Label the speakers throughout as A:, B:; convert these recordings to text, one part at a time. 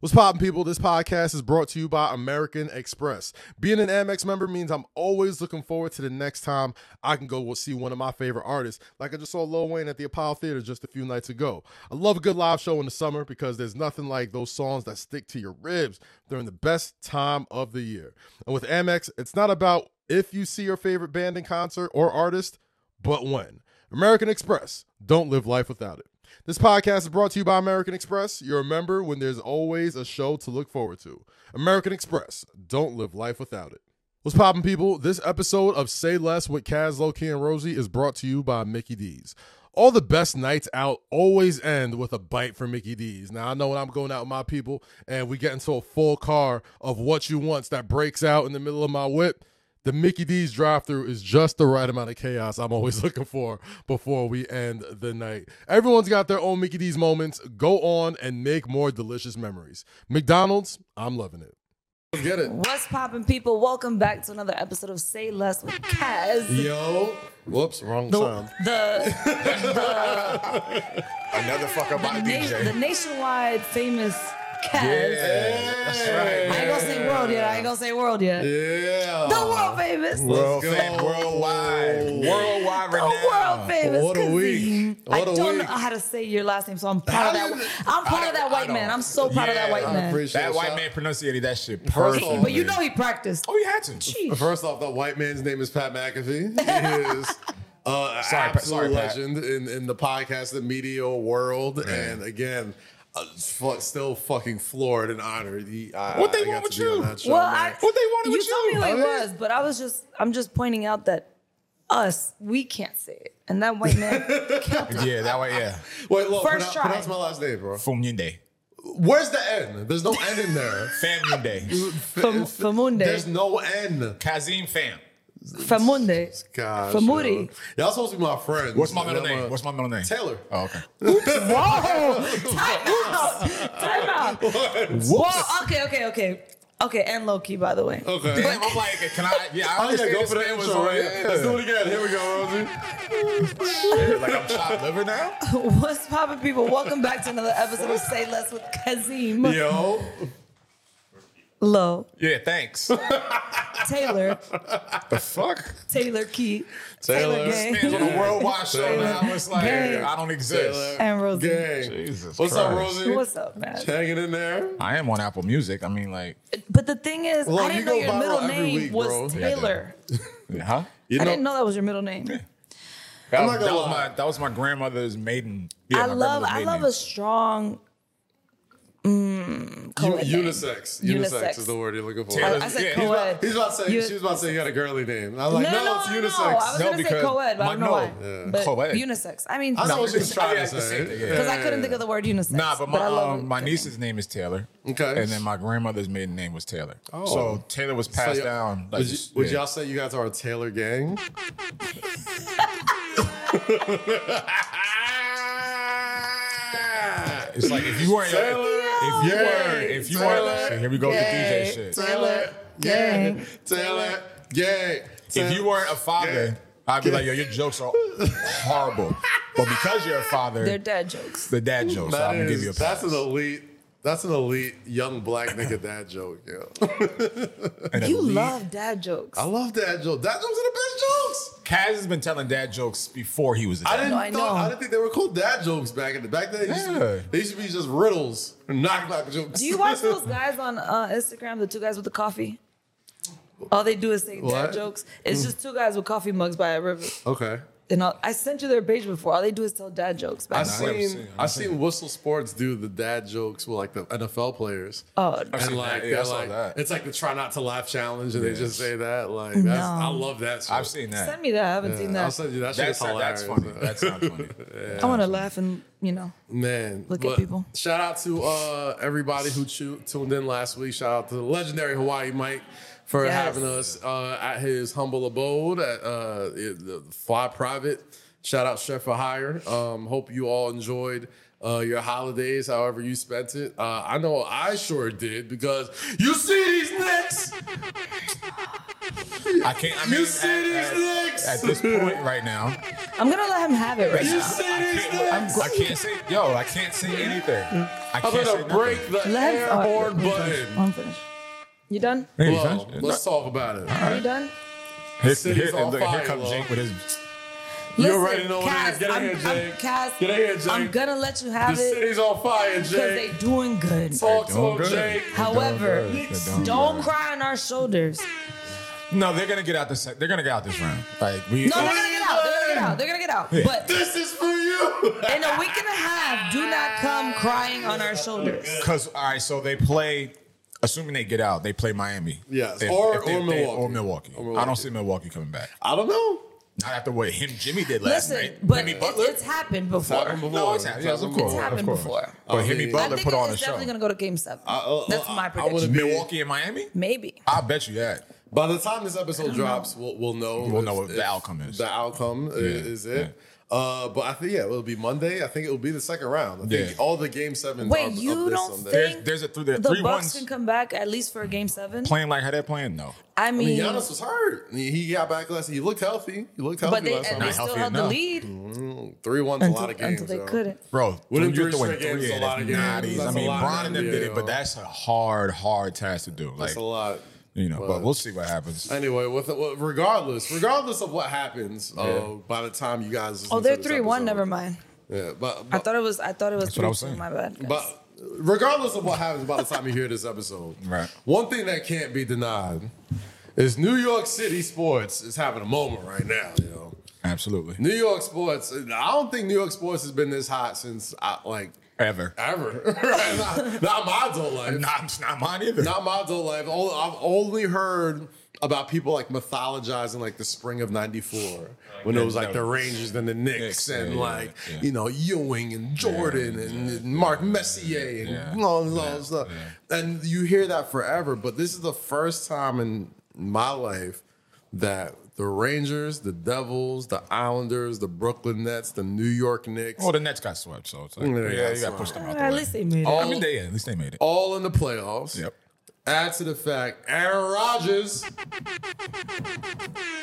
A: What's poppin', people? This podcast is brought to you by American Express. Being an Amex member means I'm always looking forward to the next time I can go see one of my favorite artists, like I just saw Lil Wayne at the Apollo Theater just a few nights ago. I love a good live show in the summer because there's nothing like those songs that stick to your ribs during the best time of the year. And with Amex, it's not about if you see your favorite band in concert or artist, but when. American Express, don't live life without it. This podcast is brought to you by American Express. You're a member when there's always a show to look forward to. American Express, don't live life without it. What's poppin', people? This episode of Say Less with Kaz, Loki, and Rosie is brought to you by Mickey D's. All the best nights out always end with a bite from Mickey D's. Now, I know when I'm going out with my people and we get into a full car of what you wants that breaks out in the middle of my whip, the Mickey D's drive through is just the right amount of chaos I'm always looking for before we end the night. Everyone's got their own Mickey D's moments. Go on and make more delicious memories. McDonald's, I'm loving it. Let's get it.
B: What's poppin', people? Welcome back to another episode of Say Less with Kaz.
A: Yo. Whoops, wrong sound.
B: The,
C: Another fucker
B: the,
C: by
B: na-
C: DJ.
B: the nationwide famous Kaz.
C: That's right.
B: I ain't gonna say world yet. I ain't gonna say world yet.
A: Yeah.
B: The world famous.
C: World
A: Let's
C: fam-
A: go.
C: worldwide. Worldwide
B: The world
C: renowned.
B: famous.
A: What a week.
B: Kazim.
A: What
B: I
A: a
B: don't know
A: week.
B: how to say your last name, so I'm proud
A: How
B: of
A: did-
B: that. I'm proud
C: I
B: of that
C: don't-
B: white
C: I
B: man.
C: don't-
B: I'm so proud of that
C: Yeah,
B: white
C: I
B: man.
C: That
A: it.
C: white
A: Shout-
C: man pronunciated that shit
A: First
C: perfect.
A: off,
B: But you know he practiced.
C: Oh, he had to.
B: Jeez.
A: First off, that white man's name is Pat McAfee. He is uh,
C: Sorry,
A: sorry,
C: Pat-
A: absolute
C: sorry, Pat.
A: legend in, in the podcast, the media world, and again, uh, fu- still fucking floored and honored. He, I,
C: What they
A: I got
C: want
A: to
C: with
A: be
C: you?
A: on that show,
B: Well,
A: man.
B: I,
C: What they wanted
B: you
C: with
B: told
C: you?
B: me who it
A: Okay.
B: was, but I was just, I'm just pointing out that us, we can't say it, and that white man killed it.
C: Yeah, that way, yeah.
A: Wait, look,
B: First
A: pronounce,
B: try.
A: pronounce my last name, bro.
C: Fumyende.
A: Where's the N? There's no N in there.
C: Famyende.
B: Fam- Famunde.
A: There's no N.
C: Kazim Fam.
B: Famunde.
A: Gosh,
B: Famuri.
A: yo. Y'all supposed to be my friends.
C: What's my middle
A: And I'm
C: name?
A: a-
C: What's my middle name?
A: Taylor.
C: Oh, okay.
B: Whoa! Time out! Time out! Whoa! Okay, okay, okay. Okay, and low key, by the way.
A: Okay.
C: Damn, I'm like, can I? Yeah, I
A: Oh, yeah,
C: understand
A: go
C: this
A: for the
C: man was
A: intro, right?
C: already-
A: Let's do it again. Here we go, Rosie.
C: Like, I'm chopped liver now?
B: What's poppin', people? Welcome back to another episode of Say Less with Kazim,
A: Yo.
B: Low,
C: Yeah, thanks. the
B: Taylor,
C: fuck?
B: Taylor Key,
A: Taylor.
B: Taylor,
C: This man's
B: Gay,
C: on a worldwide show
A: Taylor.
C: now. It's like,
B: Gay.
C: I don't exist.
B: and Rosie.
A: Gang.
C: Jesus
A: What's up,
C: Christ.
A: Rosie?
B: What's up, man?
A: Hanging in there.
C: I am on Apple Music. I mean, like,
B: But the thing is,
A: Low,
B: I
A: you
B: didn't know
A: go
B: your
A: viral
B: middle
A: every
B: name
A: week,
B: was
A: bro. Yeah,
B: Taylor.
C: huh?
A: You
B: I didn't know that was your middle name.
C: That,
A: I'm not
C: was,
A: gonna
C: that was
A: lie.
C: my that was my grandmother's maiden. Yeah,
B: I
C: my
B: love,
C: grandmother's
B: I
C: maiden
B: love
C: name.
B: a strong. Mm,
A: U-
B: co-ed name.
A: unisex. unisex.
B: Unisex.
A: is the word you're looking for.
C: Taylor-
B: I, I said
C: Yeah, he's
B: co-ed.
C: about-
A: He's about to say
B: You-
A: she was about to say you got a girly name. I was like,
B: no,
A: no,
B: no,
A: it's
B: no, no.
A: unisex.
B: I was
C: No,
B: gonna say
C: because
B: co-ed, but I
C: my-
B: don't know
C: no,
B: why.
C: yeah.
B: But
C: Co-ed.
B: unisex. I mean,
A: I know what
B: because
A: she was trying
C: Yeah,
A: to
C: I can see
A: say.
C: it, yeah.
B: I couldn't think of the word unisex.
C: Nah, but my
B: I love
C: um, my
B: it.
C: niece's name is Taylor.
A: Okay.
C: And then my grandmother's maiden name was Taylor.
A: Oh.
C: So Taylor was
A: So
C: passed
A: y'all-
C: down. Like,
A: would, you, would
C: yeah.
A: y'all say you guys are a Taylor gang?
C: It's like if you weren't
A: Taylor,
C: if you
A: yeah.
C: were if you
A: Taylor,
C: weren't shit, here we go with the
B: yeah.
C: DJ shit.
A: Taylor gang. Taylor gang.
C: If you weren't a father, I'd be like, yo, your jokes are horrible. But because you're a
B: They're
C: father,
B: dad jokes.
C: the dad jokes. So
A: That
C: I'm gonna give
A: is-
C: you a
A: that's
C: pass.
A: an elite. That's an elite young black nigga dad joke, yo.
C: And
B: You
C: elite-
B: love dad jokes.
A: I love dad jokes. Dad jokes are the best jokes.
C: Kaz has been telling dad jokes before he was a dad.
A: I didn't
B: No, I
A: thought-
B: know.
A: I didn't think they were called dad jokes back in the back then. They used, to,
C: Yeah.
A: be, they used to be just riddles, knock knock jokes.
B: Do you watch those guys on uh, Instagram, the two guys with the coffee? All they do is say
A: What?
B: dad jokes. It's just two guys with coffee mugs by a river.
A: okay.
B: And I'll, I sent you their page before. All they do is tell dad jokes.
A: I
B: Back then.
C: never
A: seen,
C: seen it.
A: I seen Whistle Sports do the dad jokes with like the NFL players.
B: Oh,
A: and
C: seen
A: like,
C: that. Yeah, I
A: they're
C: saw
A: like
C: that.
A: it's like the try not to laugh challenge, and
C: Yes.
A: they just say that. Like that's, I
B: No.
A: love that. shit.
C: I've seen that.
B: send me that. I haven't
A: Yeah,
B: seen
A: I'll
B: that.
A: send you that. shit's
C: That's
A: hilarious.
C: that's funny. That's not funny.
B: I want to laugh and, you know.
A: Man,
B: Look at
A: but
B: people.
A: Shout out to uh, everybody who chu- tuned in last week. Shout out to the legendary Hawaii Mike for
B: Yes.
A: having us uh, at his humble abode at uh, it- the Fly Private. Shout out Chef for Hire. Um, hope you all enjoyed uh, your holidays, however you spent it. Uh, I know I sure did because you see these Knicks,
C: I can't. I mean,
A: you see
C: at,
A: these
C: at,
A: Knicks.
C: at this point right now,
B: I'm gonna let him have it right
C: I,
B: now.
C: can't, I can't say, yo, I can't say anything.
A: Mm.
C: I
A: I'm
C: can't say
A: gonna break
C: nothing.
A: the
B: Let's-
A: airborne button.
B: oh, I'm finished. You done?
C: Hey,
A: Well,
C: son.
A: let's talk about it.
B: Are you done?
C: Here,
A: city's
C: here,
A: on
C: look, here
A: fire,
C: comes
A: Lo.
C: Jake with his.
A: You
B: Listen,
A: already know what it is.
B: Cass,
A: Get out
B: I'm,
A: of here,
B: I'm,
A: Jake.
B: Cass,
A: Get out of here, Jake.
B: I'm gonna let you
A: The
B: have it
A: city's on fire,
B: because they
A: Jake.
B: doing good.
A: Talk to
C: Doing
A: him,
C: good.
A: Jake.
B: However,
C: They're doing good.
B: don't cry on our shoulders.
C: No, they're gonna get out this. They're gonna get out this round. Like we.
B: No, they're gonna get out. They're gonna get out. They're gonna get out. But
A: This is for you.
B: in a week and a half, do not come crying on our shoulders.
C: Because all right, so they play. Assuming they get out, they play Miami.
A: Yes, or- or Milwaukee.
C: or Milwaukee.
A: Or Milwaukee.
C: I don't see Milwaukee coming back.
A: I don't know.
C: Not after what him Jimmy did last
B: Listen,
C: night.
B: but
C: Jimmy
B: it-
C: Butler.
B: it's happened before.
A: happened before.
C: no, it's happened. Yes, of
A: It's
C: course.
B: happened
C: of course.
B: before.
C: But
A: I
C: Jimmy
A: mean-
B: I
C: Butler
B: think
C: put on a
B: it's
C: show.
B: definitely gonna go to Game Seven.
A: uh,
B: That's
A: uh,
B: my
A: I
B: prediction.
A: wouldn't be-
C: Milwaukee and Miami.
B: Maybe.
C: I bet you that.
A: By the time this episode drops, we'll, we'll know.
C: We'll
A: if-
C: know what the
A: if
C: outcome is.
A: The outcome i- is it. Uh, but I think yeah, it'll be Monday. I think it'll be the second round. I think
C: Yeah.
A: all the game sevens.
B: Wait,
A: are, of
B: you
A: this
B: don't
A: Sunday.
B: think-
C: There's, there's a three. There,
B: The
C: three
B: Bucks
C: ones
B: can come back at least for a Game Seven.
C: playing like how they're playing. No,
B: I
A: I mean,
B: mean,
A: Giannis was hurt. He- He got back last. He looked healthy. He looked healthy
B: but they,
A: last
B: and
A: time.
B: they
C: Not
B: still
C: healthy
B: held the
C: enough.
B: lead
A: Three ones, a
B: until,
A: lot of games.
B: until they
A: yo.
B: couldn't.
C: bro.
A: With them
C: you
A: three
C: have to win
A: straight games,
C: three
A: it's a
C: of
A: lot of
C: them. Nah,
A: games.
C: these- I
A: That's a
C: mean,
A: lot
C: Bron
A: of
C: and them did
A: games.
C: it, but that's a hard, hard task to do. Like
A: That's a lot.
C: you know, but
A: But-
C: we'll see what happens.
A: Anyway, with, with regardless, regardless of what happens, uh, by the time you guys listen
B: Oh, they're
A: to this
B: three one.
A: episode-
B: Never mind.
A: Yeah, but,
B: I
A: but,
B: thought it was. I thought it was.
C: what I was
B: 3-2,
C: saying.
B: My bad. guys.
A: but regardless of what happens by the time you hear this episode,
C: Right.
A: One thing that can't be denied is New York City sports is having a moment right now. You know,
C: Absolutely,
A: New York sports. I don't think New York sports has been this hot since I, like
C: ever.
A: ever. Right? not, not my adult life.
C: Nah, it's not mine either.
A: Not my adult life. All, I've only heard about people like mythologizing like the spring of '94 when it was like the Rangers and the Knicks,
C: Knicks,
A: and
C: yeah,
A: like
C: yeah.
A: you know Ewing and Jordan and Mark Messier and
C: yeah,
A: all this all this stuff. And you hear that forever, but this is the first time in my life that. The Rangers, the Devils, the Islanders, the Brooklyn Nets, the New York Knicks,
C: Well, the Nets got swept, so it's like,
A: Yeah, Oh,
C: yeah,
A: they got
C: you got to
A: swept.
C: push them
B: Uh,
C: out.
B: at
C: the way.
A: Oh.
B: least they made it.
C: I mean, they yeah, at least they made it.
A: all in the playoffs.
C: Yep.
A: Add to the fact, Aaron Rodgers,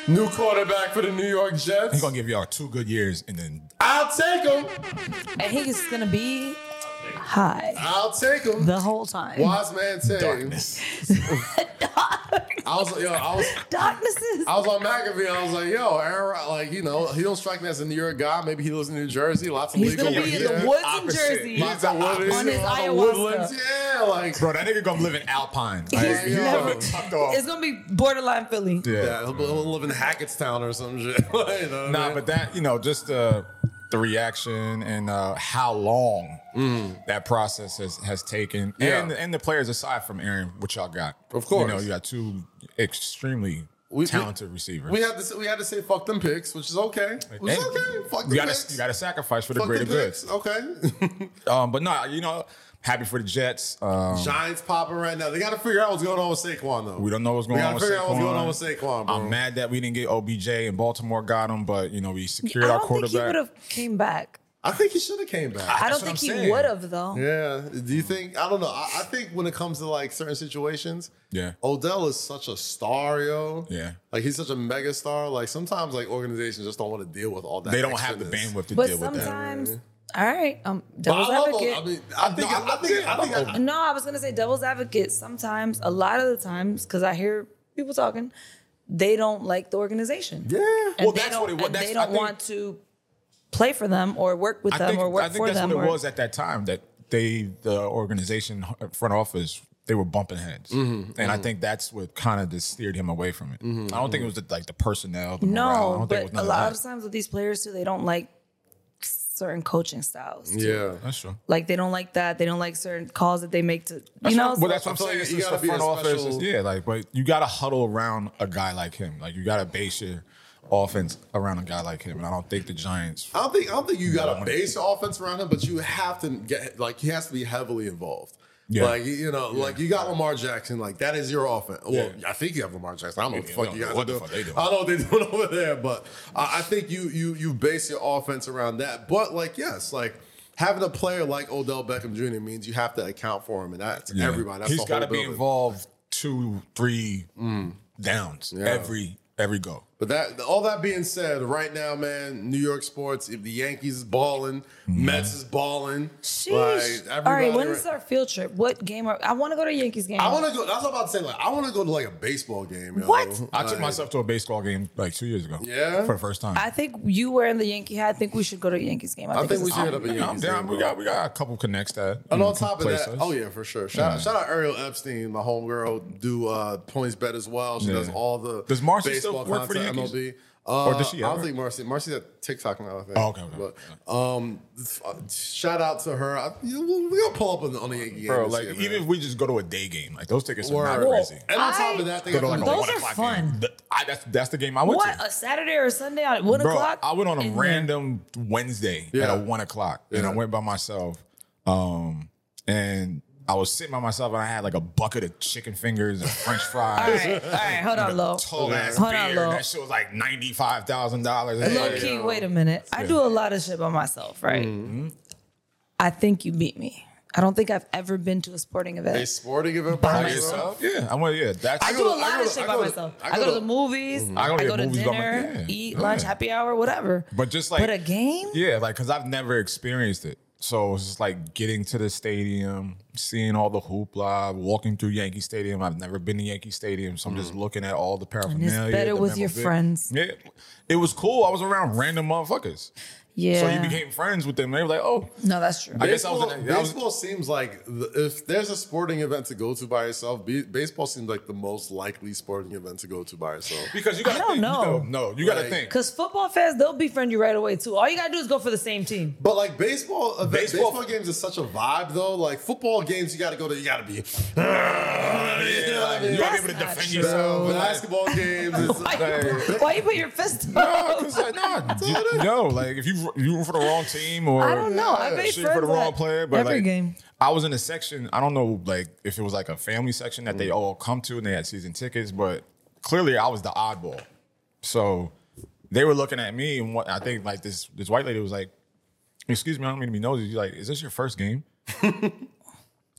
A: new quarterback for the New York Jets.
C: He's gonna give y'all two good years, and then
A: I'll take him.
B: and he's gonna be high
A: I'll take him.
B: the whole time.
A: Wise man Tay.
C: darkness.
A: I was, yo, I was,
B: Darkness is.
A: I was on McAfee. I was like, yo, Aaron, Rod- like, you know, he don't strike me as a New York guy. Maybe he lives in New Jersey. Lots of
B: He's
A: legal.
B: gonna be in the
A: yeah.
B: woods in
C: Opposite.
B: Jersey.
C: He's the
A: Woodlands,
B: on his
A: lots of
B: ayahuasca.
A: woodlands. Yeah, like
C: Bro, that nigga gonna live in Alpine. Like,
B: He's
C: he's
A: never-
C: gonna be tucked off.
B: It's gonna be borderline Philly.
A: yeah, he'll, he'll live in Hackettstown or some shit. you know what I
C: Nah,
A: mean?
C: but that you know, just the the reaction and uh, how long that process has, has taken,
A: Mm. Yeah.
C: and and the players aside from Aaron, what y'all got?
A: Of course.
C: you know, you got two extremely
A: We-
C: talented receivers.
A: we had to say, we had to say fuck them picks, which is okay. Which is
C: And
A: okay. Fuck
C: you
A: them
C: gotta
A: picks.
C: you gotta sacrifice for the
A: Fuck
C: greater
A: the picks.
C: good.
A: Okay.
C: Um, but no, you know, happy for the Jets. Um,
A: Giants popping right now. They got to figure out what's going on with Saquon though.
C: we don't know what's
A: We
C: going
A: gotta
C: on with
A: figure out what's going on with
C: Saquon.
A: Saquon, bro.
C: I'm mad that we didn't get OBJ and Baltimore got him, but you know we secured
B: I
C: our
B: don't think he would
C: quarterback.
B: have came back.
A: I think he should have came back.
B: I don't
C: That's what
B: think
C: I'm
B: he
C: saying.
B: would have though.
A: Yeah. Do you think? I don't know. I, I think when it comes to like certain situations,
C: Yeah.
A: Odell is such a star, yo.
C: Yeah.
A: Like he's such a mega star. Like sometimes like organizations just don't want to deal with all that.
C: They don't have the
A: extraness.
C: bandwidth to
B: But
C: deal with that.
B: sometimes, all right, um,
A: But I
B: devil's
A: love.
B: advocate.
A: I mean, I think.
C: No, I
A: I
C: love
A: think. I
C: it.
A: think.
C: I
A: I
C: love
A: think.
C: Odell.
B: No, I was gonna say devil's advocate. Sometimes, a lot of the times, because I hear people talking, they don't like the organization.
A: Yeah.
B: And
C: Well,
B: they
C: that's
B: don't-
C: what it was.
B: and
C: That's-
B: they
C: I
B: don't
C: think-
B: want to play for them or work with them or work
C: I think
B: for
C: that's
B: them.
C: what it
B: or-
C: was at that time that they, the organization h- front office, they were bumping heads,
A: Mm-hmm,
C: and I think that's what kind of just steered him away from it. I don't think
A: mm-hmm.
C: it was the, like the personnel. The morale. I
B: No,
C: don't think it
B: but
C: was
B: a
C: none
B: lot
C: of
B: of
C: that.
B: times with these players too, they don't like certain coaching styles. too.
A: Yeah.
C: That's true.
B: Like they don't like that. They don't like certain calls that they make to you know.
C: Well, that's what
A: I
C: I'm
A: feel like
C: saying. It's
A: you
C: just
A: gotta
C: the
A: be a
C: front office.
A: special-
C: is- yeah, like, but you got to huddle around a guy like him. Like, you got to base your offense around a guy like him. And I don't think the Giants.
A: I don't think I don't think you got to base your offense around him, but you have to get like he has to be heavily involved.
C: Yeah.
A: Like you- you know, like you got Lamar Jackson, like that is your offense. Well,
C: Yeah.
A: I think you have Lamar Jackson. I don't know what the
C: Yeah,
A: fuck
C: I
A: you guys
C: don't know
A: are
C: what the
A: doing.
C: fuck they doing.
A: I don't know what they doing over there, but I, I think you you you base your offense around that. But like yes, like having a player like Odell Beckham Jr. means you have to account for him, and that's
C: Yeah.
A: everybody. That's
C: He's
A: got to Mm.
C: be involved two, three downs every every go.
A: But that all that being said, right now, man, New York sports. If the Yankees is balling, Mets is balling.
B: Sheesh. All right, when is our field trip? What game are I want to go to a Yankees game?
A: I want to go. That's what I'm about to say. Like, I want to go to like a baseball game. Yo.
B: What?
C: I took
A: Like,
C: myself to a baseball game like two years ago.
A: Yeah?
C: for the first time.
B: I think you wearing the Yankee hat. I think we should go to a Yankees game. I,
A: I think we
B: it's-
A: should hit up a
C: Yeah, I'm
A: Yankees
C: down.
A: game,
C: We
A: bro.
C: got we got a couple connects that.
A: And on top of
C: place
A: that,
C: us.
A: oh yeah, for sure. Shout,
C: Yeah.
A: shout out Ariel Epstein, my homegirl, do uh, points bet as well. She
C: Yeah.
A: does all the
C: Does Marcy still work for the Yankees?
A: MLB. Uh,
C: Or does she
A: I don't
C: ever?
A: think Marcy. Marcy's at TikTok now. I think.
C: Oh, okay, okay.
A: But um, f- uh, shout out to her. I, you know, we'll, we'll pull up on the, on the Yankee game
C: bro,
A: this
C: like
A: year, man.
C: even if we just go to a day game, like those tickets are
A: Word.
C: not crazy.
A: And on top
B: I-
A: of that, they
C: Go
A: got
C: to like a
B: Those
C: one
B: are
C: o'clock
B: fun.
C: game. Th- I, that's that's the game I went
B: What
C: to.
B: a Saturday or Sunday at one
C: Bro,
B: o'clock.
C: I went on a
B: Is-
C: random Wednesday at
A: Yeah.
C: a one o'clock, and
A: Yeah.
C: I went by myself. Um, and I was sitting by myself, and I had like a bucket of chicken fingers and French
B: All
C: fries.
B: right, all right, hold on, low.
C: Tall ass
B: Hold
C: beer.
B: on,
C: and
B: Lil.
C: That shit was like ninety five thousand dollars.
B: Low key, wait a minute. I do a lot of shit by myself, right?
C: Mm-hmm.
B: I think you beat me. I don't think I've ever been to a sporting event.
A: a sporting event
B: By
A: by yourself.
B: myself.
C: Yeah, I went. Yeah, that's.
B: I,
A: go
B: do
A: to-
B: a
A: I
B: lot
A: go
B: of
A: to-
B: shit
A: I
B: by
A: go to-
B: myself.
A: I
B: I
A: go
B: go to
A: to-
B: the movies.
C: Mm-hmm. I go to the
B: to
C: movies by my-
B: dinner,
C: yeah.
B: eat
C: Yeah.
B: lunch, happy hour, whatever.
C: But just like
B: but a game?
C: Yeah, like because I've never experienced it. So it's just like getting to the stadium, seeing all the hoopla, walking through Yankee Stadium. I've never been to Yankee Stadium, so I'm just looking at all the paraphernalia.
B: better
C: the
B: with your
C: memorabilia.
B: friends.
C: Yeah, it was cool. I was around random motherfuckers,
B: Yeah.
C: so you became friends with them. They were like, "Oh,
B: no, that's true.
C: I guess I was
A: Baseball,
C: in a- I was-
A: baseball seems like the, if there's a sporting event to go to by yourself, be, baseball seems like the most likely sporting event to go to by yourself.
C: because you got to
B: don't
C: think."
B: know.
C: You know, no, you got to
A: Like-
C: think.
B: Because football fans, they'll befriend you right away, too. All you got to do is go for the same team.
A: But like baseball, event- baseball,
C: Baseball-
A: games is such a vibe though. Like football games, you got to go to, you got to be.
C: Yeah, like, you got to be able to
B: That's
C: defend
B: not
C: yourself. Like,
A: basketball games, it's
B: Why,
A: like,
B: you, why you put your fist up?
C: No, 'cause, like, nah, you- no, like if you you root for the wrong team or
B: I don't know. I made
C: shit for the
B: friends
C: wrong
B: at
C: player, but
B: every
C: like,
B: game.
C: I was in a section. I don't know, like if it was like a family section that they all come to and they had season tickets, but clearly I was the oddball. So they were looking at me, and what I think like this this white lady was like, "Excuse me, I don't mean to be nosy." She's like, "Is this your first game?"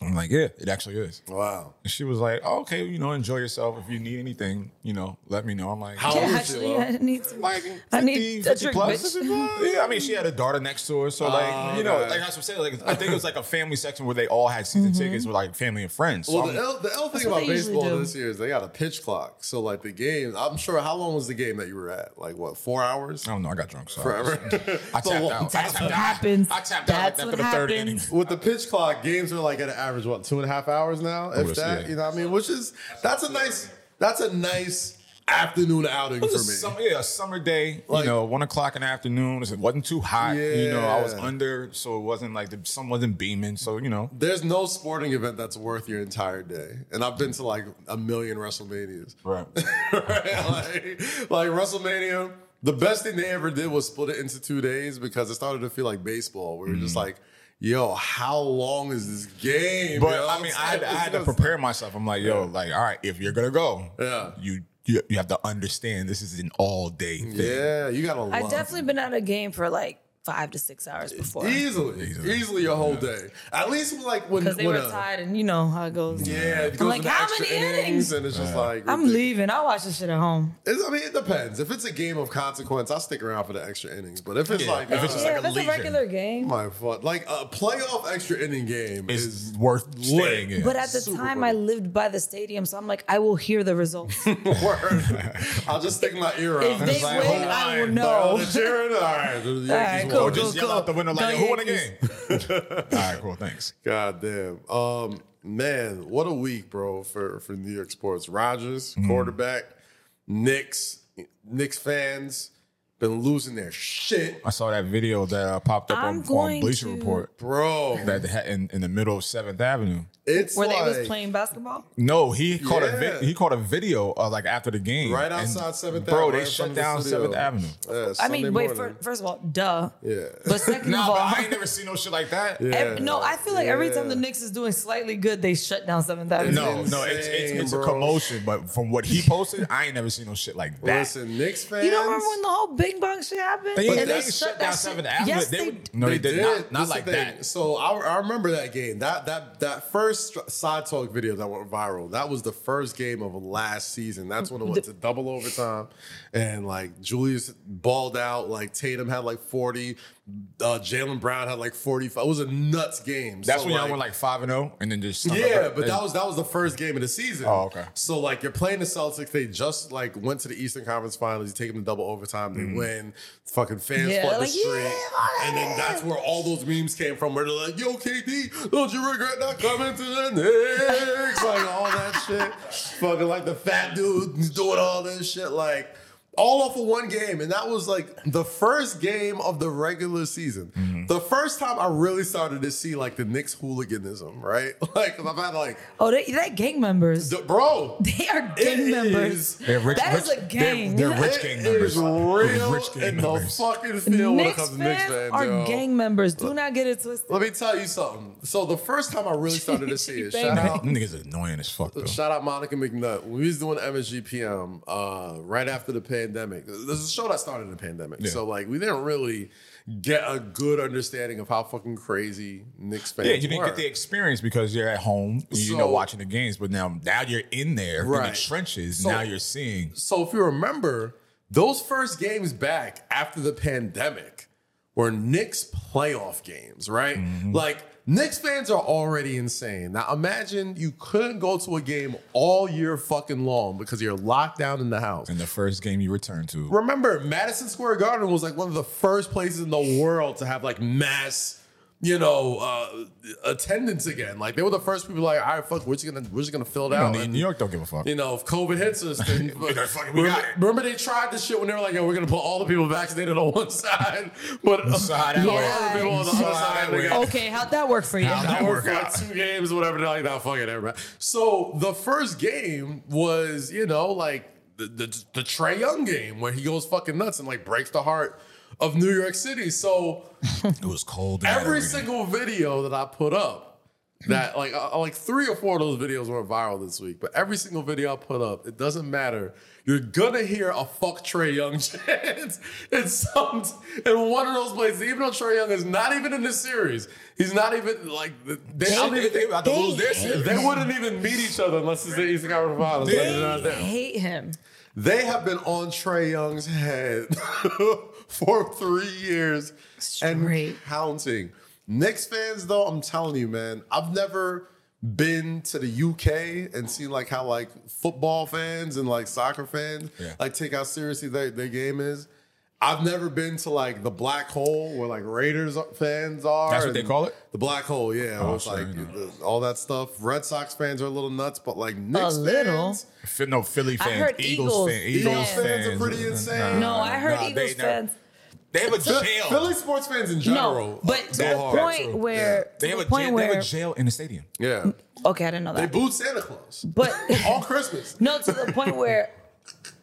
C: I'm like, "Yeah, it actually is."
A: wow.
C: And she was like, oh, "Okay, you know, enjoy yourself. If you need anything, you know, let me know." I'm like,
A: How
B: Yeah,
A: old is she?
B: actually,
A: Lo?
B: I need to.
C: like
B: I
C: 50,
B: need a
C: 50
B: drink,
C: plus.
B: bitch.
C: 50 plus. Yeah, I mean, she had a daughter next to her, so like you know,
A: okay.
C: like that's what I'm saying. Like I think it was like a family section where they all had season
B: Mm-hmm.
C: tickets with like family and friends. So
A: Well,
C: I'm-
A: the L, the L thing
B: what
A: about
B: they usually
A: baseball
B: do.
A: this year is they got a pitch clock. So like the game, I'm sure. How long was the game that you were at? Like what? Four hours?
C: I don't know. I got drunk. So
A: Forever.
C: Oh, I tapped
A: So,
C: out.
B: That's
C: I tapped
B: what
C: out.
B: happens.
C: I tapped
B: That's
C: out
B: what
C: after the third
B: happens.
C: inning.
A: With the pitch clock, games are like at an average what two and a half hours now, if
C: Oh, that's-
A: that.
C: yeah.
A: You know what I mean? Which is that's a nice that's a nice afternoon outing for
C: It
A: me.
C: was a summer, yeah, a summer day.
A: Like-
C: you know, one o'clock in the afternoon. It wasn't too hot. You know, I was
A: Yeah.
C: under, so it wasn't like the sun wasn't beaming. So you know,
A: There's no sporting event that's worth your entire day, and I've been to like a million WrestleManias.
C: right.
A: right? Like, like WrestleMania, the best thing they ever did was split it into two days because it started to feel like baseball. We were just
C: Mm-hmm.
A: like, yo, how long is this game?
C: But
A: yo?
C: I mean, I had, I had to
A: Because-
C: prepare myself. I'm like, yo, like, all right, if you're gonna go,
A: Yeah.
C: you you, you have to understand this is an all day thing.
A: Yeah, you got to
B: I've
A: love
B: definitely been at a game for like five to six hours before.
A: Easily, easily, your whole day. At least like when
B: Because they
A: when
B: were
A: a-
B: tied and you know how it goes.
A: Yeah, it goes
B: like,
A: into
B: how
A: extra
B: many innings?
A: and it's just like
B: I'm leaving. I watch this shit at home.
A: It's, I mean, it depends. If it's a game of consequence, I'll stick around for the extra innings. But if it's
C: Yeah,
A: like,
C: if it's
A: nah,
C: just like
B: yeah,
C: a
B: if it's a
C: leisure.
B: regular game.
A: my fuck, like a playoff extra inning game
C: It's
A: is
C: worth staying in.
B: But at the
A: Super
B: time,
A: funny.
B: I lived by the stadium, so I'm like, I will hear the results. if
A: Word. I'll just stick my ear out.
B: they
A: It's like,
B: win,
A: hold
B: I will
A: on.
B: know.
A: Like, oh, they're cheering? All right. The Yankees
B: right,
A: won.
B: cool,
C: or just
B: cool,
C: yell
B: cool.
C: out the window like,
B: Go
C: yo, who won the game?
B: Yankees.
C: all right, cool, thanks.
A: God damn. Um, man, what a week, bro, for, for New York sports. Rogers,
C: Mm-hmm.
A: quarterback, Knicks, Knicks fans, been losing their shit,
C: I saw that video that uh, popped up
B: I'm
C: on,
B: going
C: on Bleacher
B: to-
C: Report
A: bro.
C: that they had in, in the middle of Seventh Avenue.
A: It's
B: Where
A: like,
B: they was playing basketball.
C: No, he caught a
A: Yeah.
C: vi- he caught a video uh, like after the game,
A: Right
C: And,
A: outside 7th
C: Bro,
A: Avenue, right in
C: they
A: front
C: shut
A: of the
C: down
A: studio.
C: Seventh Avenue.
A: Yeah,
B: I
A: Sunday
B: mean, wait.
A: morning.
B: For, first of all, duh.
A: yeah.
B: But second
C: Nah,
B: of all,
C: but I ain't never seen no shit like that.
B: ev-
A: Yeah.
B: no, I feel like every time
A: Yeah.
B: the Knicks is doing slightly good, they shut down Seventh Avenue.
C: No, no, it's it's,
A: Insane,
C: it's a
A: bro.
C: commotion. But from what he posted, I ain't never seen no shit like that.
A: Listen, Knicks fans.
B: You don't remember when the whole Bing Bong shit happened?
C: They,
B: And
C: they,
B: they
C: shut
B: that
C: down
B: shit-
C: Seventh Avenue.
B: Yes,
C: they,
B: they,
C: would- no, they, did, not, not
A: That's the
C: like
A: thing.
C: that.
A: So I, I remember that game. That that that first first str- side talk video that went viral, that was the first game of last season. That's when it went to double overtime, and like Julius balled out. Like Tatum had like forty, uh, Jalen Brown had like forty five. It was a nuts game.
C: That's
A: So,
C: when y'all went like five and zero, and then just snuck up
A: yeah,
C: a-
A: but that was that was the first game of the season.
C: Oh, okay.
A: So like you're playing the Celtics, they just like went to the Eastern Conference Finals. You take them to double overtime, they
C: Mm-hmm.
A: win. Fucking fans
B: Yeah,
A: flood the
B: like,
A: street,
B: yeah,
A: and then that's where all those memes came from. Where they're like, "Yo, KD, don't you regret not coming to the Knicks?" like all that shit. Fucking like the fat dude doing all this shit. Like all off of one game, and that was like the first game of the regular season. The first time I really started to see like the Knicks hooliganism, right? Like 'cause I've had like,
B: Oh, they, they're gang members.
A: the, bro,
B: they are
A: it
B: gang
A: is-
B: members.
C: They're rich-
B: That is
C: rich-
B: a
C: they're-
B: gang.
C: they're rich.
A: it
C: gang members.
A: is real
C: Rich gang
A: in
C: members.
A: the fucking field when it comes to Knicks
B: fans
A: fans,
B: are
A: yo.
B: gang members. Do not get it twisted.
A: Let me tell you something. So the first time I really started to see it,
B: Bang,
A: shout
B: bang.
A: out,
C: Them niggas annoying as fuck though.
A: shout out Monica McNutt. When we was doing MSGPM uh, right after the pandemic, there's a show that started in the pandemic.
C: Yeah.
A: So like we didn't really get a good understanding of how fucking crazy Knicks fans
C: Yeah, you didn't
A: were.
C: get the experience because you're at home, and you know,
A: So-
C: watching the games. But now, now you're in there in
A: Right.
C: the trenches.
A: So-
C: now you're seeing.
A: So if you remember, those first games back after the pandemic were Knicks playoff games, right?
C: Mm-hmm.
A: Like Knicks fans are already insane. Now imagine you couldn't go to a game all year fucking long because you're locked down in the house.
C: And the first game you return to,
A: Remember, Madison Square Garden was like one of the first places in the world to have like mass, you know, uh, attendance again. Like they were the first people like, all right, fuck, we're just gonna we're just gonna fill it
C: No,
A: out.
C: New-
A: And-
C: New York don't give a fuck.
A: you know, if COVID hits us, then
C: We gotta fucking- we
A: remember,
C: got it.
A: remember they tried this shit when they were like, "Yo, we're gonna put all the people vaccinated on one side, but
C: Side
A: all
C: out.
A: the people on the other side." They got
B: Okay, how'd that work for you?
C: How'd that
A: that
C: work
A: worked
C: out?
A: for like two games or whatever. They're like, "Nah, fuck it, everybody." So the first game was, you know, like the the, the Trey Young game where he goes fucking nuts and like breaks the heart of New York City. So
C: It was cold. and
A: every
C: everything.
A: single video that I put up, that like uh, like three or four of those videos went viral this week. But every single video I put up, it doesn't matter. You're gonna hear a fuck Trey Young chant in some in one of those places. Even though Trey Young is not even in the series, he's not even like they, I don't even
C: they
A: think
C: about to
B: They-
C: lose their shit.
A: they wouldn't even meet each other unless it's the Eastern Conference Finals. but they're not
B: They
A: there.
B: hate him.
A: They have been on Trey Young's head for three years and
B: Straight.
A: counting. Knicks fans, though, I'm telling you, man, I've never been to the UK and seen like how like football fans and like soccer fans
C: Yeah.
A: like take how seriously their, their game is. I've never been to like the black hole where like Raiders fans are.
C: That's what they
A: and
C: call it?
A: The black hole, yeah.
C: Oh,
A: it's
C: sure,
A: like
C: you know.
A: all that stuff. Red Sox fans are a little nuts, but like Knicks
B: little?
A: fans.
C: Fi- no Philly fans,
B: heard Eagles
C: Eagles, fans, Eagles
B: fans.
C: fans,
A: Fans are pretty insane.
B: No, I heard
C: nah,
B: Eagles
C: they never-
B: fans.
C: They have a
A: Phil-
C: jail.
A: Philly sports fans in general.
B: No, but
A: go
B: to the
A: hard.
B: point where
C: they
B: to
C: have
B: the
C: a
B: point
C: jail. They have
B: where
C: a jail in the stadium.
A: Yeah.
B: okay, I didn't know
A: They
B: that.
A: booed Santa Claus
B: But
A: on Christmas.
B: No, to the point where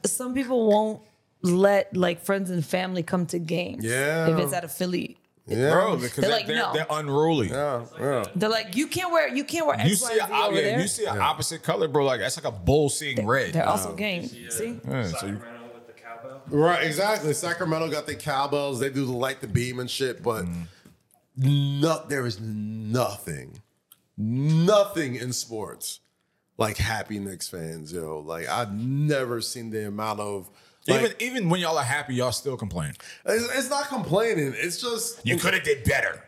B: some people won't let like friends and family come to games.
A: Yeah.
B: If it's out of Philly.
A: Yeah.
C: Bro, because they're,
B: like,
C: they're,
B: no.
C: they're unruly.
A: Yeah, yeah.
B: They're like, you can't wear you can't wear
C: You
B: X, Y,
C: see, a,
B: Z over
C: yeah,
B: there.
C: you see an opposite color, bro. Like that's like a bull seeing red. Oh.
B: They're also gang. See?
C: Yeah, so you-
D: Sacramento with the cowbell.
A: Right, exactly. Sacramento got their cowbells. They do the light the beam and shit, but
C: Mm.
A: no, there is nothing, nothing in sports like happy Knicks fans, yo. Like I've never seen the amount of. Like,
C: even even when y'all are happy, y'all still complain.
A: it's, it's not complaining. It's just
C: You could have did better.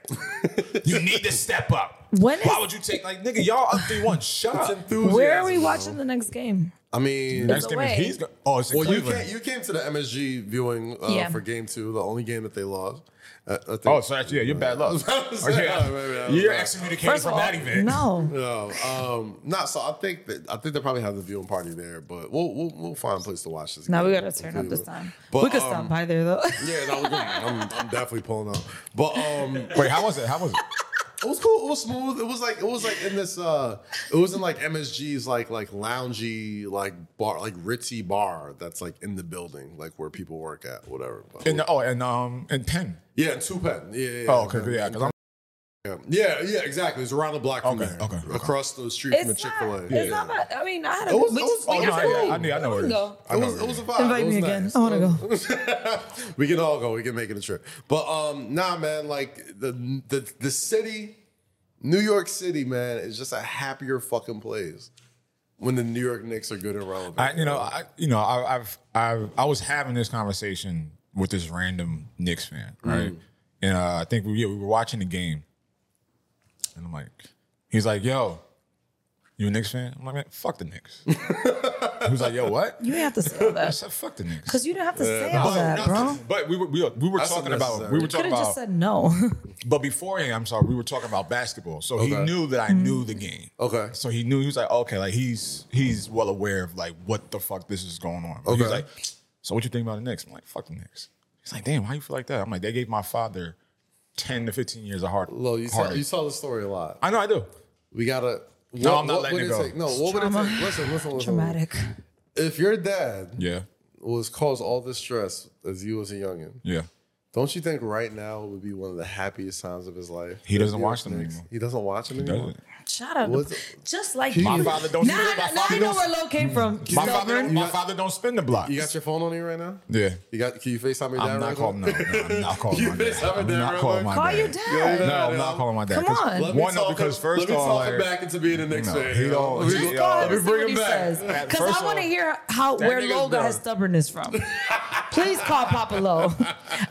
C: you need to step up.
B: When
C: Why
B: is-
C: would you take like nigga? Y'all up three one. Shut
A: it's
C: up.
A: enthusiasm.
B: Where are we
A: bro.
B: watching the next game?
A: I mean,
C: Next game is
B: away.
C: he's go- oh it's in
A: Well, you
C: Cleveland.
A: came, you came to the MSG viewing uh,
B: Yeah.
A: for game two, the only game that they lolost. Uh, I think-
C: Oh, so that's, yeah, you're bad luck.
A: Oh,
C: yeah.
A: yeah.
C: You're
A: Yeah.
C: excommunicated from that event.
B: no.
A: No, um, nah, so I think that I think they probably have the viewing party there, but we'll we'll, we'll find a place to watch this.
B: No,
A: game
B: we gotta
A: in
B: turn up this
A: Cleveland.
B: time.
A: But,
B: we could
A: um,
B: stop by there though.
A: Yeah, no, we're gonna, I'm, I'm definitely pulling up. But um, it
C: Wait, how was it? How was it?
A: was cool. It was smooth. It was like it was like in this. uh It was in like MSG's like like loungy like bar like ritzy bar that's like in the building like where people work at whatever. But-
C: And oh, and um, and Penn.
A: yeah, in two pen. Yeah, yeah.
C: Oh, okay, yeah, because I'm
A: Yeah, yeah, yeah, exactly. It's around the block from
C: Okay,
A: there.
C: okay, okay.
A: Across the street from the
B: it's
A: Chick
B: not,
A: fil A.
B: it's not about, I mean, I had a
A: It was-
B: we
A: it was-
B: just
A: oh,
B: we
A: no,
B: got
A: yeah,
B: food.
C: I knew- I know
B: We
C: where
B: can
C: it is. Ah,
B: go.
A: It was, it was a vibe.
B: Invite
A: It was
B: me again.
A: nice.
B: I wanna go.
A: we can all go. We can make it a trip. But um, nah, man, like the the the city New York City, man, is just a happier fucking place when the New York Knicks are good and relevant.
C: I, you know, I, you know, I, I've, I've, I was having this conversation with this random Knicks fan,
A: Mm.
C: right? And uh, I think we, yeah, we were watching the game, and I'm like, he's like, "Yo, you a Knicks fan?" I'm like, "Man, fuck the Knicks." he was like, "Yo, what?"
B: You didn't have to say all
C: I
B: that.
C: said, "Fuck the Knicks."
B: Because you didn't have to say all that, bro.
C: But we were we were, we were
A: That's
C: talking about we
A: unnecessary.
C: were
A: You
B: Could
C: talking
B: have
C: about
B: just said no.
C: but beforehand, I'm sorry, we were talking about basketball. So he
A: Okay.
C: knew that I knew
B: Mm-hmm.
C: the game.
A: Okay.
C: So he knew he was like, "Oh, okay, like he's he's well aware of like what the fuck this is going on. He's
A: Okay.
C: like, so what you think about the Knicks? I'm like, fuck the Knicks. He's like, damn, how you feel like that? I'm like, they gave my father 10 to 15 years of hard.
A: Lo, you tell,
C: hard.
A: you tell the story a lot.
C: I know I do.
A: We gotta. What,
C: No, I'm not
A: what
C: letting
A: would
C: it go.
A: Take? No, what would it
B: Trauma.
A: take? Listen, listen, listen.
B: Traumatic.
A: If your dad
C: Yeah.
A: was caused all this stress as you was a youngin,
C: Yeah.
A: don't you think right now would be one of the happiest times of his life?
C: He doesn't
A: New York
C: watch them
B: Mm.
A: Knicks.
C: anymore.
A: He doesn't watch them anymore.
C: Doesn't.
B: Shut up.
A: What's-
B: Just like
C: My
B: you.
C: father don't
B: Now,
C: spin
B: I-
C: my
B: now
C: father
B: I know
C: don't-
B: where Lo came from.
C: My father,
B: Stubborn.
C: my father don't spin the block.
A: You got your phone on you right now.
C: yeah.
A: You got? Can you Facetime your dad?
C: I'm not
A: right
C: calling.
A: now?
C: No, no, I'm not calling
A: You
C: my
A: missed
C: dad.
A: out
C: I'm
A: there,
C: not
A: right?
C: calling my
B: Call
C: dad.
B: your dad.
C: No, I'm not calling my dad.
B: Come
C: 'cause-
B: on. Let
A: me
C: One, no,
A: talk
C: because
A: him-
C: first
A: let me
C: off,
A: talk him
C: like,
A: back into being a Knicks
C: no,
A: fan.
C: he
A: yo.
C: don't-
A: Let me
C: he
A: go-
B: Just
C: Yo,
B: call him
A: let me
B: and see
A: bring
B: what
A: him
B: he
A: back.
B: says.
C: That
B: Because
C: first
B: I want to
C: off-
B: hear how where
C: nigga's
B: Lo got
C: dumb.
B: his stubbornness from. Please call Papa Lo.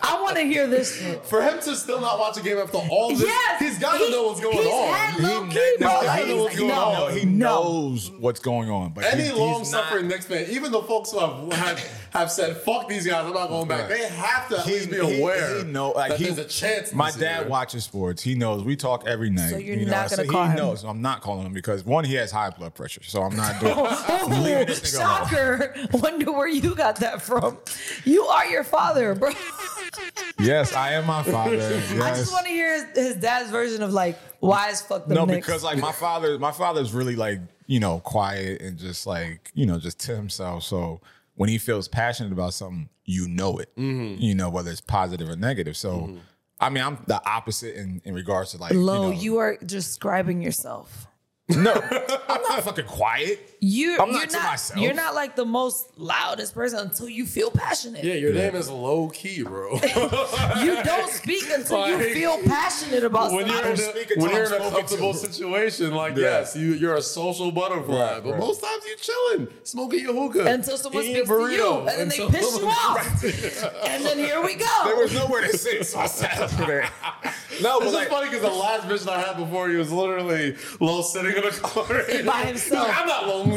B: I want to hear this shit.
A: For him to still not watch a game after all this,
B: Yes,
A: he's got to
B: he-
A: know what's going
B: he's
A: on.
B: had low
C: He-
B: key, bro.
C: no,
B: Like,
C: he
B: he's like,
C: knows what's going
B: no,
C: on. He knows what's going on. But
A: Any
C: he- he's
A: long
C: not-
A: suffering Knicks fan, even the folks who have, have have said "fuck these guys," I'm not going back.
C: Right.
A: They have to at
C: he-
A: least be
C: he-
A: aware.
C: He, know, like
A: that
C: he,
A: there's a chance.
C: My
A: this
C: dad
A: year.
C: watches sports. He knows. We talk every night.
B: you're
C: you know,
B: not gonna
C: so
B: call
C: he
B: him?
C: knows. I'm not calling him because one, he has high blood pressure, so I'm not doing. I'm leaving
B: Oh,
C: this nigga alone.
B: shocker. Wonder where you got that from. You are your father, bro.
C: Yes, I am my father. Yes.
B: I just want to hear his, his dad's version of like, why is fuck the
C: no,
B: Knicks?
C: because like my father, my father's really like you know quiet and just like you know just to himself. So when he feels passionate about something, you know it.
A: Mm-hmm.
C: You know whether it's positive or negative. So I mean, I'm the opposite in, in regards to like
B: Lo,
C: know-
B: you are describing yourself.
C: no, I'm not fucking quiet.
B: You,
C: I'm not
B: you're
C: to myself.
B: You're not like the most loudest person until you feel passionate.
A: Yeah, your name is low key, bro.
B: You don't speak until
A: Like-
B: you feel passionate about
A: when you're in
B: something.
C: speak
A: a,
C: until
A: when you're in
C: I'm
A: a
C: spoken
A: comfortable
C: to.
A: situation, like
C: Yeah.
A: yes, you you're a social butterfly,
C: Right,
A: but
C: right.
A: most times you're chilling, smoking your hookah
B: Until someone
A: eating your
B: speaks to you,
A: burrito,
B: and then they
A: until
B: piss you
A: someone-
B: off, and then here we go.
C: There was nowhere to sit, so I sat up there. No, but
A: This
C: like,
A: is funny because the last vision I had before you was literally Lo sitting in a corner
B: By himself.
A: I'm not lonely.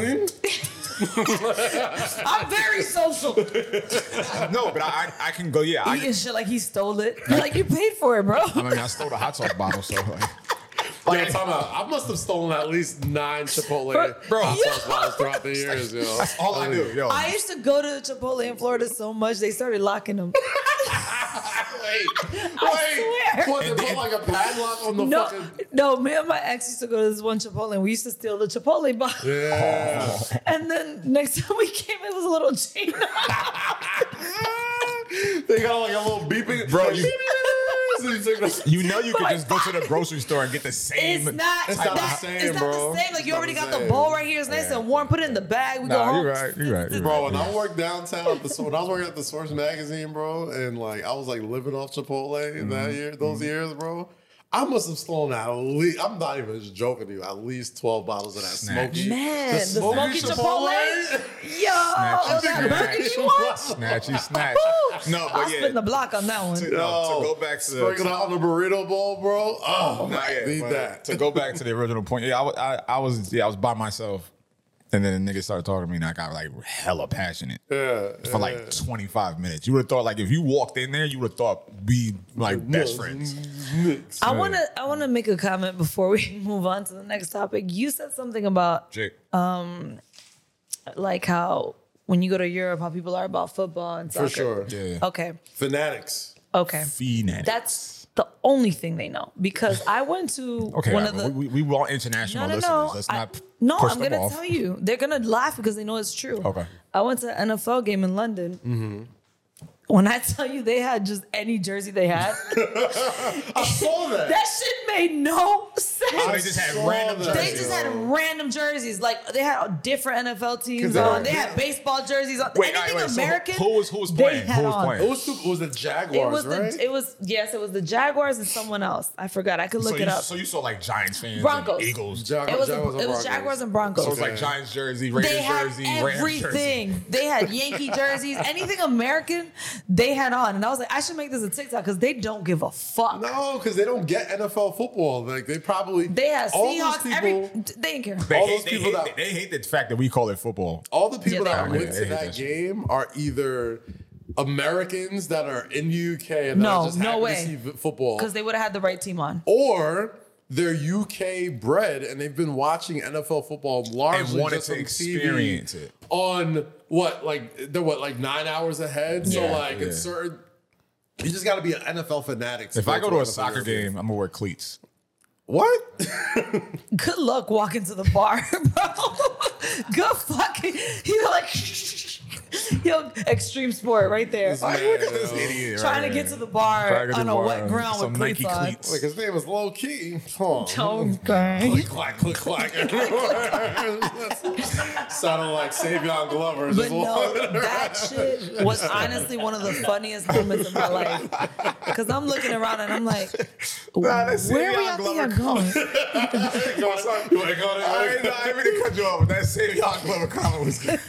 B: I'm very social.
C: no, but I, I I can go. Yeah, I,
B: Eating shit like he stole it. Like you paid for it, bro.
C: I mean, I stole the hot sauce bottle, so
A: Yo,
C: like,
A: time out. I must have stolen at least nine Chipotle
C: Bro.
A: hot sauce
B: Yo.
A: bottles throughout the years, yo.
C: that's all
A: Oh,
C: I do. Yo,
B: I used to go to Chipotle in Florida so much they started locking them.
A: Wait,
B: I swear.
A: What, they put like a padlock on the
B: No,
A: fucking.
B: no, me and my ex used to go to this one Chipotle and we used to steal the Chipotle box.
A: Yeah.
C: Oh.
B: And then next time we came, it was a little chain.
A: they got like a little beeping.
C: Bro,
A: like,
C: you-
A: beep, beep, beep, beep, beep, beep.
C: you know you can just go to the grocery store and get the
B: It's
C: same.
B: not,
A: not the
B: that-
A: same,
B: it's not
A: bro.
B: the same. Like
A: It's
B: you
A: not
B: already
A: the
B: got
A: same.
B: the bowl right here. It's nice and warm. Put it in the bag. We go
C: Nah,
B: home.
C: you're right. You're right. You're
A: Bro,
C: right.
A: when I worked downtown at the when I was working at the Source magazine, bro, and like I was like living off Chipotle in
B: Mm-hmm.
A: that year, those years, bro. I must have stolen at least. I'm not even just joking to you. At least twelve bottles of that
C: Snatch.
A: smoky,
B: Man, the smoky Chipotle. Yo, that Burger King one.
C: Snatch, you snatch. No,
B: I'll
C: but Oh, yeah.
B: spin the block on that
C: to,
B: one.
C: no,
A: Yo,
C: to go back to
A: Sprinkle that on the burrito bowl, bro. Oh,
C: Nah, yeah,
A: need
C: but
A: that.
C: To go back to the original point, yeah, I, wa- I, I was yeah, I was by myself, and then the nigga started talking to me, and I got like hella passionate
A: yeah,
C: for like 25 minutes. You would have thought like if you walked in there, you would have thought we like best friends.
A: Mix.
B: I wanna I wanna make a comment before we move on to the next topic. You said something about
C: Jake,
B: like how when you go to Europe, how people are about football and
A: for
B: soccer.
A: sure.
C: yeah, yeah.
B: Okay.
A: Fanatics.
B: Okay.
C: Phoenix.
B: That's the only thing they know because I went to
C: okay.
B: one
C: I-
B: of the.
C: we, we, we were all
B: no,
C: international
B: no,
C: listeners.
B: no.
C: Let's
B: I-
C: not.
B: no,
C: push
B: I'm
C: them
B: gonna
C: off.
B: tell you, they're gonna laugh because they know it's true.
C: Okay. Mm-hmm.
B: I went to an NFL game in London. When I tell you they had just any jersey they had,
A: I saw that.
B: that shit made no sense.
C: So Oh, they just had
A: saw
C: random
A: that.
B: They
C: jerseys.
B: just had random jerseys. Like they had different NFL teams
A: they-
B: on. They had baseball jerseys on.
C: Wait,
B: Anything
C: wait, wait, so
B: American.
C: who was- who was
B: they
C: playing? Who
B: had
C: was
B: on.
C: playing?
A: It was, it was the Jaguars,
B: It was the.
A: right?
B: It was yes. It was the Jaguars and someone else. I forgot. I could look
C: so,
B: it
C: you,
B: up.
C: so you saw like Giants fans,
B: Broncos.
C: and Eagles. So
A: Jag-
B: it was.
A: Jaguars and
B: it
A: Broncos.
B: was Jaguars and
C: it
B: Broncos.
C: was like
A: Okay.
C: Giants jersey, Raiders
B: they had
C: jersey, Rams jersey.
B: everything. They had Yankee jerseys, anything American, they had on. And I was like, I should make this a TikTok because they don't give a fuck.
A: No, because they don't get NFL football. Like they probably
B: They had
A: all those
B: Seahawks. every
A: people-
B: they didn't care.
C: They
A: All
C: hate-
A: those
C: they
A: people
C: hate-
A: that-
C: they hate the fact that we call it football.
A: all the people
B: Yeah,
A: that
B: they
A: went
C: are.
A: to
C: Yeah,
A: that
C: yeah.
A: game are either Americans that are in the UK and that
B: No,
A: are just
B: no
A: happy
B: way.
A: to see v- football,
B: Because they would have had the right team on.
A: or they're UK bred and they've been watching NFL football largely
C: And wanted
A: just
C: to
A: from TV
C: experience it.
A: on what like they're what like nine hours ahead.
C: Yeah,
A: so like
C: yeah.
A: it's certain. You just got to be an NFL fanatic.
C: If I go to
A: an
C: a
A: NFL
C: soccer game, I'm gonna wear cleats.
A: what?
B: Good luck walking to the bar, bro. Good fucking. You know, like, yo, extreme sport right there.
A: Like,
C: Look at this idiot
B: Trying
C: right
B: to
C: here.
B: get to the bar
C: Trying to get to
B: on
C: the
B: a
C: bar
B: wet ground
C: some
B: with
C: Nike cleats.
A: Like his name is Low Key. Huh.
B: Okay.
A: Click clack, click clack. Sounded like Savion Glover.
B: But no, that shit was honestly one of the funniest moments of my life. Because I'm looking around and I'm like,
C: that's
B: where
C: Savion
B: we out there
C: Glover
B: going?
C: I ain't, I ain't mean to cut you off, but that Savion Glover comment was good.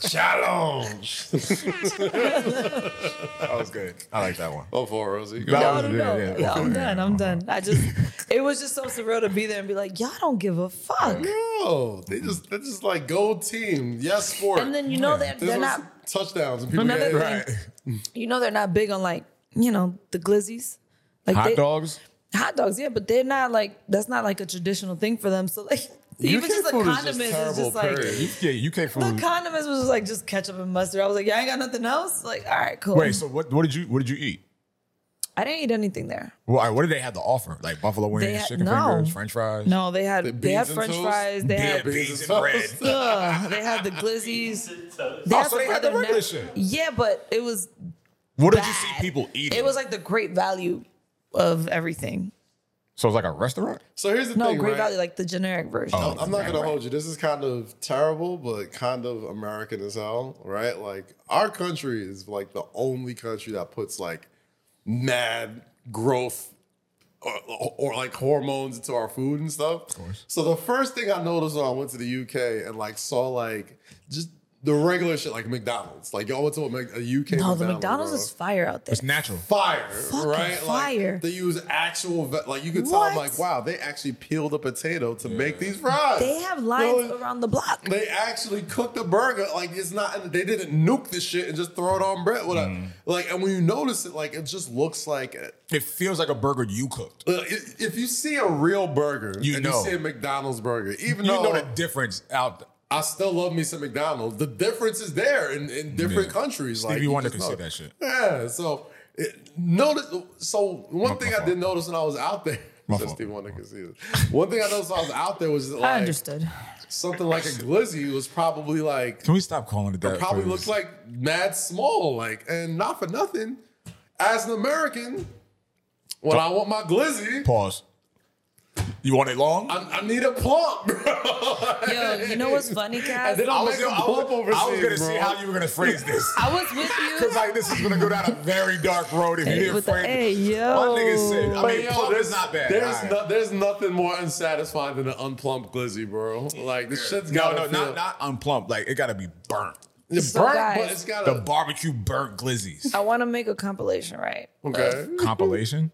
A: Challenge.
C: That was good. I like that one.
A: Go Oh, for it, Rosie.
C: That
B: No,
C: was-
B: no,
C: yeah,
B: no.
C: yeah,
B: No, I'm
C: okay.
B: done. I'm done. I just, it was just so surreal to be there and be like, y'all don't give a fuck.
A: No, they just they're just like gold team. Yes, sport.
B: And then you know they're,
A: This
B: they're
A: was
B: not,
A: touchdowns and people
B: Another
A: get
B: thing- you know they're not big on like, you know, the glizzies. Like
C: Hot
B: they,
C: dogs.
B: hot dogs, yeah, but they're not like that's not like a traditional thing for them. So like even
A: UK
B: just the
A: food is just
B: condiments is
A: terrible,
B: just like
A: period.
C: Yeah, UK
B: the
C: food.
B: condiments was just like just ketchup and mustard. I was like, yeah, I ain't got nothing else. Like, all right, cool.
C: Wait, so what? What did you? What did you eat?
B: I didn't eat anything there.
C: Well, all right, what did they have to offer? Like buffalo wings,
B: They had-
C: chicken
B: no.
C: fingers, French fries.
B: No, they had they
A: beans
B: had
A: and
B: French
A: toast?
B: fries. They
C: yeah,
B: had
C: beans
A: beans
C: and
A: and
C: bread.
B: ugh, they had the glizzies. They
C: Oh, so they
B: some
C: had the
B: other
C: regular
B: na-
C: shit.
B: Yeah, but it was
C: What did you see
B: bad.
C: people eating?
B: It was like the great value of everything.
C: so. It was like a restaurant.
A: So here's the
B: No,
A: thing,
B: great
A: right?
B: value, like the generic version.
C: Oh,
A: I'm- I'm not gonna hold you. This is kind of terrible, but kind of American as hell, right? Like our country is like the only country that puts like mad growth or, or like hormones into our food and stuff. Of course. So the first thing I noticed when I went to the UK and like saw like just the regular shit like McDonald's. Like y'all went to a, Mc- a UK.
B: No, the
A: bro
B: McDonald's is fire out there.
C: It's natural.
A: fire,
B: Fucking
A: right?
B: fire.
A: Like, they use actual, ve- like you could tell. I'm
B: What?
A: like, wow, they actually peeled a potato to make these fries.
B: They have
A: Yo,
B: lines around the block.
A: They actually cooked the burger. Like it's not. They didn't nuke the shit and just throw it on bread. Whatever.
C: Mm.
A: Like, and when you notice it, like it just looks like. a-
C: It feels like a burger you cooked.
A: uh, i- If you see a real burger,
C: You
A: and
C: know.
A: you see a McDonald's burger, even
C: You
A: though
C: know the difference out.
A: I still love me some McDonald's, the difference is there in, in different
C: Yeah.
A: countries. Like
C: Stevie Wonder
A: just
C: could say
A: know-
C: that shit.
A: Yeah. So it, notice. So one thing I
C: fault.
A: did notice when I was out there.
C: My
A: So
C: fault.
A: Stevie Wonder could see this. One thing I noticed when I was out there was
B: I
A: like
B: understood.
A: something like a glizzy was probably like
C: Can we stop calling it that?
A: it probably
C: please?
A: looks like mad small, like, and not for nothing. As an American, when I want my glizzy,
C: Pause. You want it long?
A: I, I need a plump, bro.
B: Yo, you know what's funny,
A: And
B: Cass?
A: then I'll make a plump overseas,
C: I was gonna
A: bro.
C: see how you were gonna phrase this.
B: I was with you.
C: Cause like this is gonna go down a very dark road if you
B: Hey,
C: didn't
B: with the-
C: frame it.
B: hey, yo.
C: My nigga said, I
A: But
C: mean,
A: yo,
C: plump
A: there's-
C: is not bad.
A: There's
C: All right.
A: no, there's nothing more unsatisfying than an unplumped glizzy, bro. Like the shit's
C: Oh, No,
A: got
C: no,
A: feel,
C: not not unplumped. Like it gotta be burnt.
A: it's
B: So
A: burnt,
B: guys-
A: but it's got
C: The
A: to
C: barbecue burnt glizzies.
B: I want to make a compilation, right?
A: okay.
C: Compilation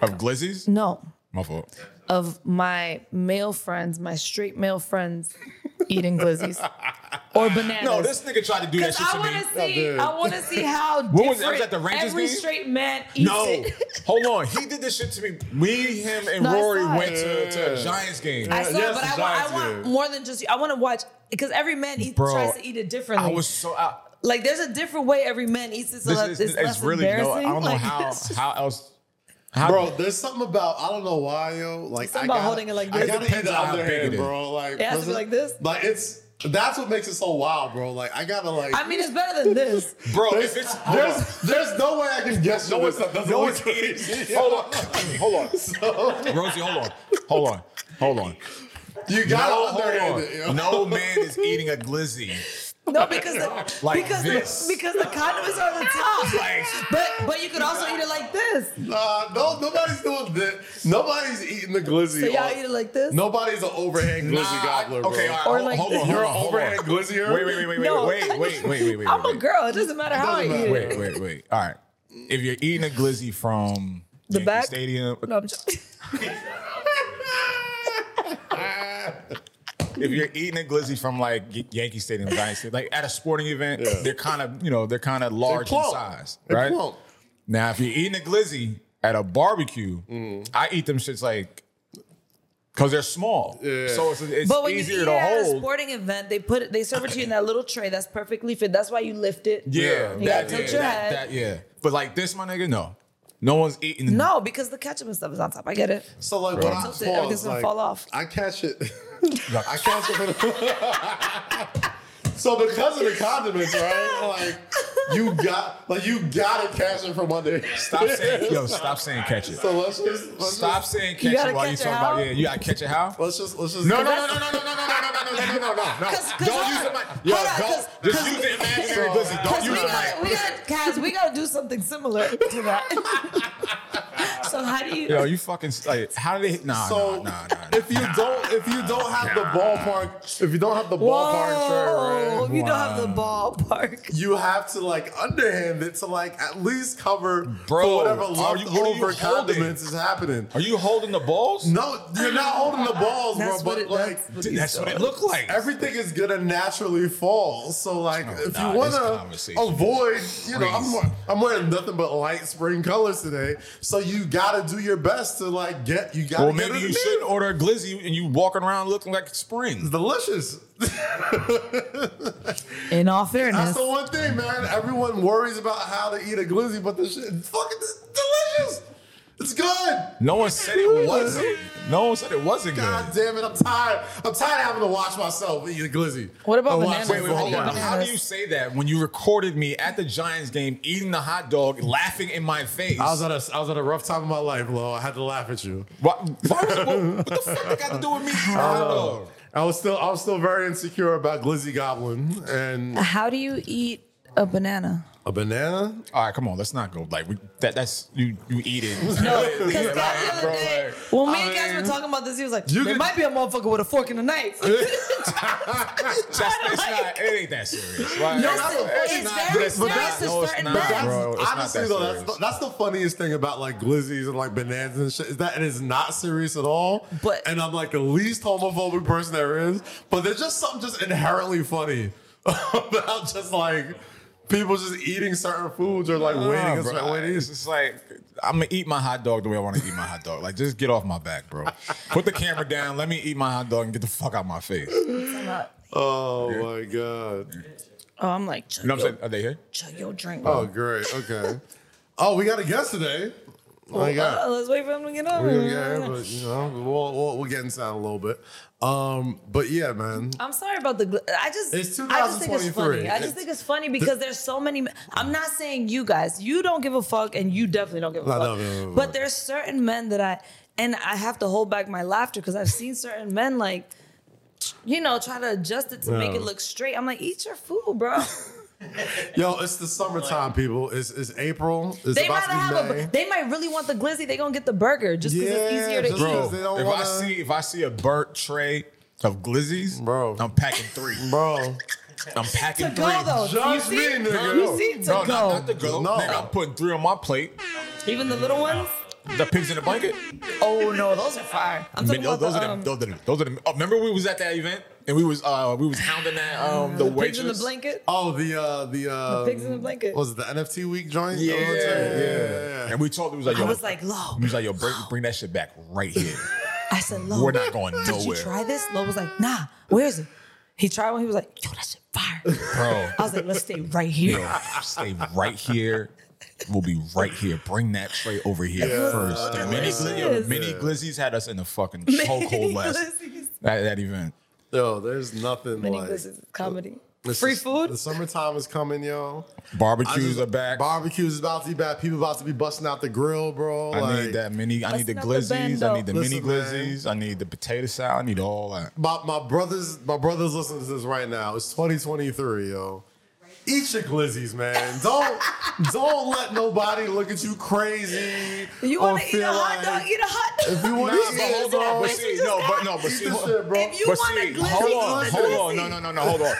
C: of glizzies.
B: No,
C: My fault.
B: of my male friends, my straight male friends, eating glizzies or bananas.
C: No, this nigga tried to do that
B: Because
C: shit
B: I
C: to
B: want
C: me.
B: to see,
A: dude.
B: I want to see how
C: What was- I was
B: different
C: at the Rangers
B: every
C: game?
B: straight man eats
C: No,
B: it.
C: hold on. He did this shit to me. Me, him, and
B: No, I
C: Rory
B: saw it.
C: went to, to a Giants game.
B: I saw,
A: Yes,
B: it, but I
A: it's
B: want, I
A: Giants
B: want
A: game.
B: more than just. I want to watch because every man eats,
C: Bro,
B: tries to eat it differently.
C: I was so out.
B: like, there's a different way every man eats it. So
C: This
B: that
C: is
B: it's
C: it's
B: less
C: really no. I
B: embarrassing.
C: don't know
B: Like,
C: how
B: it's just-
C: how else. How,
A: Bro, there's something about I don't know why, yo. Like
B: Something
A: I
B: about
A: gotta-
B: holding it like
A: I
B: this.
A: gotta
C: It depends
A: eat the
C: on how
A: other
C: big it
A: hand,
C: is.
A: bro. Like
B: It has to be
A: listen,
B: like this?
A: Like it's That's what makes it so wild, bro. Like I gotta like,
B: I mean, it's better than this.
C: bro.
A: there's,
C: If it's hold on.
A: there's, there's no way I can guess.
C: No
A: you
C: one's
A: this. That's
C: no
A: what
C: one's
A: it is.
C: hold on, hold on, Rosie, hold on, hold on, hold on.
A: You
C: No,
A: gotta
C: hold
A: underhand it. yo.
C: on. no man is eating a glizzy.
B: No, because the,
C: Like
B: because
C: this.
B: The, because the condiments are on the
C: Like-
B: top. But but you could also eat it like this.
A: Nah, no, nobody's doing this. Nobody's eating the glizzy.
B: So y'all
A: on-
B: eat it like this.
A: Nobody's an overhand glizzy gobbler, bro.
C: Ah, Okay, all right,
B: Or
C: ho-
B: like-
C: hold on,
A: You're
C: hold on,
A: an
C: hold
A: overhand
C: on.
A: glizzier.
C: Wait, wait, wait, wait,
B: No.
C: wait, wait, wait, wait, wait, wait.
B: I'm a
C: wait.
B: girl. It doesn't matter how I eat
A: Doesn't matter.
B: it.
C: Wait, wait, wait. All right. If you're eating a glizzy from
B: The
C: Yankee
B: back?
C: Stadium,
B: No, I'm just,
C: if you're eating a glizzy from like Y- Yankee Stadium, Giant Stadium, like at a sporting event,
A: Yeah.
C: they're kind of you know they're kind of large in
A: plump.
C: size,
A: They
C: right?
A: plump.
C: Now, if you're eating a glizzy at a barbecue,
A: Mm-hmm.
C: I eat them shits like because they're small, so it's, it's
B: but when you eat
C: easier
B: it
C: to
B: at a
C: hold.
B: sporting event, they put it, they serve it to you in that little tray that's perfectly fit. That's why you lift it.
C: yeah,
B: you
C: that,
B: gotta tilt
C: yeah,
B: your
C: that-
B: head.
C: that- yeah. But like this, my nigga, no, no one's eating.
B: No, because the ketchup and stuff is on top. I get it.
A: So like when I
B: Tilt it,
A: pause,
B: everything's gonna
A: like,
B: fall off.
A: I catch it. I catch it. so because of the condiments, right? Like you got, like you gotta catch it from under.
C: Stop saying yo, stop saying catch it.
A: So let's just let's
C: Stop
A: Just,
C: saying
B: You
C: catch
B: gotta
C: it while you
B: catch it
C: talking
B: how?
C: about yeah, you gotta catch it how?
A: let's just let's just.
C: No, no, no, no, no, no, no, no, no, no, no, no, no, no, no.
B: Cause- cause
C: Don't
B: hold
C: use
B: on.
C: the mic. Yo,
B: Hold on,
C: don't.
B: cause-
C: Just
B: cause-
C: use the imaginary
A: Oh,
C: glizzy. Don't
B: Because we
C: use the
B: got, we
C: mic.
B: got, Kaz, we got to do something similar to that. so how do you?
C: Yo, you fucking like, how did they? Nah,
A: So
C: nah, nah, nah.
A: if you don't if you don't have the ballpark if you don't have the ballpark shirt,
B: Whoa,
A: right,
B: you don't have the ballpark.
A: you have to like underhand it to like at least cover
C: Bro,
A: for whatever
C: are
A: leftover
C: you- what are you holding?
A: condiments is happening.
C: Are you holding the balls?
A: No, you're not holding the balls,
B: That's
A: bro.
B: what
A: But
B: it-
A: like
B: that's what
C: Dude, that's what it looked like.
A: everything is gonna naturally fall. So like, if
C: nah,
A: you
C: this
A: wanna
C: conversation
A: avoid, you know, I'm,
C: crazy.
A: I'm wearing nothing but light spring colors today. So you gotta do your best to like get. You gotta.
C: Well,
A: get
C: maybe
A: it
C: you
A: in.
C: shouldn't order a glizzy and you walking around looking like spring.
A: It's delicious.
B: In all
A: That's
B: fairness,
A: the one thing, man. Everyone worries about how to eat a glizzy, but this shit is fucking delicious. It's good.
C: No one said it wasn't. No one said it wasn't
A: God
C: good.
A: damn it, I'm tired. I'm tired of having to watch myself eat a glizzy.
B: What about
A: Or watch
B: bananas?
A: it
C: Wait, wait,
A: for
C: hold
A: a
C: on.
A: while.
C: How do you say that when you recorded me at the Giants game eating the hot dog, laughing in my face?
A: I was at a I was at a rough time in my life, Lo. I had to laugh at you.
C: What, what, what, what the fuck that got to do with me? I don't know.
A: I was still I was still very insecure about Glizzy Goblin and
B: how do you eat a banana?
A: a banana.
C: All right, come on, let's not go like we, that. That's you. You eat it.
B: Because
C: Yeah,
B: the
C: right,
B: other
C: bro,
B: day,
C: like-
B: when me and Kaz were talking about this, he was like, "There
A: can-
B: might be a motherfucker with a fork and a knife."
C: That's, that's not. It ain't that serious. Like,
B: Listen, it's very
C: this bad.
B: serious to
C: No, it's
B: certain
C: not,
B: brands.
C: bro. It's not
A: Honestly
C: that
A: though, that's
C: serious.
A: the, that's the funniest thing about like glizzies and like bananas and shit is that it is not serious at all.
B: But-
A: and I'm like the least homophobic person there is. But there's just something just inherently funny about just like people just eating certain foods or like waiting a
C: Nah,
A: certain
C: bro.
A: way to
C: It's
A: eat.
C: just like I'm gonna eat my hot dog the way I want to eat my hot dog. Like, just get off my back, bro. Put the camera down. Let me eat my hot dog and get the fuck out of my face. You
A: Oh my god.
B: Oh, I'm like, chug,
C: know
B: your,
C: what I'm saying? Are they here?
B: chug your drink.
A: Oh great. Okay. oh, we got a guest today. Oh my god.
B: Uh, let's wait for him to get over.
A: We don't get it, but you know, we'll, we'll, we'll get inside a little bit. Um, but yeah, man.
B: I'm sorry about the. Gl- I just.
A: It's
B: I just think it's
A: 2023.
B: funny. I just think it's funny because there's so many. I'm not saying you guys. You don't give a fuck, and you definitely don't give a
A: No,
B: fuck.
A: no, no, no, no.
B: But there's certain men that I and I have to hold back my laughter because I've seen certain men like, you know, try to adjust it to make
A: Yeah.
B: it look straight. I'm like, eat your food, bro.
A: Yo, it's the summertime, people. It's, it's April. It's
B: they
A: about
B: might
A: to be
B: have
A: May.
B: a. They might really want the glizzy. They gonna get the burger just because it's
A: Yeah,
B: easier to
A: just
B: eat.
A: Bro,
C: Bro,
A: They don't
C: if I
A: wanna-
C: see if I see a burnt tray of glizzies,
A: Bro.
C: I'm packing three.
A: Bro,
C: I'm packing
B: To
C: three.
B: go though,
A: Judge
B: you see,
A: me, nigga.
B: you see to
C: No,
B: go.
C: not, not the go.
A: No.
C: Nigga, I'm putting three on my plate.
B: Even the little ones.
C: The pigs in the blanket.
B: Oh no, those are fire. I'm talking
C: Man, those,
B: about
C: oh, those
B: the,
C: are
B: um,
C: the, those are the, those are the, oh, remember we was at that event and we was uh we was hounding that um the, waitress
B: pigs in the blanket.
A: oh the uh the uh
B: pigs in the blanket.
A: Was it the NFT week joint?
C: Yeah,
A: Oh, that's right.
C: yeah. And we told it was like
B: I
C: yo,
B: was like, Lo.
C: we was like yo, bring, bring that shit back right here.
B: I said, Lo.
C: We're not going
B: Did you
C: nowhere.
B: try this? Lo was like, Nah. Where is it? He tried one. He was like, Yo, that shit fire.
C: Bro,
B: I was like, Let's stay right here.
C: yo, stay right here. We'll be right here. Bring that tray over here first. The mini, gli- yo, the mini glizzies had us in the fucking chokehold last
B: Glizzies.
C: at that event.
A: Yo, there's nothing
B: Many
A: like
B: visits of comedy.
A: It's
B: Free
A: just-
B: food.
A: The summertime is coming, yo. I
C: Barbecues
A: just-
C: are back.
A: Barbecues about to be back. People about to be busting out the grill, bro.
C: I
A: like,
C: need that mini. I need the
B: Busting out the
C: glizzies. I
B: bando.
C: need the mini
A: Listen, man.
C: glizzies. I need the potato salad. I need all that.
A: My, my brothers, my brothers, listen to this right now. It's 2023, yo. Eat your glizzies, man. Don't don't let nobody look at you crazy.
B: You
A: or
B: want to eat a
A: Oh, feel
B: hot dog?
A: like-
B: Eat a hot dog.
A: If you wanna
C: Nah,
A: eat
C: but
A: it,
C: hold on.
B: Yes,
C: But
B: we
C: see,
B: just
C: no,
B: got-
C: but no, but
A: Eat
C: see,
A: this
C: hold-
A: shit, bro.
B: If you
C: but
B: want
C: see,
B: a glizzy, eat
C: hold on,
B: the
C: hold on, no,
B: glizzy.
C: no, no, no, hold on,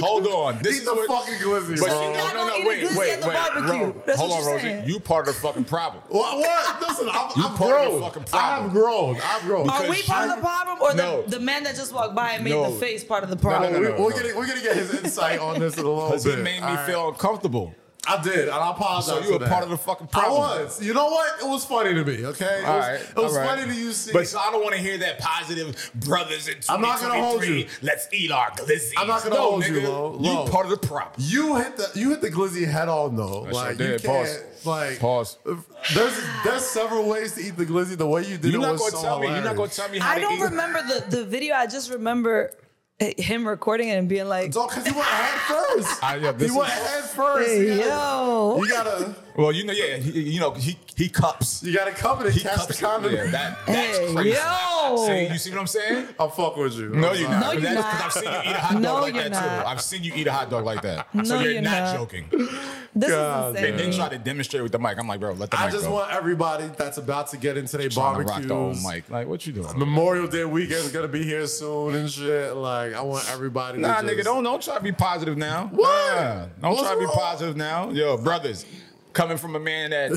C: hold on. This
A: Eat
C: is
A: the
C: what,
A: fucking glizzy,
C: but
A: bro.
C: she-
B: Y'all
C: no, no,
B: gonna
C: no,
B: eat a
C: wait,
B: glizzy
C: wait,
B: at the
C: wait,
B: barbecue.
C: Ro-
B: That's
C: hold
B: what
C: on,
B: you're
C: Rosie,
B: saying.
C: you part of the fucking problem.
A: What? what? Listen, I'm,
C: You
A: I'm
C: part of the
A: grown.
C: fucking problem.
A: I've grown. I've grown.
B: Are we
C: Because
B: part of the problem, or
C: No.
B: the, the man that just walked by and made
C: No.
B: the face part of the
C: no,
B: problem?
C: no, no.
A: We- we're, gonna, we're gonna get his insight on this in a little
C: Because
A: bit.
C: he made me
A: All right.
C: feel uncomfortable.
A: I did, and I apologize.
C: So you
A: for
C: were
A: that.
C: part of the fucking problem.
A: I was. You know what? It was funny to me. Okay. It
C: All
A: was,
C: right,
A: it was
C: all right.
A: funny to you see.
C: But so I don't want to hear that positive brothers in 2023.
A: I'm not gonna hold you.
C: Let's eat our glizzy.
A: I'm not gonna
C: no,
A: hold you,
C: nigga,
A: Lo. Lo.
C: You part of the problem.
A: You hit the you hit the glizzy head on though.
C: I sure
A: like you
C: did.
A: can't
C: Pause.
A: like
C: Pause.
A: There's there's several ways to eat the glizzy. The way you did
C: You're
A: it
C: not
A: was
C: gonna
A: so
C: tell me. You're not gonna
A: hilarious.
C: tell me how
B: I
C: to
B: don't
C: eat.
B: remember the, the video. I just remember him recording it and being like,
A: Dog, cause you went head first.
C: I- yeah, this
A: you went
C: is-
A: head first.
B: "Hey,
A: you, gotta,
B: yo,
A: you gotta
C: Well, you know, yeah, he, you know, he he cups.
A: you gotta cover it.
C: He
A: and catch the
C: cups. Yeah,
A: condiment.
C: that, that's
B: Hey,
C: crazy.
B: yo.
C: See, you see what I'm saying?
A: I'm fucking with you.
C: No,
A: I'm
C: you're
A: sorry.
C: not.
B: No, you're
C: That's
B: not.
C: 'cause I've seen you eat a hot dog
B: No,
C: like
B: you're
C: that
B: not.
C: too. I've seen you eat a hot dog like that. so
B: No,
C: you're,
B: you're
C: not,
B: not.
C: joking.
B: this
A: God,
B: is
C: And then try
B: insane."
C: to demonstrate with the mic. I'm like, bro, let the
A: I
C: mic
A: just
C: go.
A: want everybody that's about to get into their
C: Trying to rock the old
A: barbecues.
C: mic. Like, what you doing?
A: Memorial Day weekend is gonna be here soon and shit. Like, I want everybody.
C: Nah,
A: to just,
C: nigga, don't don't try to be positive now.
A: What?
C: Nah, don't
A: What's
C: try to be
A: wrong?
C: positive now. Yo, brothers, coming from a man that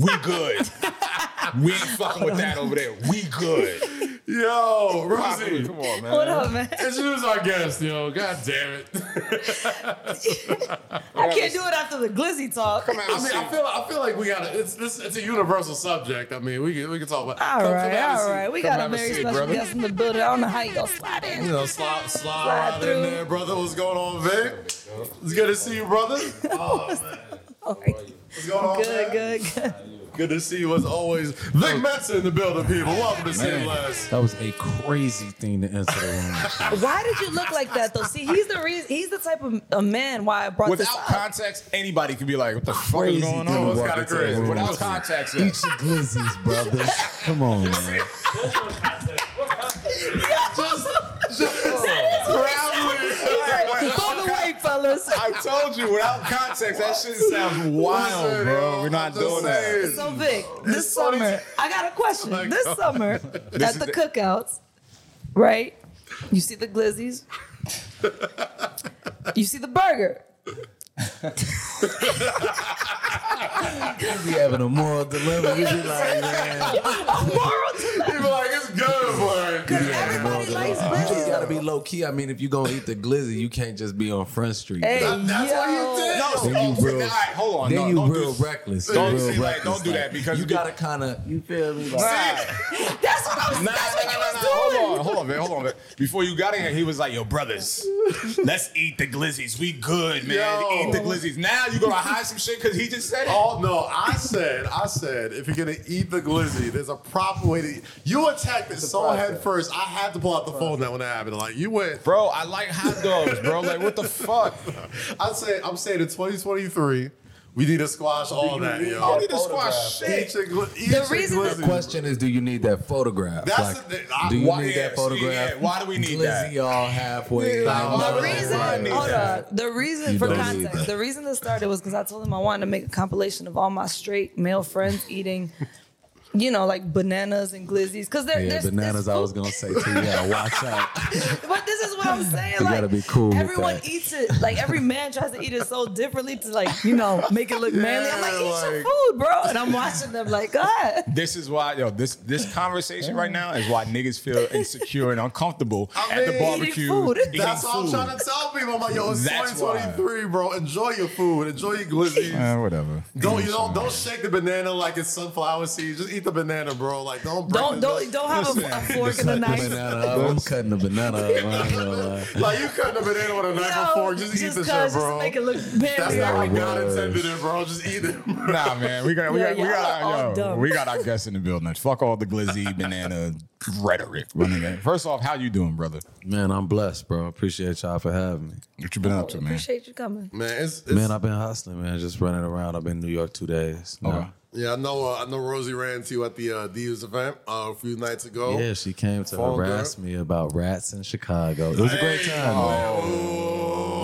C: we good. we ain't fucking with that over there. We good.
A: Yo, Rosie,
C: Positive, Come on, man.
B: What up, man?
A: introduce our guest, yo. God damn it.
B: I can't do it after the glizzy talk.
C: Come out
A: I mean, I feel, I feel like we gotta. It's this. It's a universal subject. I mean, we can, we can talk about.
B: All
A: come- come
B: right,
A: have a
B: all
A: seat.
B: right. We
C: Come
B: got a
C: have a
B: very
C: seat,
B: special
C: brother.
B: guest in the building. I don't know how you gonna slide
A: You
B: in.
A: know, slide, slide,
B: Slide
A: right in
B: through.
A: there, brother. What's going on, Vic? It's good to see you, brother. What's going on, man?
B: Good, good, good.
A: Good to see you as always. Vic Metzer in the building, people. Welcome to City Last.
D: That was a crazy thing to enter the room.
B: Why did you look like that though? See, he's the reason. He's the type of a man why I brought this
C: Without
B: up.
C: context, anybody could be like, what the fuck
D: Crazy
C: is going
D: dude
C: on?
A: It's
D: walking
A: kinda
D: into the
A: crazy.
D: room.
C: Without context, yeah.
D: Eat your glizzies, brother. Come on, man.
A: Just, just grabbing.
B: He's like, throw the weight, fellas.
C: I told you, without context, that shit sounds
A: Listen,
C: wild, bro.
A: yo,
C: We're not
A: I'm just
C: doing that.
A: saying.
B: So Vic, this
A: funny.
B: summer, I got a question.
A: my
B: this
A: God.
B: summer
C: This
B: at
C: is
B: the
C: the-
B: cookouts, right? You see the glizzies. you see the burger.
D: We having a moral dilemma. We be like, man, you
A: People like it's good, boy.
B: Everybody likes
D: just
B: glizzies.
D: gotta be low key. I mean, if you gonna eat the glizzy, you can't just be on Front Street.
B: Hey,
A: That's
B: yo.
A: why you did.
C: No, so,
D: Then
C: oh,
D: you
C: so-
D: real-
C: all right, hold on.
D: Then
C: no,
D: you
C: don't
D: real
C: do,
D: reckless.
C: don't
D: you real
C: see, like,
D: reckless.
C: don't do that because
D: you
C: you get-
D: gotta kind of. You feel me? Like,
C: Nah.
B: That's what I'm. that's
C: Nah, nah,
B: what
C: nah,
B: you
C: nah, nah.
B: was doing.
C: Hold on, hold on, man. Hold on, man. Before you got in here, he was like, "Yo, brothers, let's eat the glizzies. We good, man.
A: Yo.
C: Eat the glizzies." Now you gonna hide some shit because he just said it.
A: Oh no, I said, I said, if you're gonna eat the glizzy, there's a proper way to eat. You attacked it so head first. I had to pull out the phone that when that happened. Like you went.
C: Bro, I like hot dogs, bro. Like, what the fuck?
A: I said, I'm saying in 2023, we need to squash all that,
C: I
A: yo.
C: don't need to squash
A: Eat
C: shit.
A: your, gli- eat
B: The
A: your
B: reason
D: The
A: glizzy.
D: question is, do you need that photograph?
A: That's
D: like,
A: the thing. I-
D: do you
C: why-
D: need
C: yeah, see,
D: that photograph?
C: yeah, why do we need
D: glizzy
C: that?
D: all halfway?
C: Yeah,
D: like,
C: why
D: no,
B: The
C: would
B: reason,
D: right.
C: need
B: hold
C: that.
B: on. The reason
D: You
B: for
D: don't need
B: context,
D: that.
B: the reason this started was because I told him I wanted to make a compilation of all my straight male friends eating, you know, like bananas and glizzies. Because they're
D: Yeah,
B: there's,
D: bananas.
B: there's
D: I was
B: food-
D: gonna say too. Yeah, watch out.
B: But this is what I'm saying.
D: You
B: like,
D: gotta be cool with
B: Everyone
D: that.
B: eats it. Like every man tries to eat it so differently to like you know make it look manly. I'm like, eat your
A: like-
B: food, bro. And I'm watching them like, God.
C: This is why, yo. This this conversation right now is why niggas feel insecure and uncomfortable
A: I
C: at the
A: mean-
C: barbecue.
B: Eating food.
C: eating
A: That's what I'm
C: food.
A: trying to tell people. I'm like, yo, it's
C: That's why.
A: 2023, bro. Enjoy your food. Enjoy your glizzy.
C: Eh, whatever.
A: Don't you don't don't shake the banana like it's sunflower seeds. Just eat eat the banana, bro. Like, don't break
B: Don't
A: the-
B: don't don't have a, a fork and a
D: Cut the
B: knife.
D: banana up. I'm cutting the banana up. I ain't gonna lie.
A: Like, you cutting a banana with a knife
B: No,
A: and fork. Just, eat the shit,
B: 'cause, just to
A: bro.
B: make it look
A: That's
B: bad.
A: not like God
D: gosh.
A: intended it, bro. Just eat it.
C: Nah, man, we got we
B: Yeah,
C: got we
B: y'all
C: got
B: are all
C: our, yo,
B: dumb.
C: we got our guests in the building. Fuck all the glizzy banana rhetoric. my nigga. First off, how you doing, brother?
D: Man, I'm blessed, bro. Appreciate y'all for having me.
C: What you been up to, man?
B: Oh, Appreciate you coming.
A: Man, it's, it's
D: Man, I've been hustling, man. Just running around. I've been in New York two days.
A: Oh,
D: now.
C: Okay.
A: yeah, I know. Uh, I know Rosie ran to you at the uh, Divas event uh, a few nights ago.
D: Yeah, she came to
A: Phone
D: harass
A: girl.
D: me about rats in Chicago. It was a great
A: Hey,
D: time. man.
A: Oh,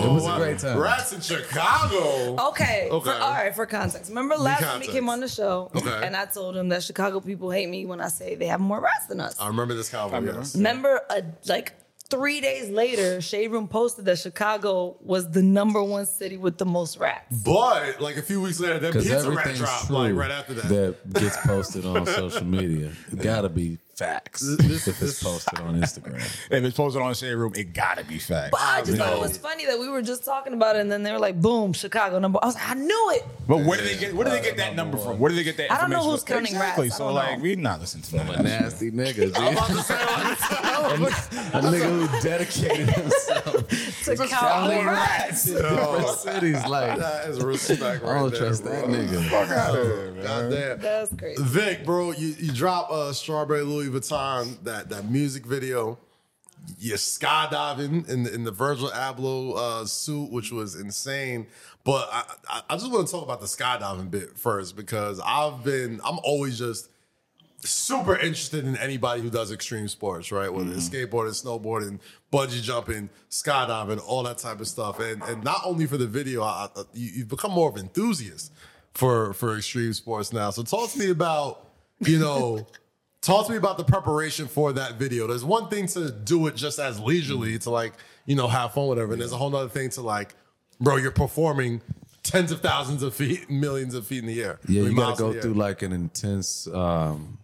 D: It was a great time.
A: Rats in Chicago. Okay.
B: Okay. For, all right. For context, remember last time he
A: context.
B: came on the show,
A: Okay.
B: and I told him that Chicago people hate me when I say they have more rats than us.
A: I remember this cowboy. Yes.
B: Remember, uh, like three days later, Shade Room posted that Chicago was the number one city with the most rats.
A: But like a few weeks later, that
D: Because
A: pizza rat
D: everything's
A: dropped
D: true
A: like right after that.
D: gets posted on social media. It gotta be facts
A: this-
D: if it's posted on Instagram.
C: If it's posted on the shade room, it gotta be fact.
B: But I just thought
A: No.
B: it was funny that we were just talking about it, and then they were like, "Boom, Chicago number." I was like, "I knew it."
C: But where do they get where do they get that number from? Where do they get that?
B: I don't know
C: information
B: who's
C: from?
B: counting rats.
C: exactly.
B: I
C: So
B: don't
C: like,
B: know.
C: we not listening to that.
D: Nasty niggas.
A: I'm about to say like,
D: A nigga who dedicated himself
B: To count
D: counting
B: the rats.
D: rats in different cities. Like, I
A: that is respect right
D: don't
A: there,
D: trust
A: bro.
D: that nigga.
A: Fuck out of here, man. Goddamn.
B: That's crazy.
A: Vic, bro, you, you drop uh, Strawberry Louis Vuitton, that, that music video. You're skydiving in the, in the Virgil Abloh uh, suit, which was insane. But I, I, I just want to talk about the skydiving bit first because I've been, I'm always just super interested in anybody who does extreme sports, right? Whether it's
D: Mm-hmm.
A: skateboarding, snowboarding, bungee jumping, skydiving, all that type of stuff. And and not only for the video, I, I, you, you've become more of an enthusiast for for extreme sports now. So talk to me about you know. Talk to me about the preparation for that video. There's one thing to do it just as
D: Mm-hmm.
A: leisurely to like, you know, have fun, whatever. And there's a whole nother thing to like, bro, you're performing tens of thousands of feet, millions of feet in the air.
D: Yeah,
A: I mean,
D: you gotta
A: miles in
D: go
A: the air.
D: through like an intense um,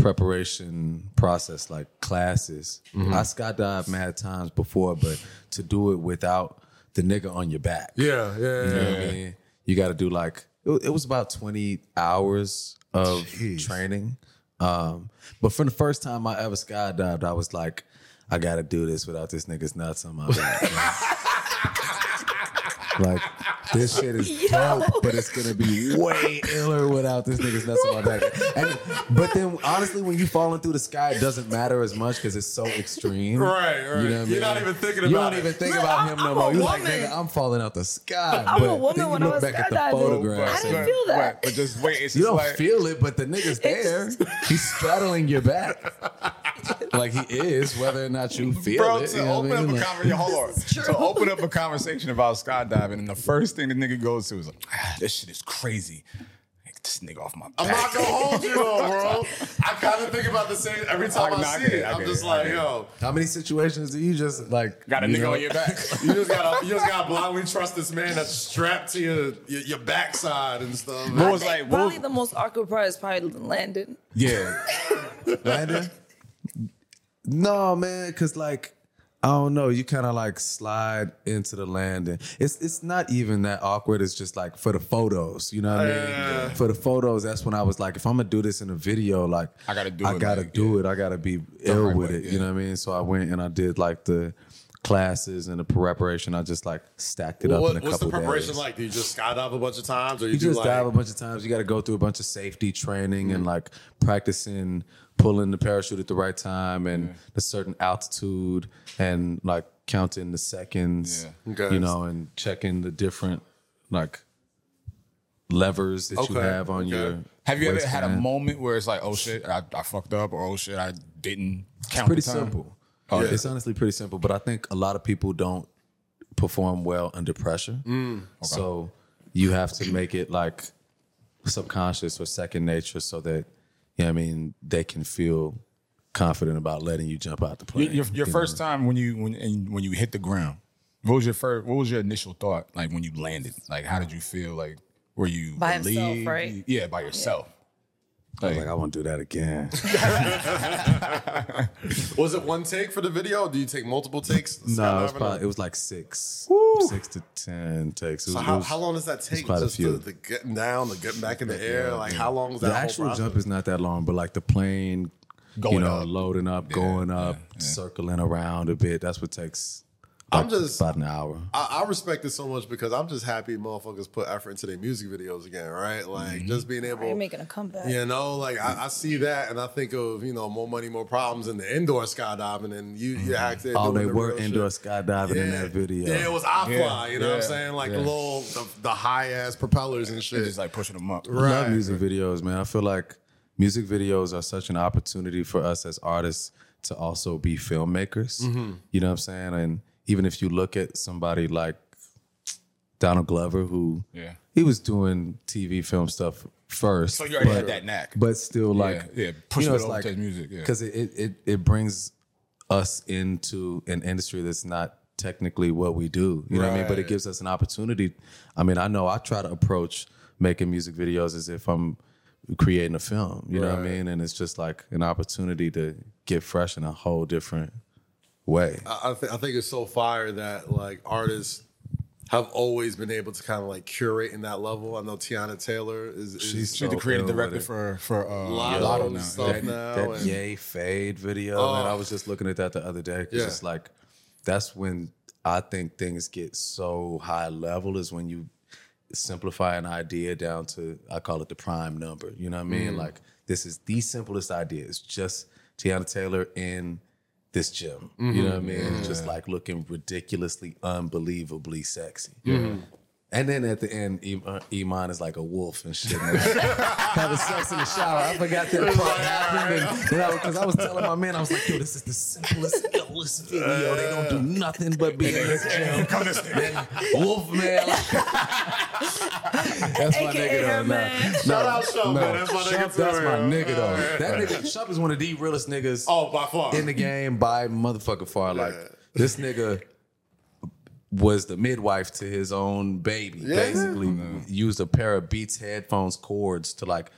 D: preparation process, like classes. I skydived mad times before, but to do it without the nigga on your back.
A: Yeah, yeah, yeah.
D: You know
A: yeah.
D: what I mean? You got to do like it, it was about twenty hours of training. Um, but from the first time I ever skydived, I was like, I got to do this without this nigga's nuts on my back. like this shit is
B: Yo.
D: dope, but it's gonna be way iller without this nigga's nuts on my back. And, but then, honestly, when you falling through the sky, it doesn't matter as much because it's so extreme.
A: Right, right.
D: You know what I
A: You're not
D: mean?
A: even thinking
D: You
A: about
D: don't
A: it.
D: even think
B: Look,
D: about
B: I'm-
D: him no
B: I'm a
D: more. You like,
B: woman.
D: nigga, I'm falling out the sky.
B: I'm a
D: But
B: woman
D: then you
B: when I
D: look
B: was
D: back at the
B: skydiving.
D: photograph.
B: I didn't feel that.
C: But, but just wait, it's
D: You
C: just
D: don't
C: like
D: feel it, but the nigga's there. He's straddling your back. like he is, whether or not you feel
C: Bro,
D: it.
C: to
D: you know
C: open
D: what I
C: up
D: mean?
C: a
D: Like,
C: conversation, hold on.
B: This is true.
C: To open up a conversation about skydiving, and the first thing the nigga goes to is like, ah, "This shit is crazy." Like, this nigga off my
A: I'm not
C: back.
A: gonna hold you though, bro. I kind of think about the same every time I,
C: I- I
A: see
C: get it,
A: it.
C: I
A: I'm
C: get
A: just
C: it, I
A: like,
C: get it.
A: yo,
D: How many situations do you just like
C: Got a
D: you
C: nigga
D: know,
C: on your back.
A: you just gotta, you just gotta blindly trust this man that's strapped to your your, your backside and stuff.
C: What
B: I
C: was
B: think
C: like? What
B: probably
C: was,
B: the most awkward part is probably landing.
D: Yeah. Landon? No, man, cause like I don't know, you kind of like slide into the landing. It's it's not even that awkward. It's just like for the photos, you know what I mean?
A: Yeah.
D: For the photos, that's when I was like, if I'm gonna do this in a video, like
C: I gotta do
D: I
C: it,
D: gotta
C: like,
D: do it. I gotta be ill
C: right
D: with
C: way,
D: it.
C: yeah.
D: You know what I mean? So I went and I did like the classes and the preparation. I just like stacked it up in
A: What,
D: a
A: what's the
D: couple
A: preparation
D: days.
A: like? Do you just skydive a bunch of times, or you,
D: You
A: do
D: just
A: like?
D: dive a bunch of times. You got to go through a bunch of safety training and like practicing pulling the parachute at the right time and a certain altitude and like counting the seconds,
C: Yeah.
A: Okay.
D: you know, and checking the different like levers that you
A: Okay,
D: have on
A: okay.
D: your.
C: have you ever had a
D: waistband.
C: moment where it's like, "Oh shit, I, I fucked up," or "Oh shit, I didn't count"?
D: Pretty
C: the time?
D: simple. Oh, It's honestly pretty simple, but I think a lot of people don't perform well under pressure. So you have to make it like subconscious or second nature so that, you know what I mean, they can feel confident about letting you jump out the plane.
C: Your, your, your first time when you when and when you hit the ground, what was your first? What was your initial thought like when you landed? Like, how did you feel? Like, were you
B: By himself,
C: relieved?
B: right?
C: Yeah, by yourself.
D: I was like, I won't do that again. Uh,
A: Was it one take for the video? Or do you take multiple takes?
D: no, it was,
A: skydiving?
D: probably, it was like six, six to ten takes. It
A: So
D: was- it
A: how,
D: was-
A: how long does that take?
D: quite a
A: Just
D: few.
A: the, the getting down, the getting back in the air. Like how long is that?
D: the
A: whole
D: actual
A: process?
D: jump is not that long, but like the plane, you
C: Going
D: know,
C: up.
D: loading up, going up, circling around a bit. That's what takes.
A: I'm
D: like,
A: just-
D: about an hour.
A: I, I respect it so much because I'm just happy motherfuckers put effort into their music videos again, right? Like
D: Mm-hmm.
A: just being able.
B: You're making a comeback.
A: You know, like I, I see that, and I think of you know more money, more problems in the indoor skydiving, and you you actually
D: Oh,
A: doing
D: they
A: the
D: were
A: real
D: indoor
A: shit.
D: skydiving in that video.
A: Yeah, it was aqua.
C: Yeah,
A: you know what I'm
C: yeah,
A: saying? Like
D: yeah.
A: the little the, the high ass propellers and shit.
C: Just like pushing them up.
D: I love music videos, man. I feel like music videos are such an opportunity for us as artists to also be filmmakers.
A: Mm-hmm.
D: You know what I'm saying? And even if you look at somebody like Donald Glover, who
C: Yeah.
D: he was doing TV film stuff first.
C: So you already had that knack.
D: But still, like,
C: yeah, pushing it over to his music, yeah.
D: Because it, it, it, it brings us into an industry that's not technically what we do. You know what I mean? But it
A: Right.
D: gives us an opportunity. I mean, I know I try to approach making music videos as if I'm creating a film. You know what I
A: Right.
D: mean? And it's just like an opportunity to get fresh in a whole different way.
A: I, I, th- I think it's so fire that like artists have always been able to kind of like curate in that level. I know Tiana Taylor is, is
D: She's
C: She's the
D: so
C: creative
D: ill with
C: director
D: it.
C: for for uh,
A: Lotto
C: Lotto now.
A: stuff
C: Yeah.
A: now.
D: that
A: and- Oh.
D: yay fade video and i was just looking at that the other day because
A: Yeah.
D: it's like that's when i think things get so high level is when you simplify an idea down to i call it the prime number you know what i mean
A: Mm.
D: like this is the simplest idea it's just tiana taylor in this gym you know what i
A: Mm-hmm.
D: mean just like looking ridiculously unbelievably sexy and then at the end, E- uh, Iman is like a wolf and shit. man. Having sex in the shower. I forgot that part happened. Because I, was telling my man, I was like, yo, this is the simplest, illest video. They don't do nothing but be in this gym. Man, wolf man. that's my
B: AKA
D: nigga
B: her
D: though. Nah,
B: man.
D: Shout
A: out Shump, man. That's my nigga too,
D: That's my
A: man.
D: nigga though. That nigga, Shump is one of the realest niggas
A: Oh, by far.
D: in the game by motherfucker far. Like this nigga was the midwife to his own baby. Basically, used a pair of Beats headphones cords to like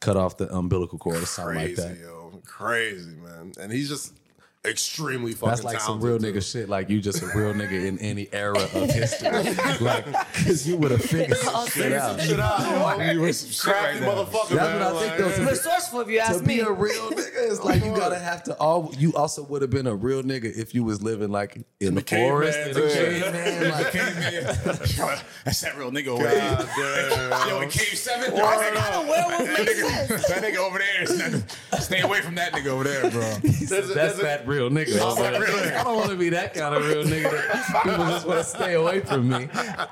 D: cut off the umbilical cord or something
A: crazy,
D: like that.
A: yo, crazy man, and he's just extremely fucking.
D: That's like some real
A: talented,
D: nigga
A: too.
D: shit. Like you just a real nigga in any era of history. like, cause you would have figured some shit out.
A: Shit out, yo.
C: You were some shit
A: Crafty
C: right now.
A: motherfucker,
D: That's
A: man.
D: what I
A: like,
D: think though. to be-
B: Resourceful, if you
D: to
B: ask
D: be
B: me.
D: a real nigga, it's like you gotta have to all. You also would have been a real nigga if you was living like in the, forest,
A: caveman,
D: in the
A: yeah.
D: caveman, like,
C: That's that real nigga over
A: God
C: there.
A: damn.
C: Yo, in cave seven,
B: I
C: dog,
B: was like,
C: that
B: how the werewolf makes sense?
C: nigga- that nigga over there. is not- Stay away from that nigga over there, bro.
A: There's a-
D: That's
A: there's a-
D: that real nigga. I, was like, I don't want to be that kind of real nigga. That people just want to stay away from me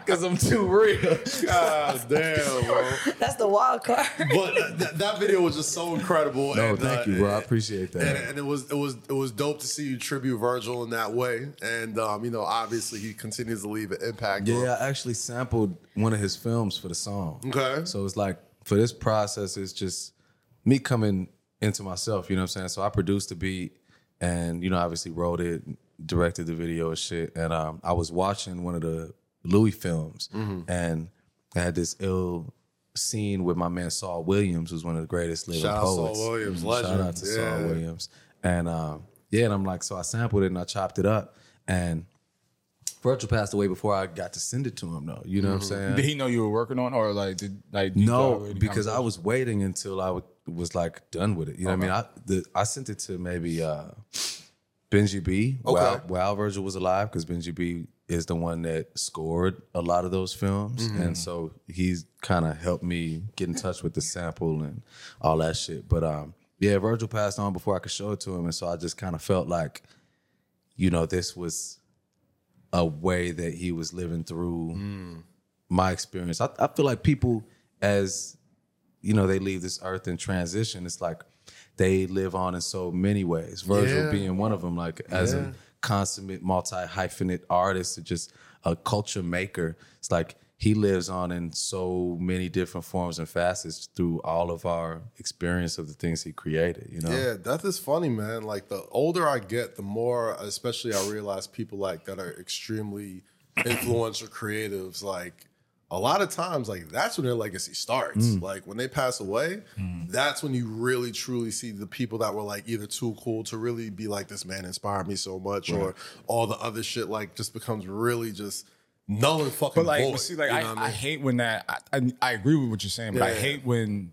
D: because I'm too real.
A: God damn, bro.
B: That's the wild card.
A: But th- th- that video was just so incredible.
D: No,
A: and,
D: thank
A: uh,
D: you, bro. I appreciate
A: and,
D: that.
A: and it was it was it was dope to see you tribute Virgil in that way, and um, you know obviously he continues to leave an impact. on-
D: Yeah, I actually sampled one of his films for the song.
A: Okay.
D: So it's like for this process, it's just me coming into myself. You know what I'm saying? So I produced the beat, and you know, obviously wrote it, directed the video and shit. And um, I was watching one of the Louis films,
A: Mm-hmm.
D: and I had this ill scene with my man Saul Williams, who's one of the greatest living
A: Shout out Saul
D: poets.
A: Williams,
D: Shout
A: legend.
D: out to
A: Yeah.
D: Saul Williams. And um, yeah, and I'm like, so I sampled it and I chopped it up, and Virgil passed away before I got to send it to him, though. You know
A: Mm-hmm.
D: what I'm saying?
C: Did he know you were working on, or like, did like you
D: No,
C: already-
D: because I was waiting until I w- was like done with it. You know what I mean? I the, I sent it to maybe uh, Benji B while, while Virgil was alive because Benji B is the one that scored a lot of those films,
C: Mm-hmm.
D: and so he's kind of helped me get in touch with the sample and all that shit. But um, yeah, Virgil passed on before I could show it to him, and so I just kind of felt like, you know, this was a way that he was living through
A: Mm.
D: my experience. I, I feel like people, as you know, they leave this earth in transition. It's like they live on in so many ways. Virgil
A: Yeah.
D: being one of them. Like as a consummate multi hyphenate artist, and just a culture maker. It's like he lives on in so many different forms and facets through all of our experience of the things he created. You know,
A: Yeah, death is funny, man. Like the older I get, the more, especially I realize people like that are extremely influential creatives. Like a lot of times, like that's when their legacy starts.
C: Mm.
A: Like when they pass away, that's when you really truly see the people that were like either too cool to really be like, this man inspired me so much, or all the other shit like just becomes really just null and fucking
C: But like,
A: void.
C: but see, like
A: you
C: I,
A: know what
C: I, hate when that. I, I, I agree with what you're saying, but I
A: Yeah.
C: hate when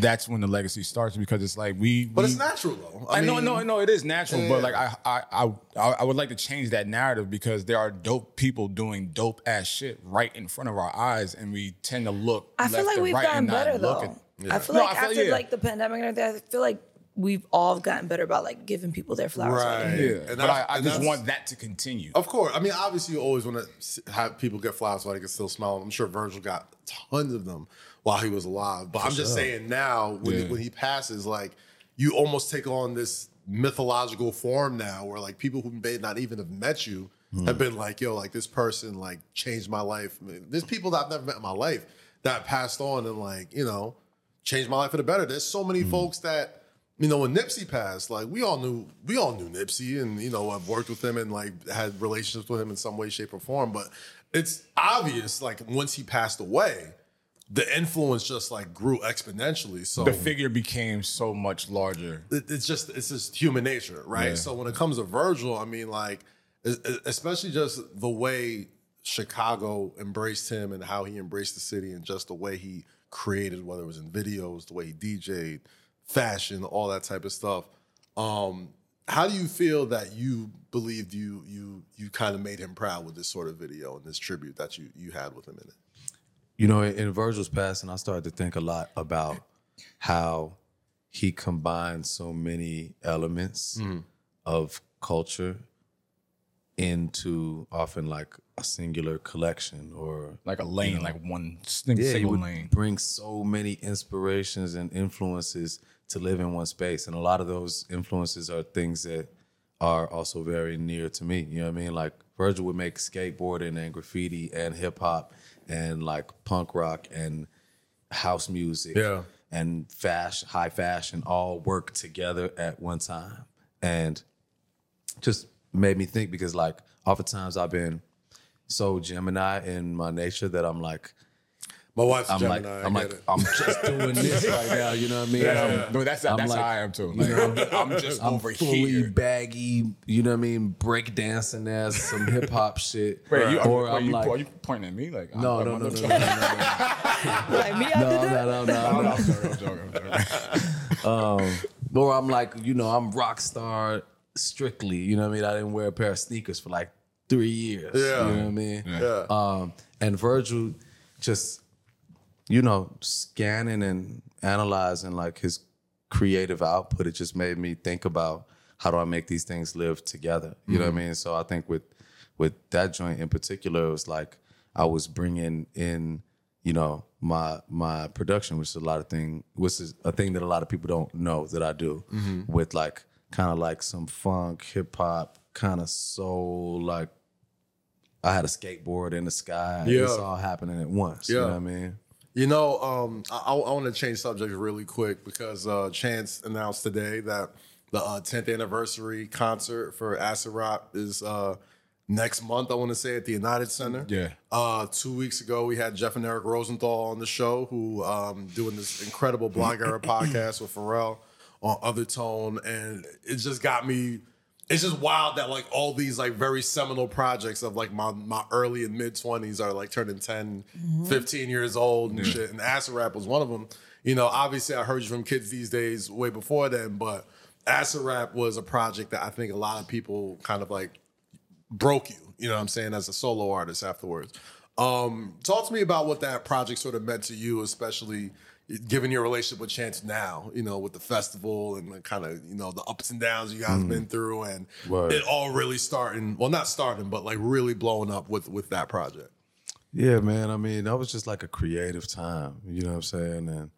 C: that's when the legacy starts because it's like we.
A: But
C: we-
A: it's natural though.
C: I, know,
A: mean,
C: no, no, it is natural, but
A: Yeah.
C: like I, I, I, I- I would like to change that narrative because there are dope people doing dope ass shit right in front of our eyes, and we tend to look.
B: I feel
C: left
B: like
C: and
B: we've
C: right
B: gotten
C: and not
B: better
C: look
B: though.
C: at-
B: I feel
C: No,
B: like
C: I feel-
B: after
C: yeah.
B: like the pandemic and everything, I feel like we've all gotten better about like giving people their flowers.
A: Right.
C: Yeah,
A: And
C: but I,
A: that's-
C: I
A: and
C: just
A: that's- Oh.
C: want that to continue.
A: Of course. I mean, obviously, you always want to have people get flowers while they can still smell them. I'm sure Virgil got tons of them while he was alive. But I'm just saying now, when,
C: Yeah.
A: he, when he passes, like, you almost take on this mythological form now where, like, people who may not even have met you have been like, yo, like, this person, like, changed my life. I mean, there's people that I've never met in my life that passed on and, like, you know, changed my life for the better. There's so many folks that you know when Nipsey passed, like we all knew we all knew Nipsey, and you know I've worked with him and like had relationships with him in some way, shape, or form. But it's obvious, like once he passed away, the influence just like grew exponentially. So
C: the figure became so much larger.
A: it- it's just it's just human nature, right?
C: Yeah.
A: So when it comes to Virgil, I mean, like es- es- especially just the way Chicago embraced him and how he embraced the city and just the way he created, whether it was in videos, the way he DJ'd, fashion, all that type of stuff. Um, how do you feel that you believed you you you kind of made him proud with this sort of video and this tribute that you you had with him in it?
D: you know, in, in Virgil's passing, I started to think a lot about how he combined so many elements of culture into often like a singular collection or
C: Like a lane, like one sing-
D: yeah, he
C: single
D: would
C: lane.
D: bring so many inspirations and influences to live in one space. And a lot of those influences are things that are also very near to me. You know what I mean? Like Virgil would make skateboarding and graffiti and hip hop and like punk rock and house music
A: Yeah.
D: and fashion, high fashion all work together at one time. And just made me think because like oftentimes I've been so Gemini in my nature that I'm like,
A: My wife's
D: I'm
A: Gemini.
D: like,
A: I
D: I'm
A: get
D: like,
A: it.
D: I'm just doing this right now. You know what I mean? I'm-
C: No, that's
D: I'm
C: that's
D: like-
C: how I am too. Like, I'm just
D: I'm
C: over
D: fully
C: here.
D: baggy. You know what I mean? Break dancing ass, some hip hop shit.
C: Wait, you,
D: or
C: wait,
D: I'm
C: you,
D: like,
C: are you pointing at me? Like,
D: no,
C: I'm-
D: no,
C: I'm-
D: no,
C: I'm
D: no, no,
C: joking.
D: no, no,
B: Like me, I
D: no,
B: did that.
D: no, no, no,
C: I'm
D: no.
C: joking, I'm joking, I'm joking.
D: Or I'm like, you know, I'm rock star strictly. You know what I mean? I didn't wear a pair of sneakers for like three years.
A: Yeah.
D: You know what I mean?
A: yeah.
D: Um, and Virgil just, you know, scanning and analyzing like his creative output, it just made me think about how do I make these things live together. You
A: Mm-hmm.
D: know what I mean? So I think with with that joint in particular, it was like I was bringing in, you know, my my production, which is a lot of thing, which is a thing that a lot of people don't know that I do,
A: Mm-hmm.
D: with like kind of like some funk, hip hop, kind of soul, like I had a skateboard in the sky.
A: Yeah.
D: It's all happening at once. You know
A: Yeah.
D: what I mean?
A: You know, um, I, I want to change subjects really quick because uh, Chance announced today that the uh, 10th anniversary concert for Acid Rock is uh, next month. I want to say at the United Center.
C: Yeah.
A: Uh, two weeks ago, we had Jeff and Eric Rosenthal on the show, who um, doing this incredible Blog Era podcast with Pharrell on Other Tone, and it just got me. It's just wild that like all these like very seminal projects of like my my early and mid twenties are like turning 10, 15 years old and shit. And Acid Rap was one of them. You know, obviously I heard you from kids these days way before then, but Acid Rap was a project that I think a lot of people kind of like broke you. You know what I'm saying? As a solo artist afterwards. Um, talk to me about what that project sort of meant to you, especially given your relationship with Chance now, you know, with the festival and the kind of, you know, the ups and downs you guys
C: Mm.
A: been through and
D: Word.
A: it all really starting, well, not starting, but like really blowing up with with that project.
D: Yeah, man. I mean, that was just like a creative time. You know what I'm saying? And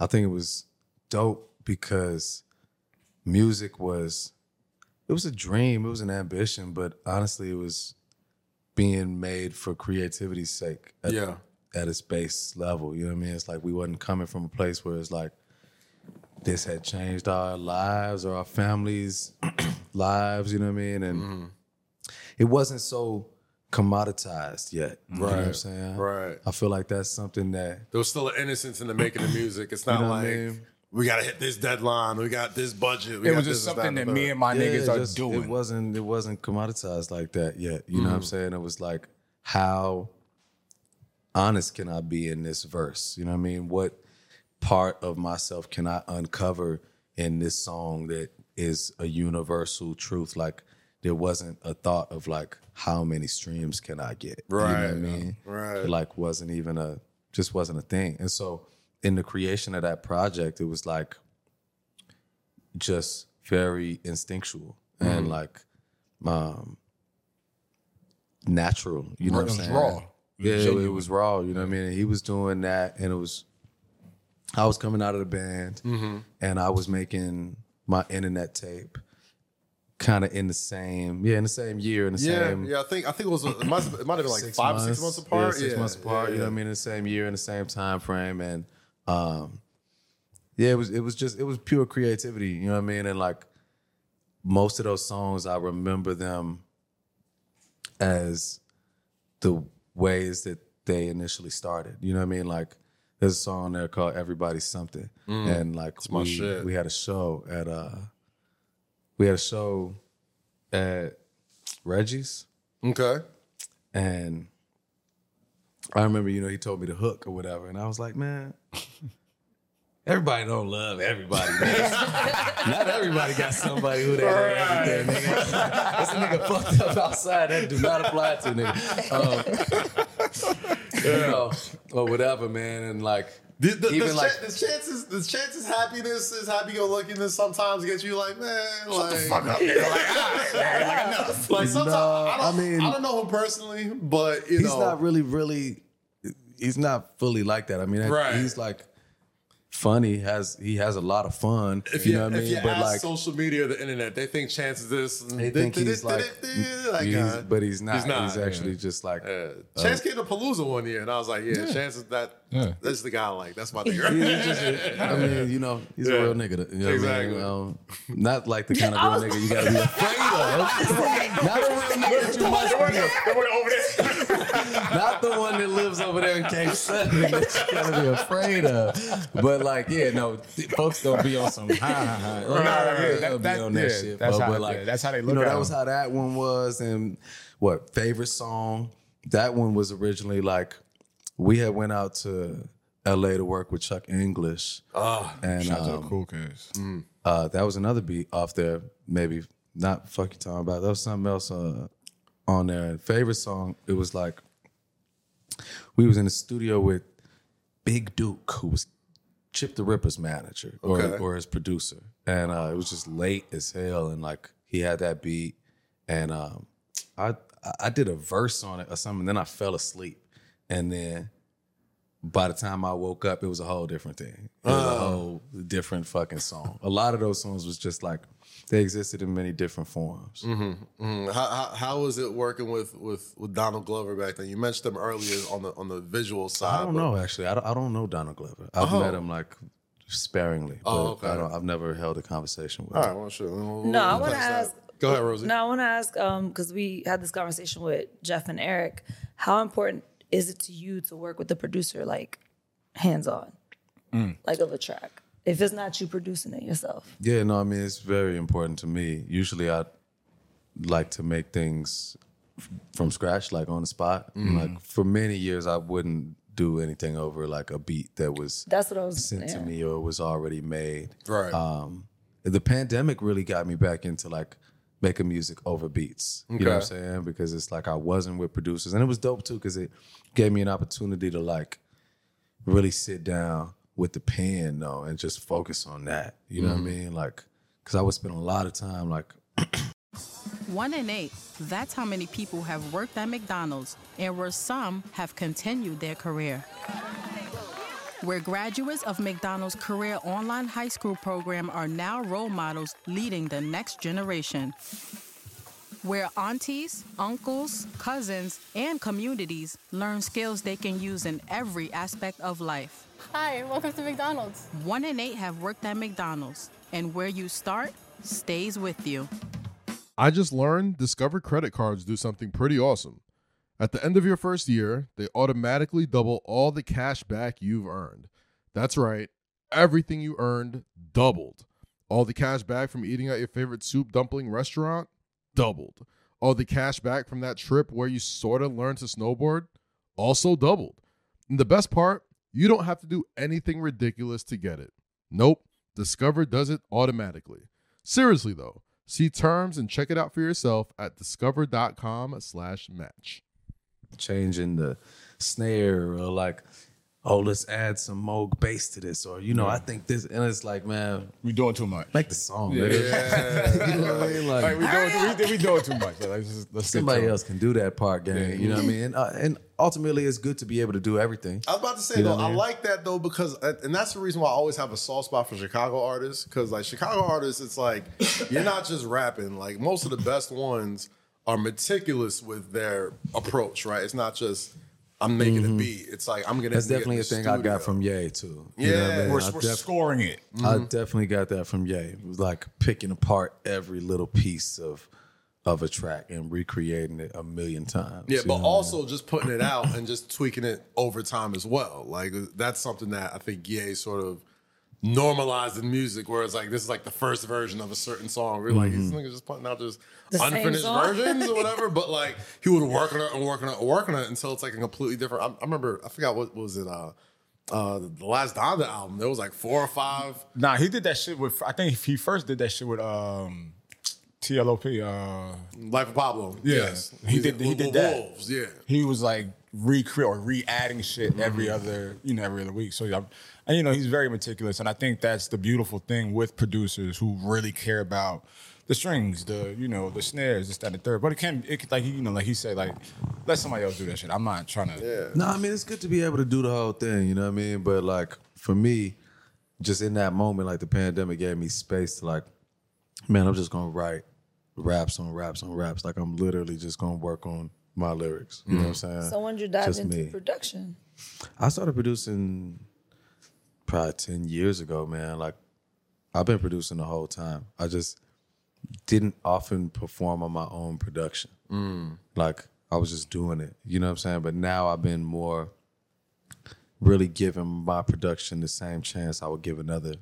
D: I think it was dope because music was it was a dream, it was an ambition, but honestly, it was being made for creativity's sake. at-
A: Yeah.
D: at its base level. You know what I mean? It's like we wasn't coming from a place where it's like this had changed our lives or our
A: Mm-hmm.
D: families' lives. You know what I mean? And it wasn't so commoditized yet. You know what I'm
A: Right,
D: saying?
A: right.
D: I feel like that's something that
A: There was still an innocence in the making of music. It's not
D: know what I
A: like
D: mean?
A: we gotta hit this deadline. We got this budget. We
C: It
A: got
C: was
A: this,
C: just
A: this,
C: something
A: and
C: that
A: the
C: me
A: third.
C: and my
D: Yeah,
C: niggas
D: it
C: are
D: just-
C: doing. Mm.
D: It wasn't it wasn't commoditized like that yet. You know what I'm saying? It was like how honest can I be in this verse? You know what I mean? What part of myself can I uncover in this song that is a universal truth? Like there wasn't a thought of like how many streams can I get?
A: Right,
D: You know what I mean?
A: right.
D: It like wasn't even a just wasn't a thing. And so in the creation of that project, it was like just very instinctual
C: Mm.
D: and like um natural. You know
C: Right,
D: what I'm
C: it was
D: saying?
C: raw. It was
D: Yeah, it
C: genuine.
D: was raw. You know what I mean? And he was doing that, and it was. I was coming out of the band,
C: Mm-hmm.
D: and I was making my internet tape, kind of in the same yeah, in the same year, in the
A: Yeah,
D: same
A: yeah. I think I think it was it might, it might have been like
D: six
A: five or six months apart.
D: Yeah, six
A: Yeah,
D: months apart.
A: yeah,
D: You know what I
A: yeah.
D: mean? In the same year, in the same time frame, and um, yeah, it was it was just it was pure creativity. You know what I mean? And like most of those songs, I remember them as the ways that they initially started. You know what I mean? Like there's a song on there called "Everybody's Something," and like
A: Mm. my
D: we
A: shit.
D: we had a show at uh we had a show at Reggie's
A: Okay.
D: and I remember, you know, he told me the hook or whatever, and I was like, man, everybody don't love everybody. Man. Not everybody got somebody who they love everything. Nigga. This nigga fucked up outside. That do not apply to nigga. Um, You know, or whatever, man, and like.
A: The, the,
D: Even
A: the,
D: like-
A: cha- the chances, the chances, happiness is happy go luckiness. Sometimes gets you like, man, like, ah, like, like sometimes I,
D: No, I
A: don't, I mean,
D: mean-
A: I don't know him personally, but you
D: he's
A: know,
D: not really really he's not fully like that i mean
A: Right.
D: he's like funny has he has a lot of fun
A: if
D: you
A: you,
D: know what i
A: if
D: mean
A: you ask social media or the internet, they think chances this. and
D: they
A: thi-
D: think
A: thi-
D: he's
A: thi-
D: like,
A: thi- thi- like,
D: he's-
A: uh,
D: but he's uh, not.
A: he's
D: He's,
A: not, yeah.
D: actually just like,
A: yeah. Chance came to Palooza one year, and I was like, yeah, Chance is that.
C: Yeah.
A: That's the guy I like. That's my nigga. right?
D: he's just a- I mean, you know, he's
A: Yeah.
D: a real nigga. You know what I mean?
A: Exactly.
D: Um, not like the kind
B: I
D: of
B: was-
D: real nigga you gotta be afraid of. not a real nigga that you must be. Not the one that lives over there in Cape Sudden that you gotta be afraid of. But like, yeah, no, th- folks don't be on some high, high, high. Like,
C: right,
D: yeah,
C: right. That-
D: they'll be
C: that-
D: on that
C: yeah,
D: shit.
C: that's
D: bro.
C: how-
D: but like,
C: yeah, that's how they
D: You
C: look
D: know,
C: at
D: that was
C: them.
D: how that one was, and what favorite song? That one was originally like we had went out to L.A. to work with Chuck English, and
C: Ah, Shout out to the
D: um,
C: cool kids.
D: uh, that was another beat off there. Maybe not fuck you talking about. That was something else uh, on there. And favorite song. It was like we was in the studio with Big Duke, who was Chip the Ripper's manager or,
A: Okay.
D: or his producer, and uh, it was just late as hell. And like he had that beat, and um, I I did a verse on it or something. Then I fell asleep, and then by the time I woke up, it was a whole different thing. It was
A: Oh.
D: a whole different fucking song. A lot of those songs was just like they existed in many different forms.
A: Mm, How, how how was it working with with with Donald Glover back then? You mentioned him earlier on the on the visual side.
D: I don't
A: but-
D: know actually. I don't, I don't know Donald Glover. I've met him like sparingly, but
A: Oh, okay.
D: I don't, I've never held a conversation with
A: All
D: him.
A: right, well, sure. We'll-
B: No, I
A: we'll
B: wanna
A: place that.
B: ask-
A: Go ahead, Rosie.
B: Now I want to ask because we had this conversation with Jeff and Eric. How important is it to you to work with the producer, like hands on,
C: Mm.
B: like of a track? If it's not you producing it yourself,
D: Yeah, no, I mean it's very important to me. Usually, I like to make things f- from scratch, like on the spot.
A: Mm-hmm.
D: Like for many years, I wouldn't do anything over like a beat that was
B: that's what I was.
D: sent
B: yeah.
D: to me or was already made.
A: Right.
D: Um, the pandemic really got me back into like making music over beats. You know what I'm saying? Because it's like I wasn't with producers, and it was dope too because it gave me an opportunity to like really sit down with the pen though and just focus on that. You know what I mean? Like, because I would spend a lot of time like
E: One in eight. That's how many people have worked at McDonald's, and where some have continued their career. Where graduates of McDonald's Career Online High School program are now role models leading the next generation. Where aunties, uncles, cousins, and communities learn skills they can use in every aspect of life.
F: Hi, welcome to McDonald's.
E: One in eight have worked at McDonald's, and where you start stays with you.
G: I just learned Discover credit cards do something pretty awesome. At the end of your first year, they automatically double all the cash back you've earned. That's right, everything you earned doubled. All the cash back from eating at your favorite soup dumpling restaurant doubled. All the cash back from that trip where you sort of learned to snowboard also doubled. And the best part, you don't have to do anything ridiculous to get it. Nope, Discover does it automatically. Seriously though, see terms and check it out for yourself at discover.com/match.
D: changing the snare or like, oh, let's add some more bass to this, or you know, I think this, and it's like, man,
C: We doing too much.
D: make the song, nigga. you know what I mean? Like,
C: Like we doing, we, we doing too much. Like, let's just, let's get to
D: somebody
C: it.
D: else can do that part game. You know what I mean? And, uh, and ultimately, it's good to be able to do everything.
A: I was about to say though, I like that though because, uh, and that's the reason why I always have a soft spot for Chicago artists because like Chicago artists, it's like you're not just rapping. Like most of the best ones are meticulous with their approach, right? It's not just I'm making a beat. It's like I'm gonna.
D: Mm-hmm. That's
A: get in
D: definitely
A: the
D: a thing I
A: studio.
D: got from Ye too. You know what I
A: Yeah,
D: mean?
C: We're,
D: I
C: we're
D: def-
C: scoring it.
D: I
A: mm-hmm.
D: definitely got that from Ye. It was like picking apart every little piece of of a track and recreating it a million times.
A: Yeah,
D: you
A: but
D: know?
A: also just putting it out and just tweaking it over time as well. Like that's something that I think Ye sort of normalized in music, where it's like this is like the first version of a certain song. We're like
C: Mm-hmm.
A: these niggas just putting out just
B: The same
A: unfinished
B: song.
A: versions or whatever. But like he would work on it and work on it and work on it until it's like a completely different. I, I remember I forgot what, what was it. Uh, uh, the last Donda album, there was like four or five.
C: Nah, he did that shit with. I think he first did that shit with um, TLOP. Uh,
A: Life of Pablo. Yes,
C: he did- he
A: with
C: did
A: the
C: that.
A: Wolves, yeah.
C: he was like recreate or re-adding shit every
A: Mm-hmm.
C: other you know every other week. So yeah, and you know he's very meticulous, and I think that's the beautiful thing with producers who really care about the strings, the you know the snares, this that and the third. But it can it could, like you know like he said like let somebody else do that shit. I'm not trying to. Yeah.
D: No, I mean it's good to be able to do the whole thing, you know what I mean? But like for me, just in that moment, like the pandemic gave me space to like, man, I'm just gonna write raps on raps on raps. Like I'm literally just gonna work on my lyrics. You know what I'm saying?
B: So when you dive
D: uh, Just
B: into
D: me.
B: production,
D: I started producing probably 10 years ago, man. Like, I've been producing the whole time. I just didn't often perform on my own production. Like, I was just doing it, you know what I'm saying? But now I've been more really giving my production the same chance I would give another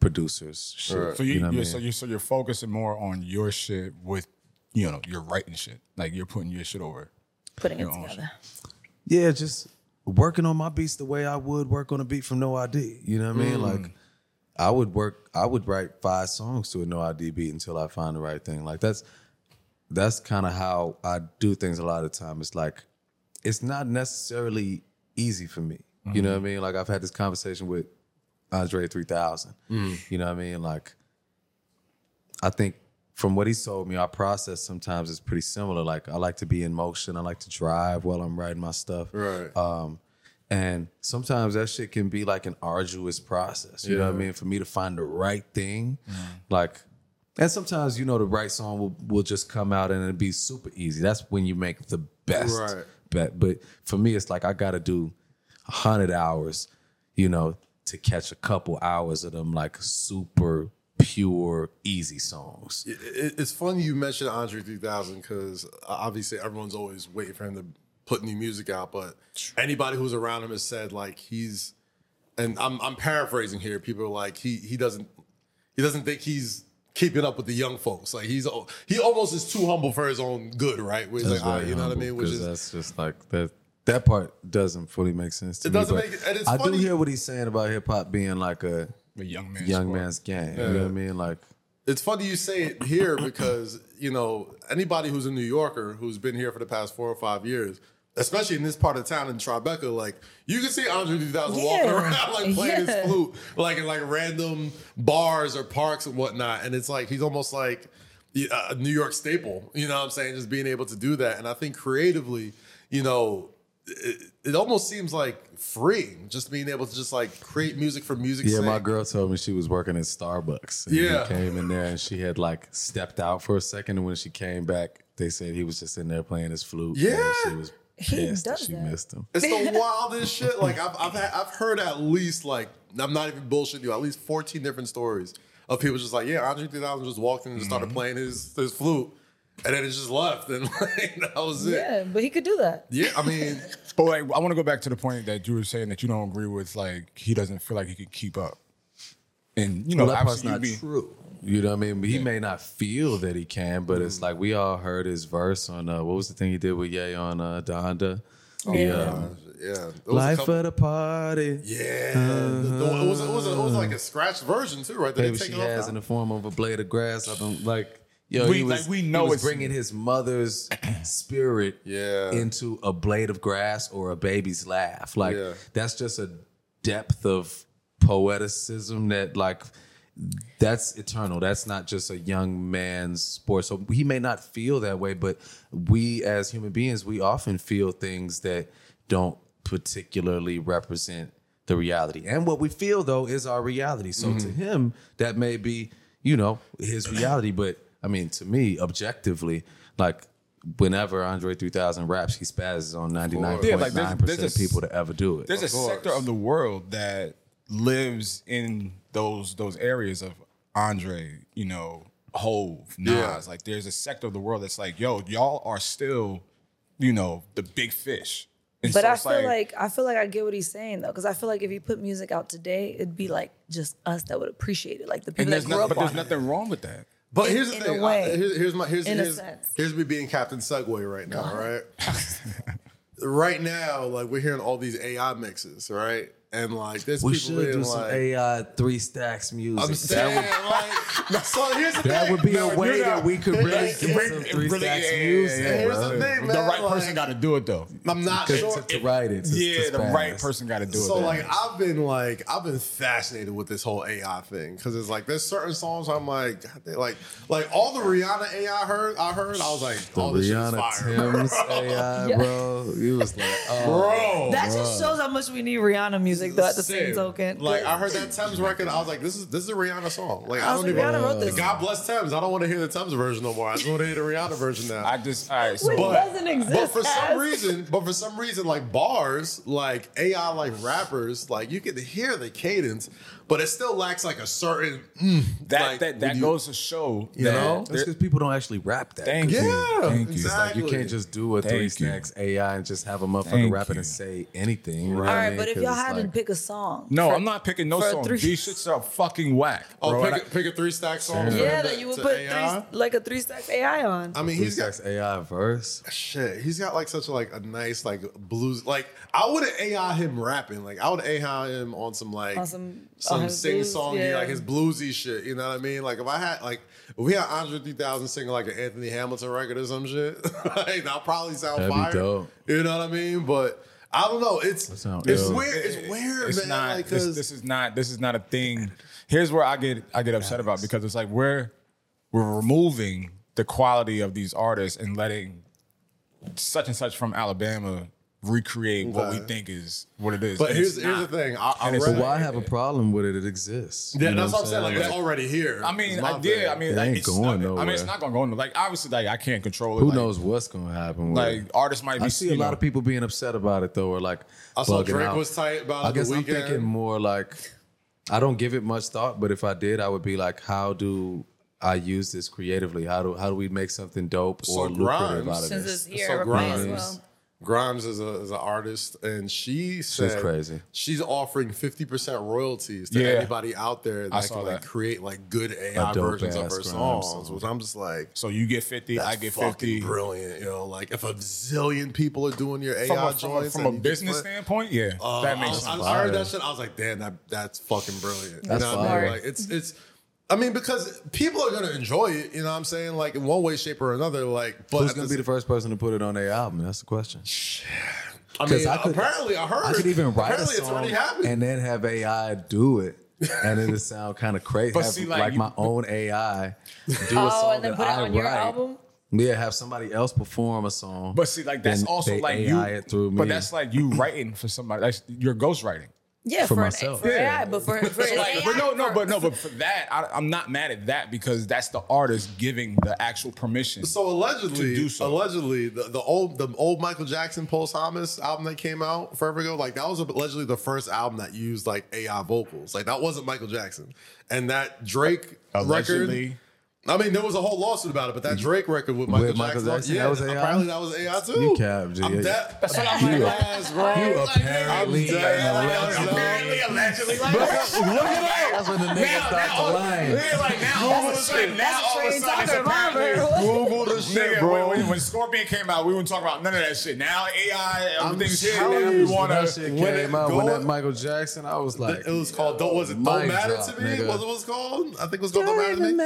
D: producer's shit.
C: So you,
D: you know what I
C: you're,
D: mean?
C: so you so you're focusing more on your shit with you know you're writing shit like you're putting your shit over.
B: putting it
C: Your own
B: together.
D: Yeah, just working on my beats the way I would work on a beat from No ID. You know what I mean? Like I would work, I would write five songs to a No ID beat until I find the right thing. Like that's that's kind of how I do things a lot of the time. It's like it's not necessarily easy for me. You know what I mean? Like I've had this conversation with Andre 3000. You know what I mean? Like I think from what he told me, our process sometimes is pretty similar. Like I like to be in motion. I like to drive while I'm writing my stuff.
A: Right.
D: Um, and sometimes that shit can be like an arduous process. You know what I mean? For me to find the right thing, like, and sometimes you know the right song will will just come out and it'll be super easy. That's when you make the best
A: Right.
D: bet. But for me, it's like I got to do a hundred hours, you know, to catch a couple hours of them like super pure easy songs.
A: it, it's funny you mentioned Andre 3000 because obviously everyone's always waiting for him to put new music out, but anybody who's around him has said like he's, and I'm I'm paraphrasing here. People are like he he doesn't he doesn't think he's keeping up with the young folks. Like he's al- he almost is too humble for his own good, right? Where he's like, "Ah," you know what I mean? Which is
D: that's just like that. That part doesn't fully make sense to
A: It
D: me.
A: doesn't
D: but
A: make it- and it's
D: I
A: funny-
D: do hear what he's saying about hip hop being like a
C: A young man.
D: young man's game. You know what I mean? Like,
A: it's funny you say it here because you know anybody who's a New Yorker who's been here for the past four or five years, especially in this part of town in Tribeca, like you can see Andre 3000 walking
B: Yeah.
A: around like playing
B: Yeah.
A: his flute, like in like random bars or parks and whatnot, and it's like he's almost like the- a New York staple. You know what I'm saying? Just being able to do that, and I think creatively, you know. It, it almost seems like freeing, just being able to just like create music for music's
D: yeah,
A: sake.
D: my girl told me she was working at Starbucks. And
A: Yeah.
D: He came in there and she had like stepped out for a second. And when she came back, they said he was just in there playing his flute. and
A: Yeah.
D: she was
B: He
D: pissed that
B: does
D: she
B: that.
D: missed him.
A: It's the wildest shit. Like I've I've, had, I've heard at least like I'm not even bullshitting you. At least
D: Mm-hmm.
A: 14 different stories of people just like yeah, Andre 3000 just walked in and started playing his his flute, and then it just left, and like that was it.
B: Yeah, but he could do that.
A: Yeah, I mean,
C: But like, I want to go back to the point that you were saying that you don't agree with. Like, he doesn't feel like he could keep up. And you know,
D: Well, that part's
C: obviously,
D: not
C: you'd be,
D: true. You know what I mean? But he may not feel that he can, but it's like we all heard his verse on uh, what was the thing he did with Ye on uh, Donda? yeah.
A: yeah, there was a
D: Life
A: couple-
D: of the party.
A: yeah, the- the- it, was, it, was, it was like a scratched version too, right? That they
D: Maybe
A: take
D: she
A: it off
D: has
A: now.
D: in the form of a blade of grass. I've been like, yo,
C: We-
D: he was,
C: like, we
D: he
C: know
D: was
C: it's-
D: bringing his mother's spirit
A: Yeah.
D: into a blade of grass or a baby's laugh. Like
A: Yeah.
D: that's just a depth of poeticism that like that's eternal. That's not just a young man's sport. So he may not feel that way, but we as human beings, we often feel things that don't particularly represent the reality. And what we feel though is our reality. So to
C: Mm-hmm.
D: him, that may be, you know, his reality. But I mean, to me, objectively, like whenever Andre 3000 raps, he spazzes on 99.9%
C: Yeah, like, there's- there's
D: of
C: a-
D: people to ever do it.
C: there's a sector of the world that lives in those those areas of Andre, you know, Hove, Nas. Like there's a sector of the world that's like, yo, y'all are still, you know, the big fish. And
B: But
C: so
B: I
C: it's
B: feel like, I feel like I get what he's saying though, because I feel like if he put music out today, it'd be like just us that would appreciate it, like the
C: and
B: people
C: there's
B: that grew
C: nothing,
B: up
C: but there's
B: on it.
C: nothing wrong with that.
A: But
B: in-
A: here's the
B: in a
A: thing.
B: way.
A: I- here's, here's my here's
B: In a
A: here's,
B: sense.
A: here's me being Captain Segway right now, right? right now, like we're hearing all these AI mixes, right? And like this
D: we
A: people
D: should
A: being
D: do
A: like,
D: some AI three stacks music.
A: I'm saying like no, so here's the
D: that
A: thing.
D: would be a
A: No,
D: way
A: you're
D: that
A: not-
D: we could really
A: Like,
D: get
A: it-
D: some
A: it
D: three
A: really-
D: stacks
A: yeah, yeah,
D: music.
A: yeah. Here's
D: bro.
A: the thing, man.
C: The right person
A: like,
C: got to do it though.
A: I'm not
D: Because
A: sure.
D: to, to write it. to-
C: yeah,
D: to
C: the right
D: spaz.
C: person got to do it.
A: So
C: though.
A: like I've been like I've been fascinated with this whole AI thing because it's like there's certain songs I'm like God damn, like like all the Rihanna AI I heard I heard I was like
D: The
A: all Oh, this shit is
D: Rihanna
A: fire,
D: Tim's AI,
B: Yeah.
D: bro. It was like, oh,
A: bro.
B: That just shows how much we need Rihanna music though. At the same
A: Same.
B: token,
A: Like I heard that Thames record, I was like, this is this is a Rihanna song. Like I,
B: I was
A: don't
B: like,
A: even.
B: Rihanna wrote this.
A: God bless Thames. I don't want to hear the Thames version no more. I just want to hear the Rihanna version now.
C: I just all right. So
B: Wait,
A: but-
B: doesn't exist.
A: but for
B: as-
A: some reason, but for some reason, like bars, like AI, like rappers, like you can hear the cadence, but it still lacks like a certain. mm,
C: that
A: like,
C: that
A: when
C: that
A: you-
C: goes to show,
A: you
C: that
A: know?
D: That's
C: there-
D: because people don't actually rap that.
C: Thank
D: good.
A: Yeah,
C: Thank you.
D: It's like you
A: exactly.
D: can't just do a
C: Thank
D: three
C: you.
D: stacks AI and just have a motherfucker
C: Thank
D: rapping
C: you.
D: and say anything. You know what
B: All
D: I
B: right,
D: mean?
B: but if
D: 'Cause
B: y'all
D: it's
B: had to
D: like-
B: pick a song,
C: No,
B: for-
C: I'm not picking no
B: for a
C: song.
B: three-
C: These shits are fucking whack.
A: Oh,
C: bro. And
A: pick, a, pick a three stack song. for
B: Yeah,
A: the-
B: that you would
A: to
B: put
A: AI.
B: three, like a three stacks AI on.
A: I mean,
D: three
A: he's got
D: stacks AI verse.
A: shit. He's got like such a, like a nice like blues. Like I would AI him rapping. Like I would AI him on some like
B: On some- on
A: some
B: his
A: sing
B: blues,
A: songy
B: yeah.
A: like his bluesy shit. You know what I mean? Like if I had like if we had Andre 3000 singing like an Anthony Hamilton record or some shit, like that'll probably sound
D: That'd be
A: fire.
D: dope.
A: You know what I mean? But I don't know. It's it's
D: sound dope.
A: weird. It's weird,
C: it's
A: man.
C: not.
A: like,
C: this,
A: 'cause-
C: this is not. This is not a thing. Here's where I get I get upset about because it's like we're we're removing the quality of these artists and letting such and such from Alabama recreate what we
A: Okay.
C: think is what it is.
A: but
C: And
A: here's
C: it's
A: here's the
C: not.
A: thing. I, I
C: And it's
A: read,
D: But why have a problem with it? It exists.
A: yeah,
D: You know
A: that's what I'm saying. Like it's
D: Like,
A: already here.
C: I mean,
A: is my
C: I did.
A: thing.
C: I mean,
D: It
C: like,
D: ain't
C: it's
D: going
C: not, I mean, it's
D: nowhere.
C: not gonna go nowhere. Like obviously, like I can't control it.
D: who
C: like,
D: knows what's gonna happen? With
C: Like
D: it.
C: artists might be.
D: I see a
C: you
D: lot
C: know,
D: of people being upset about it though, or like
A: I saw
D: bugging
A: Drake
D: out.
A: was tight about it
D: I
A: the
D: guess I'm
A: weekend.
D: thinking more like I don't give it much thought, but if I did, I would be like, how do I use this creatively? How do how do we make something dope or lucrative out
A: Grimes-
D: of
B: Since
D: this?
B: it's here,
A: so
B: we might as
A: Grimes-
B: well.
A: Grimes is a is an artist, and she said
D: crazy.
A: She's offering fifty percent royalties to
C: Yeah.
A: anybody out there that
C: saw
A: can like
C: that.
A: create like good AI
D: dope
A: versions of
D: ass
A: her
D: Grimes
A: songs.
D: song.
A: Which I'm just like,
C: So you get fifty,
A: that's
C: I get
A: fucking
C: fifty.
A: brilliant. You know, like if a zillion people are doing your AI
C: From a, from a,
A: joints
C: from a
A: and you just
C: business
A: put-
C: standpoint, yeah,
A: Uh,
C: that makes
A: I,
C: sense.
A: was- I heard that shit. I was like, damn, that that's fucking brilliant.
D: That's
A: you know what I
D: fire.
A: mean? Like it's it's. I mean, because people are gonna enjoy it. You know what I'm saying? Like in one way, shape, or another. Like, but
D: Who's
A: at
D: gonna
A: the
D: be the first person to put it on their album? That's the question.
A: I
D: 'Cause
A: mean,
D: I could-
A: apparently I heard.
D: I could even write a
A: apparently it's
D: song
A: already happened.
D: and then have AI do it. and it'll sound kind of crazy.
C: But
D: have,
C: see, like,
D: like,
C: you-
D: my own AI do a
B: Oh,
D: song
B: and then
D: that
B: put it
D: I
B: on your
D: write.
B: album.
D: Yeah, have somebody else perform a song.
C: But see, like that's
D: Then
C: also
D: they
C: like
D: AI
C: you.
D: it through me.
C: But that's like you writing for somebody. That's you're ghostwriting.
B: Yeah, for,
D: For
B: an-
D: myself.
B: for
C: Yeah.
B: AI, but for, for
C: So, like,
B: AI,
C: but no, no,
B: for-
C: but no, but for that, I, I'm not mad at that because that's the artist giving the actual permission.
A: so allegedly,
C: To do so.
A: allegedly, the, the old the old Michael Jackson posthumous album that came out forever ago, like that was allegedly the first album that used like AI vocals. Like that wasn't Michael Jackson, and that Drake record. I mean, there was a whole lawsuit about it, but that Drake record with Michael,
D: With Michael Jackson,
A: yeah,
D: that was AI?
A: apparently that was AI too.
D: You capped, G.
A: I'm
D: Yeah.
A: dead.
D: You,
A: That's right.
D: you apparently
A: I'm dead.
D: allegedly-
C: Apparently, allegedly, like, look it up.
D: That's when the niggas start to lie.
C: Yeah, like now all of a sudden, now all of a sudden, it's apparently.
A: Google the shit,
C: Nigga,
A: bro.
C: When, when, when Scorpion came out, we weren't talking about none of that shit. Now AI, everything's here.
A: telling
C: Now
A: you,
C: we want
D: that shit
C: to.
A: when it
D: came out when
A: go-
D: that Michael Jackson, I was like,
A: It was called Don't Was It Don't
D: Mind
A: Matter
D: Drop,
A: to Me?
D: nigga.
A: Was it was called? I think it was called Don't Matter to Me.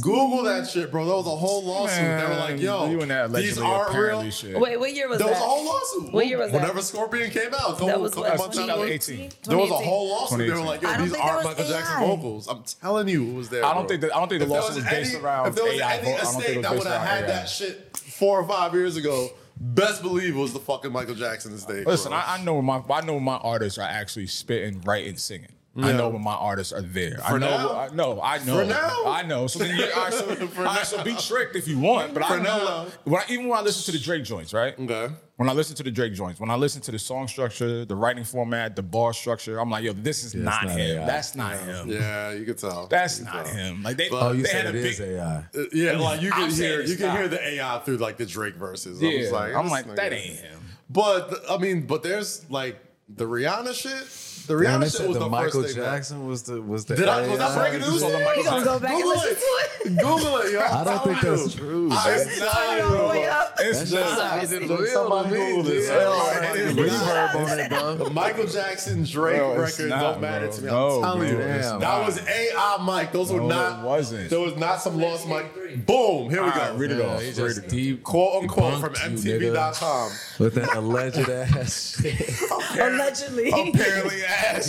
A: Google that shit, bro. That was a whole lawsuit. they were like, yo,
C: you and that
A: these
C: allegedly
A: aren't
C: apparently
A: real.
C: shit.
B: Wait, what year was
A: There
B: that?
A: was a whole lawsuit.
B: What year was that?
A: Whenever Scorpion came out,
B: That
A: couple-
B: was
A: couple
B: what,
A: months after-
B: 2018?
A: There was a whole lawsuit. They were
C: 2018.
A: like, yo,
B: I don't
A: these
B: think that
A: aren't
B: was
A: Michael Jackson
B: AI.
A: vocals. I'm telling you, it was there.
C: I don't
A: bro.
C: think that, I don't think the
A: If there
C: lawsuit was
A: was
C: based
A: any-
C: around
A: If there was
C: AI.
A: any
C: I don't think it
A: estate
C: was
A: that
C: based
A: would have
C: around
A: had
C: AI.
A: that shit four or five years ago, best believe it was the fucking Michael Jackson estate.
C: Listen,
A: bro.
C: I, I know when my I know when my artists are actually spitting, writing, singing. I know when my artists are there. I
A: For
C: know.
A: now?
C: I know. I know.
A: For now?
C: I know. So then, yeah, all right, so,
A: For
C: all right, so be tricked if you want. But I
A: For now.
C: know. When I, even when I listen to the Drake joints, right?
A: Okay.
C: When I listen to the Drake joints, when I listen to the song structure, the writing format, the bar structure, I'm like, yo, this is not,
D: not
C: him.
D: AI.
C: That's not him.
A: Yeah, you could tell.
C: That's
A: You could
C: not
A: tell.
C: him. Like they,
D: Oh, you
C: they had
D: said
C: a
D: it
C: big.
D: is AI.
A: Uh, Yeah, like you can
C: I'm saying
A: hear you
C: it's
A: can
C: not.
A: hear the AI through like the Drake verses. I
C: Yeah,
A: was like,
C: I'm
A: this
C: like,
A: nigga.
C: that ain't him.
A: But th- I mean, but there's like the Rihanna shit. The Rihanna
D: Damn, they
A: shit
D: said
A: was the,
D: the Michael
A: first thing. that-
D: Jackson was the was the.
A: Did I, was that
D: AI.
A: breaking news?
C: So the Michael
B: He gonna go
C: Jackson-
B: back
A: Google
B: and listen
A: it.
B: to it.
A: Google it, yo.
D: I don't
A: Oh,
D: think that's true. man.
A: It's not,
B: all the way
A: bro.
B: up.
C: It's not.
D: That's just-
A: Google it.
D: somebody Google this.
A: Yeah.
D: Somebody
A: Yeah.
D: did a reverb on it, bro.
A: The Michael Jackson Drake
C: Bro, it's
A: record
C: not,
A: don't matter
C: bro.
A: to me.
C: No,
A: I'm telling
D: bro,
A: you,
D: it's
A: that
C: not.
A: was AI mic. Those were
C: No,
A: not.
C: it wasn't.
A: There was not some lost mic. Boom. Here we
C: All
A: go.
C: right, read it off.
D: He
C: Read
D: just
C: it.
D: deep
A: Quote unquote from
D: debunked you, nigga.
A: MTV.com.
D: with that alleged ass shit.
B: Allegedly.
C: Apparently, ass.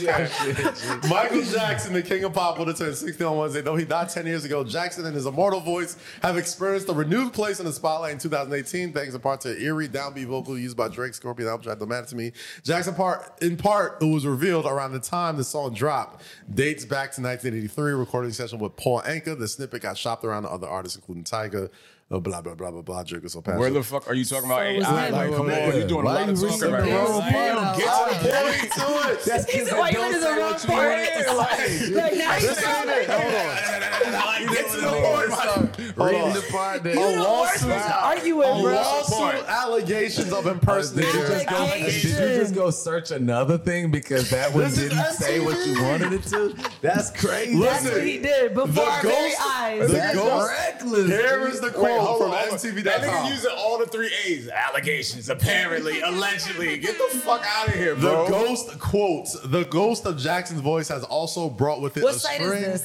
D: your shit. G.
A: Michael Jackson, the king of pop, would have turned 60 on Wednesday. Though he died 10 years ago, Jackson and his immortal voice have experienced a renewed place in the spotlight in 2018, thanks in part to the eerie downbeat vocal used by Drake, Scorpion, and Alpha Don't Matter to Me. Jackson part, in part, it was revealed around the time the song dropped, dates back to 1983, recording session with Paul Anka. The snippet got shopped around to other artists, including Tyga, uh, blah, blah, blah, blah, blah, Drake was so
C: Where
A: passionate.
C: the fuck are you talking about
B: So was
C: AI?
B: that.
C: Like, come on, you're doing
D: Why
C: a lot
D: you
C: of talking
D: reaching
C: right
D: the
C: now.
D: wrong
C: Like,
D: part?
C: yo,
D: I'm
C: Get to the point.
A: to it.
D: That's
B: He's why you went to the wrong part. Like now you're trying to
C: Like, Get to the
D: Hold
C: point. man.
D: Reading the part that
B: You the worst one to argue with,
A: A
D: Oh,
B: bro.
A: lawsuit
C: Point.
A: allegations of
D: Did you,
A: impersonation.
D: just go, did you just go search another thing because that one
A: This is
D: didn't say
A: STD.
D: what you wanted it to? That's crazy.
B: That's what he did before
A: The
B: our very
A: ghost-
B: eyes.
A: the
D: That's
A: ghost-
D: reckless.
A: Here is the quote
C: Wait, hold
A: from
C: on, hold on. That nigga
A: MTV.com.
C: using all the three A's. Allegations, apparently, allegedly. Get the fuck out of here,
A: The
C: bro.
A: ghost quotes the ghost of Jackson's voice has also brought with it
B: What
A: a
B: site is
A: string.
B: this?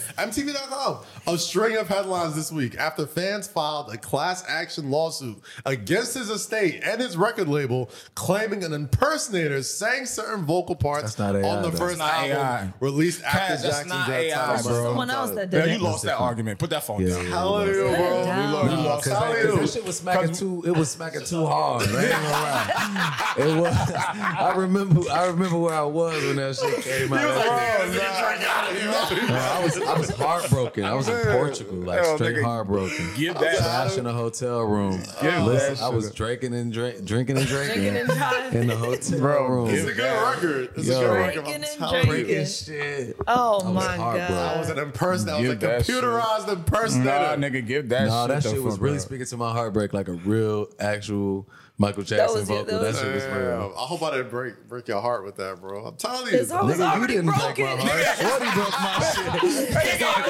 A: MTV.com a string of headlines this week after fans filed a class action lawsuit against his estate and his record label, claiming an impersonator sang certain vocal parts
D: That's not AI,
A: on the
D: though.
A: first
C: That's not
A: album
C: AI.
A: released after
C: Cass, that's
A: Jackson's
C: not
A: death.
C: AI,
A: Tyler
C: bro.
A: Perry.
B: Someone else that
C: Yeah,
B: did
C: you
B: it.
C: lost that argument. Put that phone
D: Yeah,
C: down.
D: yeah,
A: Telling
D: yeah.
A: you,
B: Put it
A: bro.
B: down.
A: You
B: No,
D: No,
A: lost.
D: because
A: Telling
D: that,
A: you.
D: 'cause that shit was smacking too. It was smacking too hard. I ain't gonna lie. It was. I remember. I remember where I was when that shit came out.
B: Oh,
D: No, I was. I was heartbroken. I was in Portugal, like
C: Hell,
D: straight
C: nigga.
D: heartbroken.
C: Give
D: I was
C: that-
D: crashed in a hotel room.
C: Give
D: Listen,
C: that
D: I was
C: shit.
D: drinking and drink, drinking and drinking,
B: Drinking and driving.
D: in the hotel room.
A: It's a good record. It's a
D: Yo.
A: good record. I'm
B: Drinking and
A: telling you.
B: drinking.
D: shit.
B: Oh
D: was
B: my
D: heartbroken.
A: I was
B: god.
A: an imperson. I was
C: Give
A: a
C: that shit.
A: computerized impersonator.
C: Nah, nigga, give that
D: No,
C: shit.
D: that
C: the
D: shit was
C: fuck
D: really
C: up.
D: speaking to my heartbreak like a real, actual Michael Jackson
B: was it,
D: vocal.
B: that
D: That,
B: was
D: shit was
A: Damn,
D: real.
A: I hope I didn't break break your heart with that, bro. I'm telling you.
B: His heart was
D: Nigga, you
B: already
D: didn't break
B: broken.
D: my heart. Shorty broke my shit.
B: His heart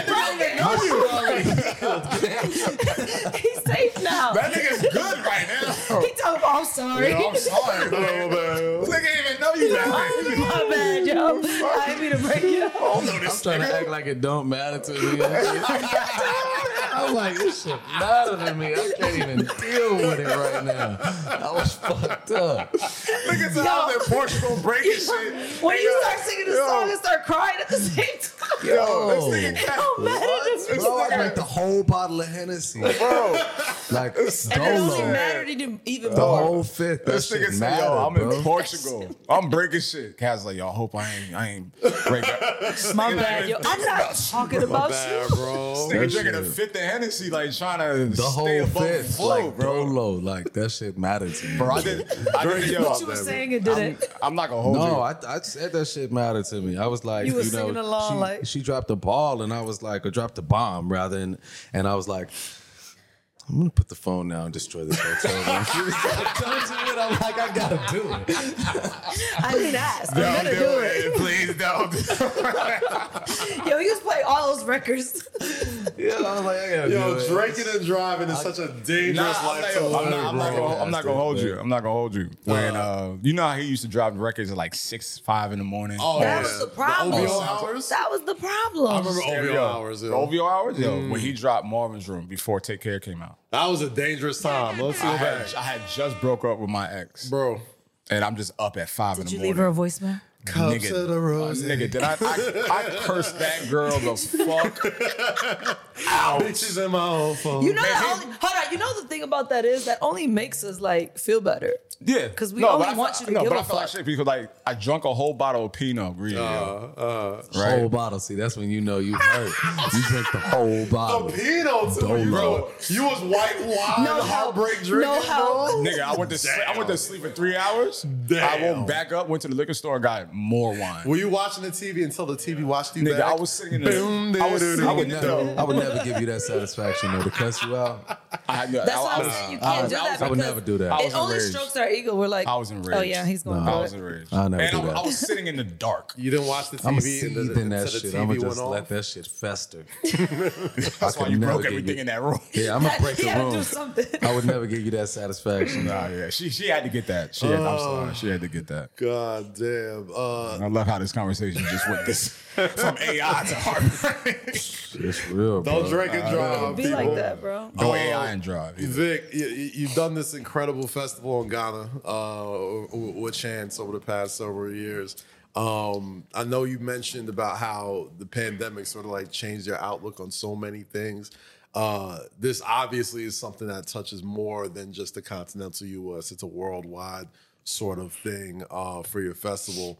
B: was already broken. He's safe now.
C: That nigga's good right now.
B: He talking about, Oh, I'm sorry.
C: Yo, I'm sorry, bro. Nigga didn't even know you back then.
B: Oh, my bad, yo. I didn't mean to break you up.
C: I know
D: I'm
C: this
D: trying to act like it don't matter to me. I'm like, this shit matter to me. I can't even deal with it right now. I was fucked up.
C: nigga's out there Portugal breaking shit.
B: When you
C: Nigga,
B: start singing the
C: yo,
B: song and start crying at the same time,
C: Yo, this
B: it
C: nigga
B: don't matter
D: Bro, I
B: to me.
D: drank the whole bottle of Hennessy.
C: Bro,
D: Like,
B: And it only
D: Dolo.
B: mattered even- even
D: The
B: more.
D: whole fifth. That
C: this nigga
D: shit
C: said, yo, I'm
D: mattered,
C: in
D: bro.
C: Portugal. I'm breaking shit. Kaz like, yo, I hope I ain't, I ain't breaking. This
B: My
C: nigga
B: bad, yo.
C: drinking-
B: I'm not talking about
A: Bad,
B: you.
A: bro.
C: This nigga
D: That
C: drinking a
D: shit.
C: fifth of Hennessy, like trying to
D: The
C: stay
D: whole
C: above the
D: fifth.
C: flow,
D: Like,
C: bro.
D: Dolo. Like, that shit mattered to me.
C: Bro, I did, I did, yo,
B: What you were saying and did it.
C: I'm not gonna hold
D: No,
C: you.
D: I, I said that shit mattered to me. I was like,
B: You
D: you,
B: were
D: know,
B: singing along
D: she,
B: like-
D: she dropped the ball, and I was like, or dropped the bomb rather, and and I was like. I'm gonna put the phone down and destroy this hotel room. She was like, "Don't do it." I'm like, "I gotta do it."
B: I didn't ask. I'm gonna do it.
C: Please don't.
B: Yo, you just play all those records.
D: Yeah, I was like, "I gotta do
A: Yo,
D: it."
A: drinking and driving is such a dangerous
C: I'm
A: life
C: not
A: to
C: gonna-
A: live,
C: I'm not- I'm not
A: bro.
C: gonna- I'm not gonna hold you. I'm not gonna hold you. When uh, you know how he used to drop records at like six, five in the morning.
A: Oh,
B: That
A: yeah.
B: was the
A: The
B: problem.
A: OVO hours?
B: That was the problem.
A: I remember OVO
C: Yo,
A: hours.
C: the
A: Yo. Mm.
C: OVO hours. Yo, when he dropped Marvin's Room before Take Care came out,
A: That was a dangerous time. Let's
C: I
A: go back,
C: had, I had just broke up with my ex,
A: bro.
C: and I'm just up at five in
B: Did
C: the
B: you
C: morning.
B: leave her a voicemail?
A: Cups
C: nigga,
A: of the rose.
C: nigga, did I, I? I cursed that girl the fuck.
A: Bitches in my own phone.
B: You know that only, hold on. You know the thing about that is that only makes us like feel better.
C: Yeah,
B: 'Cause we
C: but
B: only
C: I felt-
B: want you to
C: No,
B: give
C: but
B: a
C: I felt like
B: fuck.
C: shit because like I drunk a whole bottle of Pinot Grigio.
D: Right. Whole bottle. See, that's when you know you hurt. you drink the whole bottle.
A: The Pinot too,
D: Don't
A: you
D: know.
A: know. You was white wine,
B: No help.
A: heartbreak
B: No
A: drinking,
B: help.
A: bro.
C: Nigga, I went to sleep, I went to sleep for three hours. I
A: Damn.
C: woke back up, went to the liquor store, and got more wine.
A: Were you watching the TV until the TV watched you
C: Nigga,
A: back?
C: I was sitting in the-
A: Boom,
C: I was
A: doo-doo-doo.
D: I would,
C: No.
D: never, I would never give you that satisfaction though to cuss you out.
C: I, That's
B: That's why I'm saying you can't do that.
D: I would
B: because
D: never do that.
C: I
B: It
C: was
B: only
C: enraged.
B: strokes our ego. We're like,
C: I was enraged.
B: Oh yeah, he's going.
D: Nah.
B: to
C: I
B: do
C: was
B: it.
C: enraged.
D: I never
C: and
D: do
C: I,
D: that.
C: I was sitting in the dark.
A: You didn't watch the TV
D: I'm a
A: and
D: seethe
A: the,
D: in that
A: until
D: shit.
A: the
D: I'm
A: TV
D: gonna
A: went
D: just
A: off.
D: let that shit fester.
C: That's why you broke everything in that room.
D: Yeah, I'm gonna break
B: He
D: the
B: had to do
D: room.
B: something.
D: I would never give you that satisfaction.
C: Nah, yeah, she she had to get that. She had, I'm sorry, she had to get that.
A: God damn. Uh,
C: And I love how this conversation just went this from AI to heartbreak.
D: It's real, bro.
A: don't drink and drive.
B: Be
A: people.
B: like that, bro.
C: No AI and drive. either.
A: Vic, you, you- you've done this incredible festival in Ghana uh, w- with Chance over the past several years. Um, I know you mentioned about how the pandemic sort of like changed your outlook on so many things. Uh, this obviously is something that touches more than just the continental U.S. It's a worldwide sort of thing uh, for your festival.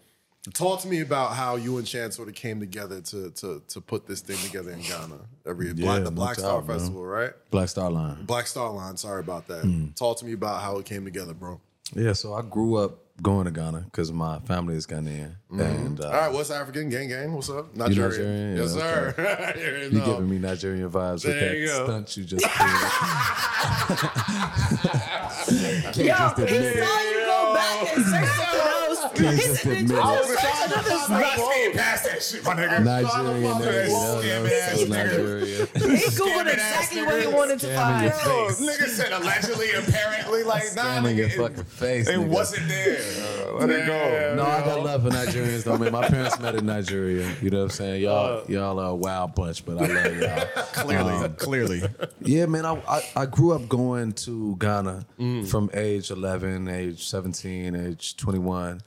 A: Talk to me about how you and Chance sort of came together to to to put this thing together in Ghana every year. Black,
D: Yeah,
A: the
D: no
A: Black Star
D: doubt, man.
A: Festival, right?
D: Black Star Line.
A: Black Star Line. Sorry about that.
D: Hmm.
A: Talk to me about how it came together, bro.
D: Yeah, so I grew up going to Ghana because my family is Ghanaian, and uh,
A: Mm-hmm. All right, West African gang gang. What's up?
D: Nigerian?
A: Nigerian.
D: Yeah,
A: Yes, sir. You already
D: you
A: know.
D: giving me Nigerian vibes with
A: There
D: that
A: you go.
D: stunt you just did.
B: Yo, he saw you go back and search something else. He
D: just
B: said, "Did
D: admit
B: you
D: it.
B: just search another
D: Oh.
C: Let's get past that shit, my nigga.
D: Nigerian,
A: Son of a bitch.
D: nigga, that
C: Scam
D: was so
C: ass
D: Nigerian.
B: He googled exactly what he wanted to find.
C: Yo, nigga said allegedly, apparently, like nah,
D: Standing
C: nigga,
D: your
C: it,
D: fucking face.
C: it
D: nigga.
C: wasn't there. Uh, let it go.
D: No, I got love for Nigerians though, man. My parents met in Nigeria. You know what I'm saying?
A: Uh,
D: Y'all, y'all are a wild bunch, but I love y'all.
C: Clearly,
D: um,
C: clearly.
D: Yeah, man. I, I I grew up going to Ghana from age 11, age 17, age 21.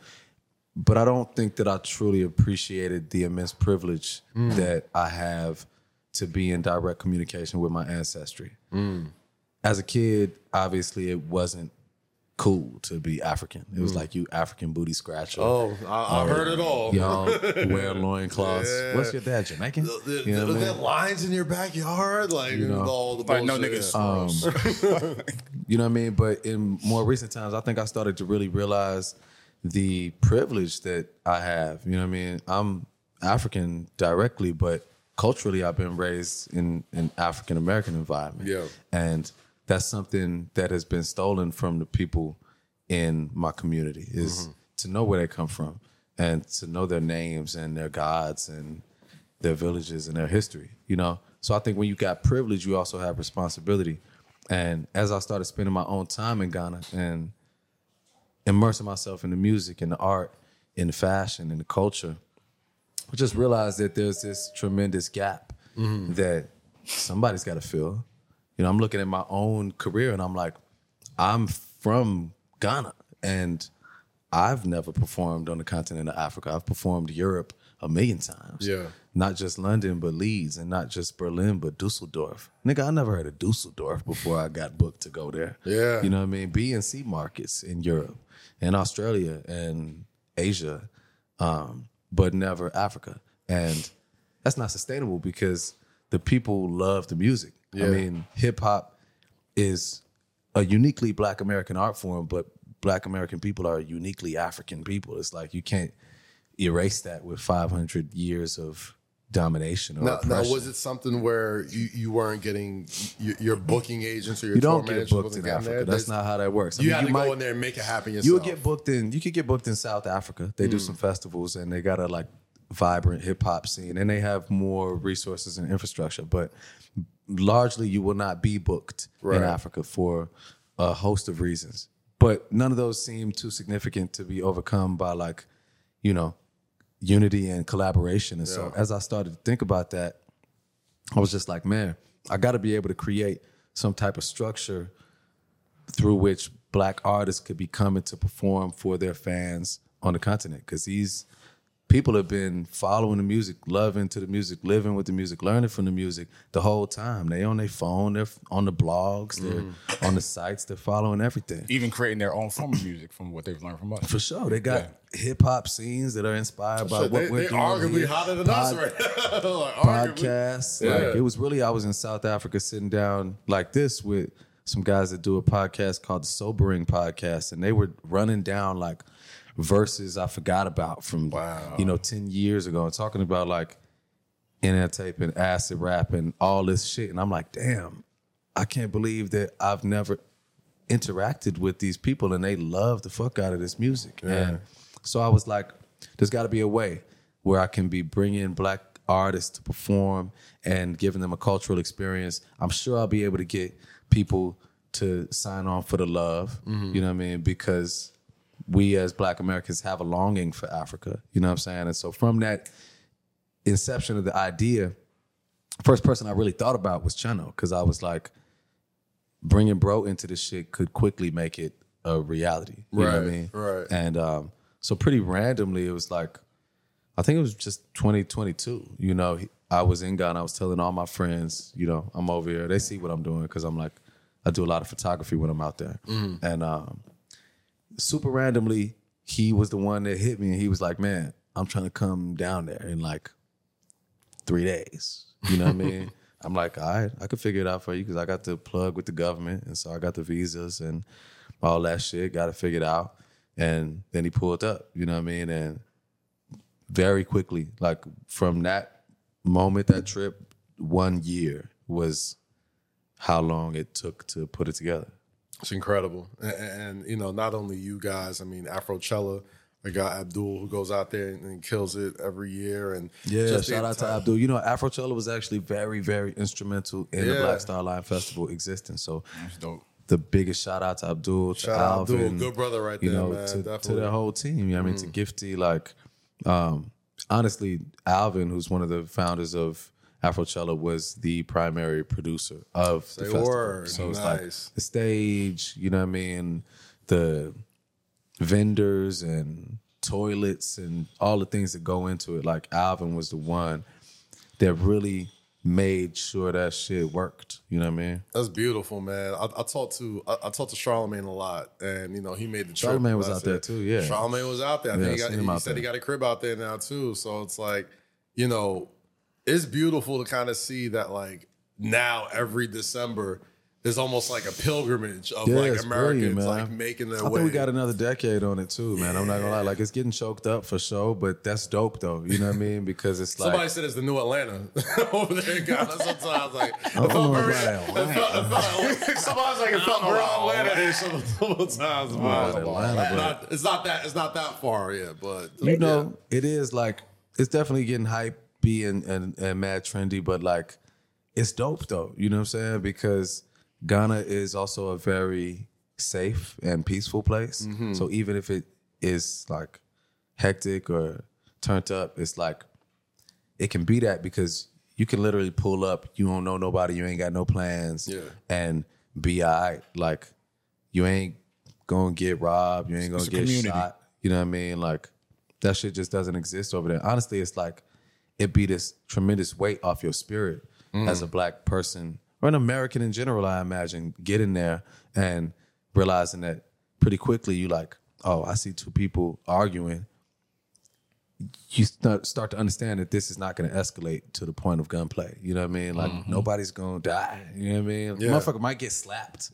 D: But I don't think that I truly appreciated the immense privilege that I have to be in direct communication with my ancestry. As a kid, obviously, it wasn't cool to be African. It was like you African booty scratcher.
A: Oh, I, I've heard it all.
D: You know, wear loincloths. What's your dad, Jamaican?
A: The,
D: You know what I mean?
A: the lines in your backyard, like
D: know.
A: all the
C: Like, no
A: bullshit.
C: niggas.
D: Um, you know what I mean? But in more recent times, I think I started to really realize the privilege that I have. You know what I mean? I'm African directly, but culturally, I've been raised in an African American environment.
A: Yeah.
D: And that's something that has been stolen from the people in my community is to know where they come from and to know their names and their gods and their villages and their history, you know? So I think when you got privilege, you also have responsibility. And as I started spending my own time in Ghana and immersing myself in the music and the art, in the fashion and the culture, I just realized that there's this tremendous gap
A: Mm-hmm.
D: that somebody's got to fill. You know, I'm looking at my own career and I'm like, I'm from Ghana and I've never performed on the continent of Africa. I've performed Europe a million times.
A: Yeah.
D: Not just London, but Leeds, and not just Berlin, but Dusseldorf. Nigga, I never heard of Dusseldorf before I got booked to go there.
A: Yeah.
D: You know what I mean? B and C markets in Europe and Australia and Asia, um, but never Africa. And that's not sustainable because the people love the music. I mean, hip hop is a uniquely black American art form, but black American people are uniquely African people. It's like you can't erase that with 500 years of domination or
A: Now, now,
D: oppression.
A: was it something where you, you weren't getting your, your booking agents or your
D: you
A: tour
D: don't get
A: manager
D: booked
A: wasn't
D: in
A: getting
D: Africa.
A: there?
D: That's
A: There's-
D: not how that works. I
A: You
D: mean,
A: had to
D: might-
A: go in there and make it happen yourself.
D: You'll get booked in. You could get booked in South Africa. They do some festivals and they got a like vibrant hip hop scene and they have more resources and infrastructure. But largely, you will not be booked in Africa for a host of reasons. But none of those seem too significant to be overcome by like, you know, unity and collaboration. And so as I started to think about that, I was just like, man, I got to be able to create some type of structure through which black artists could be coming to perform for their fans on the continent because these people have been following the music loving to the music living with the music learning from the music the whole time they on their phone they're on the blogs
A: Mm.
D: they're on the sites they're following everything
C: Even creating their own form of music from what they've learned from us.
D: for sure they got hip-hop scenes that are inspired by
A: So
D: what
A: they,
D: we're
A: they're
D: doing
A: arguably
D: here.
A: hotter than us
D: Pod-
A: right now. Like, arguably.
D: podcasts. Like it was really I was in South Africa sitting down like this with some guys that do a podcast called the Sobering Podcast, and they were running down like verses I forgot about from you know ten years ago, and talking about like intertape and acid rap and all this shit, and I'm like, damn, I can't believe that I've never interacted with these people and they love the fuck out of this music. And so I was like, there's got to be a way where I can be bringing black artists to perform and giving them a cultural experience. I'm sure I'll be able to get people to sign on for the love, you know what I mean? Because we as black Americans have a longing for Africa, you know what I'm saying? And so from that inception of the idea, first person I really thought about was Chano because I was like, bringing bro into this shit could quickly make it a reality. You know what I
A: Right,
D: mean?
A: right.
D: And um, so pretty randomly, it was like, I think it was just 2022. You know, he- I was in Ghana. I was telling all my friends, you know, I'm over here. They see what I'm doing because I'm like, I do a lot of photography when I'm out there.
A: Mm-hmm.
D: And um, super randomly, he was the one that hit me, and he was like, "Man, I'm trying to come down there in like three days." You know what I mean? I'm like, "All right, I could figure it out for you because I got the plug with the government, and so I got the visas and all that shit. Got it figured out." And then he pulled up. You know what I mean? And very quickly, like from that moment, that trip, one year was how long it took to put it together.
A: It's incredible. And, and, you know, not only you guys, I mean, Afrochella, I got Abdul who goes out there and, and kills it every year. And
D: Yeah,
A: just the
D: shout out to
A: entire-
D: Abdul. You know, Afrochella was actually very, very instrumental in the
A: Yeah.
D: Black Star Line Festival existence. So
C: That's dope.
D: the biggest shout out to Abdul, to
A: Shout out
D: Alvin,
A: Abdul. Good brother right
D: you
A: there,
D: know,
A: man.
D: to, to
A: Definitely. Mm.
D: the whole team. You know what I mean, to Gifty, like, um, honestly, Alvin, who's one of the founders of Afrochella, was the primary producer of the
A: Say
D: festival.
A: word.
D: So it's
A: Nice.
D: like the stage, you know what I mean, the vendors and toilets and all the things that go into it. Like Alvin was the one that really made sure that shit worked. You know what I mean?
A: That's beautiful, man. I, I talked to I, I talked to Charlemagne a lot, and you know he made the trip.
D: Charlemagne was
A: last
D: out there
A: year.
D: too, yeah.
A: Charlemagne was out there. I
D: Yeah,
A: think
D: I seen
A: he,
D: him
A: got, he
D: out
A: said he
D: there.
A: got a crib out there now too. So it's like, you know, it's beautiful to kind of see that like now every December is almost like a pilgrimage of
D: Yeah,
A: like
D: it's
A: Americans
D: brilliant, man.
A: like making their
D: I
A: way.
D: think we got another decade on it too, man. I'm not gonna lie. Like it's getting choked up for sure, but that's dope though. You know what I mean? Because it's like
A: Somebody said it's the new Atlanta over there in Ghana. Sometimes like it felt
D: know
A: very-
D: about
A: it felt- it felt- Sometimes like it felt very Atlanta. Sometimes, but
D: Atlanta, but-
A: Not- it's not that it's not that far, yeah. But
D: you know, it is like it's definitely getting hype B and, and and mad trendy, but like it's dope though. You know what I'm saying? Because Ghana is also a very safe and peaceful place.
A: Mm-hmm.
D: So even if it is like hectic or turned up, it's like it can be that because you can literally pull up, you don't know nobody, you ain't got no plans,
A: Yeah.
D: and be all right. Like you ain't gonna get robbed, you ain't gonna
C: a
D: get
C: community.
D: shot. You know what I mean? Like that shit just doesn't exist over there. Honestly, it's like it be this tremendous weight off your spirit
C: Mm.
D: as a black person or an American in general, I imagine, getting there and realizing that pretty quickly you like, oh, I see two people arguing you start start to understand that this is not going to escalate to the point of gunplay. You know what I mean? Like nobody's going to die. You know what I mean? Motherfucker might get slapped.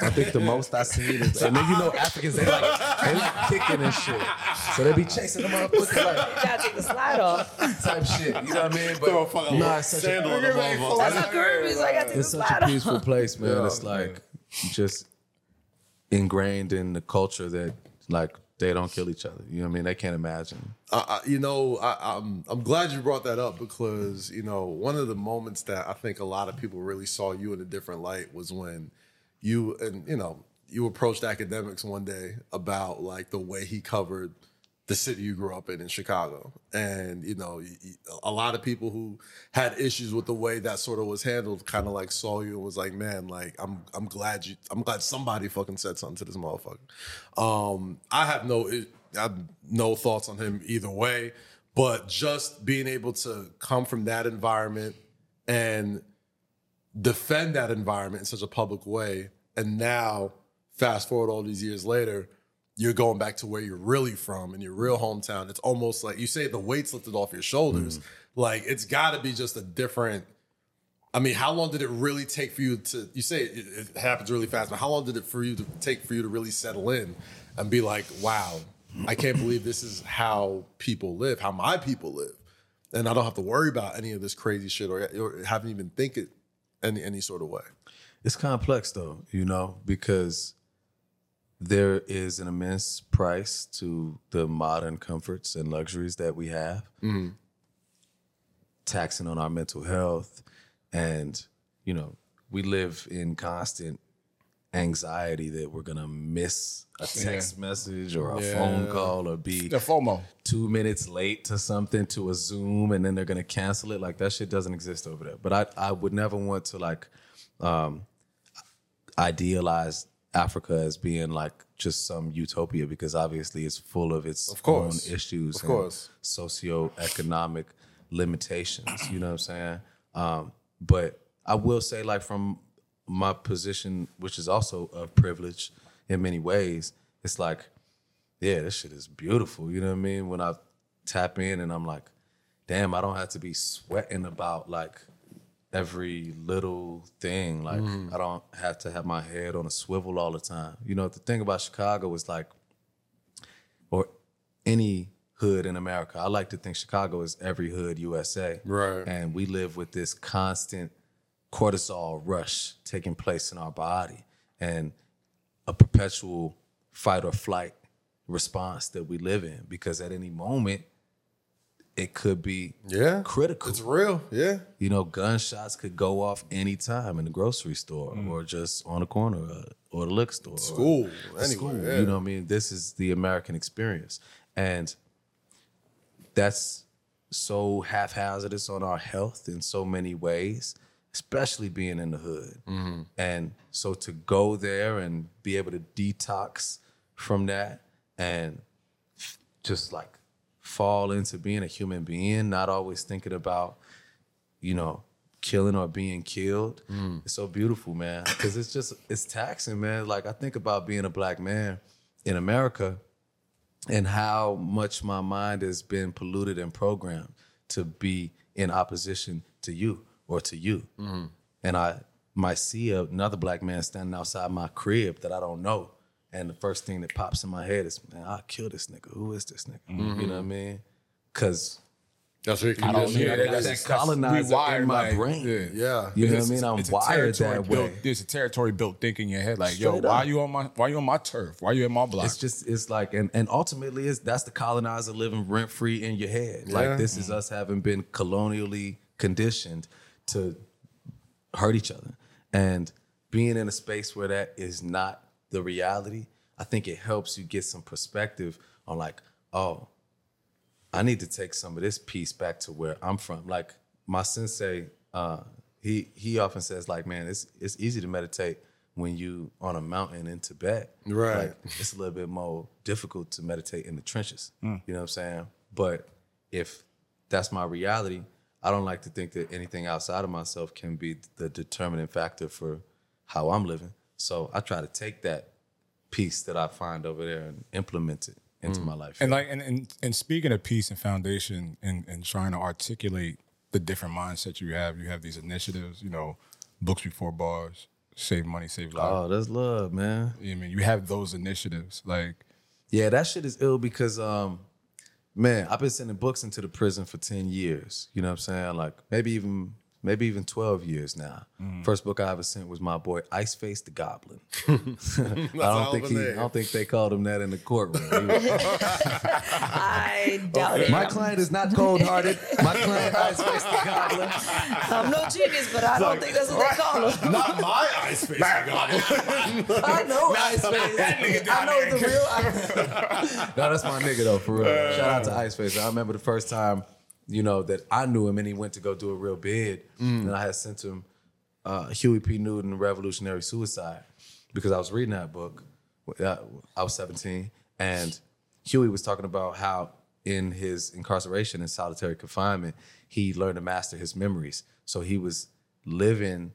D: I think the most I seen is, and then you know Africans they like they like kicking and shit, so they be chasing the motherfucker like
B: You gotta take the slide off.
D: type shit. You know what I mean? But nah, it's such a,
B: That's how Caribbean is. I gotta take the
D: it's such
B: slide
D: a
B: off.
D: peaceful place, man. it's like just ingrained in the culture that like they don't kill each other. You know what I mean? They can't imagine.
A: I, I- you know, I, I'm I'm glad you brought that up because you know one of the moments that I think a lot of people really saw you in a different light was when you and you know you approached academics one day about like the way he covered the city you grew up in in Chicago, and you know y- y- a lot of people who had issues with the way that sort of was handled kind of like saw you and was like, man, like I'm I'm glad you I'm glad somebody fucking said something to this motherfucker. Um, I have no. i- I have no thoughts on him either way, but just being able to come from that environment and defend that environment in such a public way, and now fast forward all these years later, you're going back to where you're really from in your real hometown. It's almost like you say the weight's lifted off your shoulders. Like it's got to be just a different. I mean, how long did it really take for you to? You say it, it happens really fast, but how long did it for you to take for you to really settle in and be like, "Wow, I can't believe this is how people live, how my people live, and I don't have to worry about any of this crazy shit or, or haven't even think it any any sort of way."
D: It's complex though, you know, because there is an immense price to the modern comforts and luxuries that we have, taxing on our mental health. And, you know, we live in constant anxiety that we're going to miss a text message or a phone call or be
C: The FOMO.
D: two minutes late to something to a Zoom and then they're gonna cancel it. Like that shit doesn't exist over there. But I I would never want to like um idealize Africa as being like just some utopia because obviously it's full of its
A: course.
D: own issues
A: Of course.
D: and socioeconomic limitations. You know what I'm saying? Um, but I will say, like from my position, which is also a privilege in many ways, it's like yeah, this shit is beautiful. You know what I mean? When I tap in and I'm like, damn, I don't have to be sweating about like every little thing. Like I don't have to have my head on a swivel all the time. You know, the thing about Chicago is like, or any hood in America, I like to think Chicago is every hood USA.
A: Right.
D: And we live with this constant cortisol rush taking place in our body. And a perpetual fight or flight response that we live in because at any moment it could be
A: Yeah.
D: critical.
A: It's real, yeah.
D: You know, gunshots could go off anytime in the grocery store or just on the corner uh, or the liquor store.
A: Mm. School,
D: or
A: anywhere,
D: school.
A: yeah.
D: You know what I mean? This is the American experience. And that's so haphazardous on our health in so many ways, especially being in the hood. And so to go there and be able to detox from that and f- just like fall into being a human being, not always thinking about, you know, killing or being killed. It's so beautiful, man. Cause it's just, it's taxing, man. Like I think about being a black man in America and how much my mind has been polluted and programmed to be in opposition to you or to you. And I might see another black man standing outside my crib that I don't know. And the first thing that pops in my head is, man, I'll kill this nigga. Who is this nigga? You know what I mean? Because
A: That's where you
C: I don't
D: yeah,
C: Yeah,
D: that,
C: that's-
D: that's
C: that's
D: colonizer in
C: rewired,
D: my
C: like,
D: brain.
C: yeah.
A: Yeah.
D: You know
C: It's-
D: what I mean? I'm
C: it's a
D: wired
C: territory
D: that
C: built-
D: way.
C: There's a territory built think in your head, like, yo,
D: Straight
C: why
D: up.
C: you on my why you on my turf? Why you in my block?
D: It's just it's like and and ultimately it's that's the colonizer living rent free in your head. Like this is us having been colonially conditioned to hurt each other. And being in a space where that is not the reality, I think it helps you get some perspective on like, oh, I need to take some of this piece back to where I'm from. Like my sensei, uh, he he often says like, man, it's it's easy to meditate when you on a mountain in Tibet.
A: Right.
D: Like, it's a little bit more difficult to meditate in the trenches.
C: Hmm.
D: You know what I'm saying? But if that's my reality, I don't like to think that anything outside of myself can be the determining factor for how I'm living. So I try to take that piece that I find over there and implement it into my life.
C: Hmm. And like and, and and speaking of peace and foundation and and trying to articulate the different mindsets you have, you have these initiatives, you know, books before bars, save money, save lives.
D: oh, that's love, man.
C: You know what I mean, you have those initiatives. Like
D: Yeah, that shit is ill because um man, I've been sending books into the prison for 10 years. You know what I'm saying? Like maybe even maybe even 12 years now. First book I ever sent was my boy Ice Face the Goblin. I
A: hell
D: don't
A: of
D: think
A: a
D: he, I
A: name.
D: don't think they called him that in the courtroom. He was-
B: I doubt it.
D: my client is not cold-hearted. My client Ice Face the Goblin.
B: I'm no genius, but I don't think that's what they call him.
A: Not my ice face.
B: I know Ice
C: that nigga
B: Face.
C: down
B: I know the real Ice
D: No, that's my nigga though, for real. Shout out to Ice Face. I remember the first time, you know, that I knew him and he went to go do a real bid. And I had sent him uh, Huey P. Newton, Revolutionary Suicide, because I was reading that book. Uh, I was 17. And Huey was talking about how in his incarceration and solitary confinement, he learned to master his memories. So he was living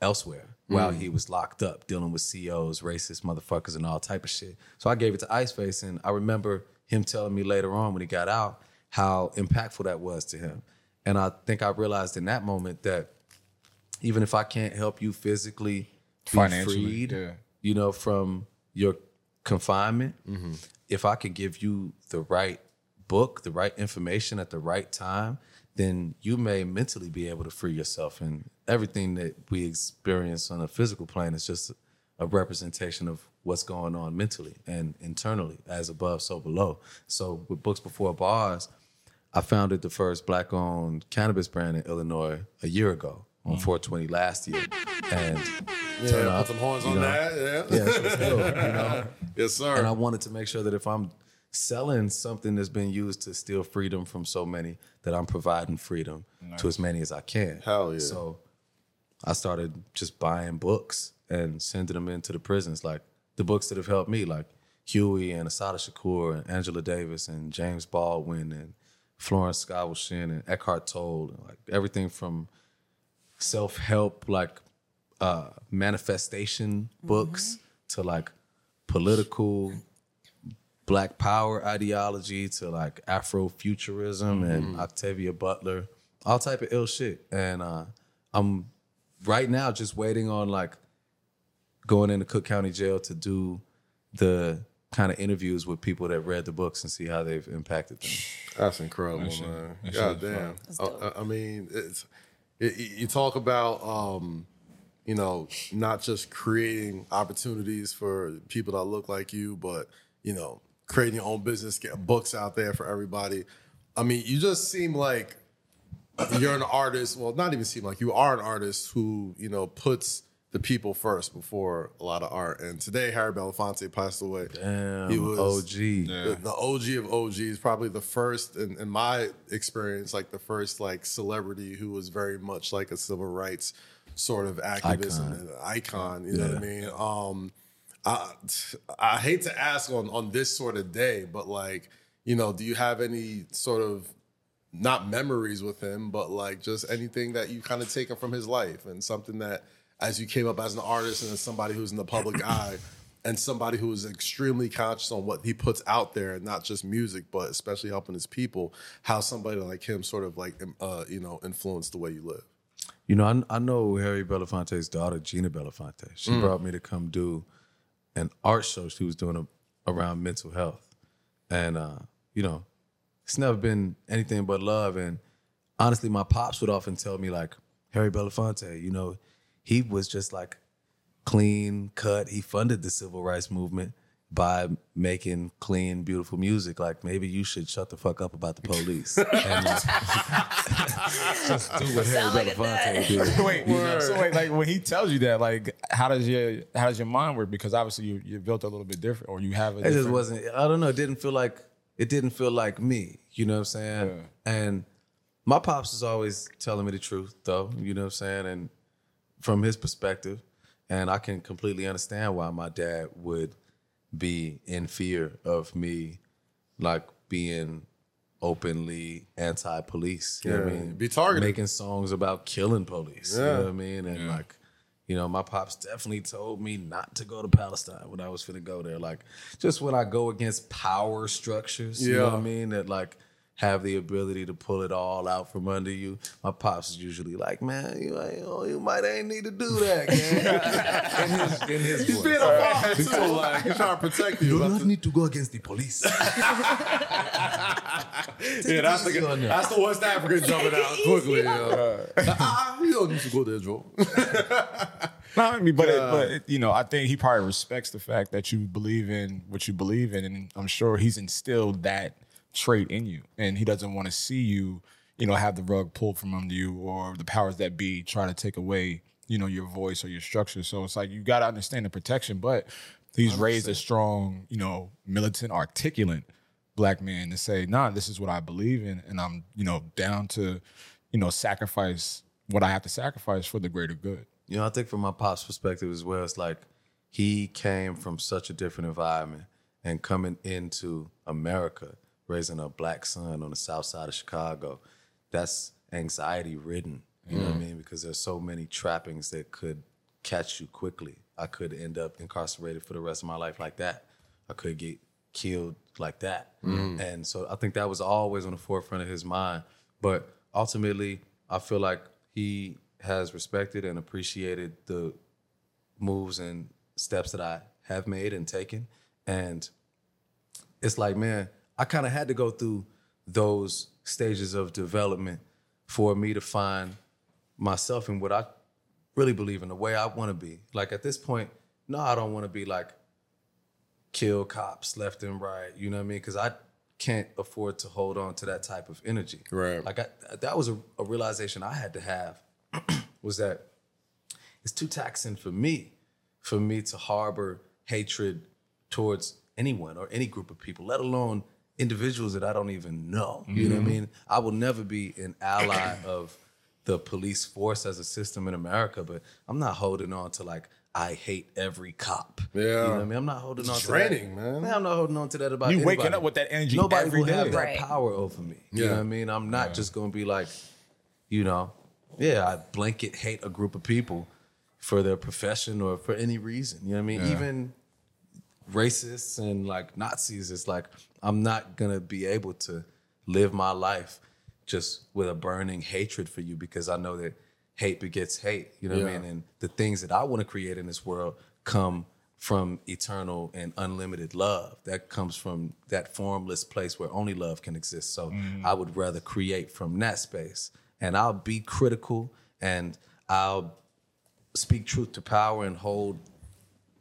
D: elsewhere while he was locked up dealing with COs, racist motherfuckers, and all type of shit. So I gave it to Ice Face, and I remember him telling me later on when he got out how impactful that was to him. And I think I realized in that moment that even if I can't help you physically be
C: Financially,
D: freed,
C: yeah.
D: you know, from your confinement, if I can give you the right book, the right information at the right time, then you may mentally be able to free yourself. And everything that we experience on a physical plane is just a representation of what's going on mentally and internally, as above, so below. So with Books Before Bars, I founded the first black owned cannabis brand in Illinois a year ago on 420 last year. And
A: Yeah, put some horns on that. Yeah.
D: yeah, so it's ill, you know?
A: Yes,
D: And I
A: sir.
D: wanted to make sure that if I'm selling something that's been used to steal freedom from so many, that I'm providing freedom to as many as I can.
A: Hell yeah.
D: So I started just buying books and sending them into the prisons, like the books that have helped me, like Huey and Asada Shakur and Angela Davis and James Baldwin and Florence Scovel Shinn and Eckhart Tolle, and like everything from self help, like uh, manifestation books to like political black power ideology to like Afrofuturism
A: Mm-hmm.
D: and Octavia Butler, all type of ill shit. And uh, I'm right now just waiting on like going into Cook County Jail to do the kind of interviews with people that read the books and see how they've impacted them.
A: That's incredible, man. God damn. I, I- I mean, it's it, it- you talk about um, you know not just creating opportunities for people that look like you, but you know creating your own business, get books out there for everybody. I mean, you just seem like you're an artist. Well, not even seem like you are an artist who you know puts the people first before a lot of art. And today, Harry Belafonte passed away. Damn, he was
D: OG.
A: the, the OG of OGs, probably the first, in, in my experience, like the first like celebrity who was very much like a civil rights sort of activist
D: Icon.
A: and an icon. You know what I mean? Um, I, I hate to ask on on this sort of day, but like, you know, do you have any sort of not memories with him, but like just anything that you kind of taken from his life and something that as you came up as an artist and as somebody who's in the public eye and somebody who is extremely conscious on what he puts out there and not just music, but especially helping his people, how somebody like him sort of like, im- uh, you know, influenced the way you live.
D: You know, I, I know Harry Belafonte's daughter, Gina Belafonte. She
A: Mm.
D: brought me to come do an art show she was doing a, around mental health. And, uh, you know, it's never been anything but love. And honestly, my pops would often tell me, like, Harry Belafonte, you know, he was just like clean cut. He funded the civil rights movement by making clean, beautiful music. Like, maybe you should shut the fuck up about the police. and like, just do what Harry
B: like a
D: Belafonte did.
C: wait, you know, so wait, like when he tells you that, like how does your how does your mind work? Because obviously you you're built a little bit different, or you have a
D: it just
C: different-
D: wasn't i don't know it didn't feel like it didn't feel like me you know what i'm saying and my pops is always telling me the truth though you know what i'm saying and from his perspective and i can completely understand why my dad would be in fear of me like being openly anti-police you know what i mean
A: be targeted.
D: making songs about killing police you know what i mean and like you You know, my pops definitely told me not to go to Palestine when I was finna go there. Like, just when I go against power structures, you know what I
A: Yeah.
D: mean? That like have the ability to pull it all out from under you. My pops is usually like, man, you, ain't- oh, you might ain't need to do that, man. in his, in his voice.
A: Being a father too, like he's trying to protect you.
D: Do not need to go against the police.
A: Yeah, that's the
D: Easy on you.
A: that's the West African jumping out quickly. yeah. Ah, you don't need to go there, Joe.
C: No, I mean, but it, but it, you know, I think he probably respects the fact that you believe in what you believe in, and I'm sure he's instilled that trait in you, and he doesn't want to see you, you know, have the rug pulled from under you or the powers that be try to take away, you know, your voice or your structure. So it's like you got to understand the protection, but he's raised a strong, you know, militant, articulate black man to say, nah, this is what I believe in, and I'm, you know, down to, you know, sacrifice what I have to sacrifice for the greater good.
D: You know, I think from my pop's perspective as well, it's like he came from such a different environment and coming into America, raising a black son on the south side of Chicago, that's anxiety ridden. You know what I mean? Because there's so many trappings that could catch you quickly. I could end up incarcerated for the rest of my life like that. I could get killed like that. And so I think that was always on the forefront of his mind. But ultimately, I feel like he has respected and appreciated the moves and steps that I have made and taken. And it's like, man, I kind of had to go through those stages of development for me to find myself and what I really believe in, the way I want to be. Like at this point, no, I don't want to be like kill cops left and right. You know what I mean? Because I can't afford to hold on to that type of energy.
A: Right.
D: Like I, that was a, a realization I had to have was that it's too taxing for me for me to harbor hatred towards anyone or any group of people let alone individuals that i don't even know you know what i
A: Mm-hmm.
D: mean i will never be an ally of the police force as a system in america but i'm not holding on to like i hate every cop you know what i
A: Yeah.
D: mean i'm not holding on
A: Draining,
D: to that
A: man.
D: i'm not holding on to that about
C: You
D: anybody.
C: waking up with that energy
D: nobody
C: every
D: will have
C: day.
D: that
B: Right.
D: power over me you know
A: Yeah.
D: what i mean i'm not just gonna be like you know, yeah, I blanket hate a group of people for their profession or for any reason. You know what I mean? Even racists and like Nazis, it's like I'm not gonna be able to live my life just with a burning hatred for you because I know that hate begets hate. You know what I
A: Yeah.
D: mean? And the things that I want to create in this world come from eternal and unlimited love. That comes from that formless place where only love can exist. So I would rather create from that space. And I'll be critical and I'll speak truth to power and hold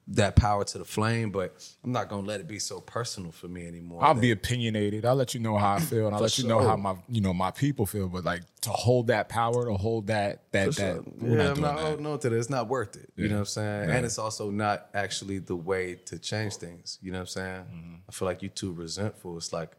D: that power to the flame, but I'm not gonna let it be so personal for me anymore.
C: I'll
D: that-
C: be opinionated. I'll let you know how I feel, and I'll let you know how my you know my people feel. But like to hold that power, to hold that that
D: So,
C: that
D: yeah,
C: we're not
D: I'm
C: doing
D: not
C: that.
D: holding on to that. It's not worth it. You know what I'm saying? And it's also not actually the way to change things. You know what I'm saying?
A: Mm-hmm.
D: I feel like you're too resentful. It's like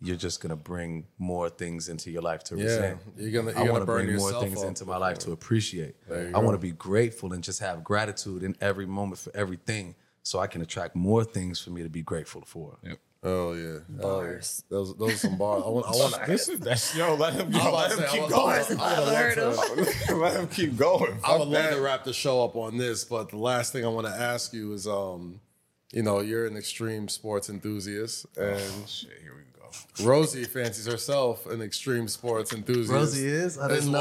D: you're just gonna bring more things into your life to resent.
A: You're gonna-
D: I
A: you're gonna
D: wanna
A: burn
D: bring more
A: yourself
D: things
A: up
D: into my life to appreciate. I want to be grateful and just have gratitude in every moment for everything, so I can attract more things for me to be grateful for.
A: Oh yeah. Oh, yeah.
B: Bars.
A: Those those are some bars. I want I want to
C: This is that's yo. Let him, yo, let him keep going.
A: I
B: Heard 'em.
C: let him keep going.
A: I would love to wrap the show up on this, but the last thing I want to ask you is, um, you know, you're an extreme sports enthusiast, and
C: Shit, here we go.
A: Rosie fancies herself an extreme sports enthusiast.
D: Rosie is? I didn't know.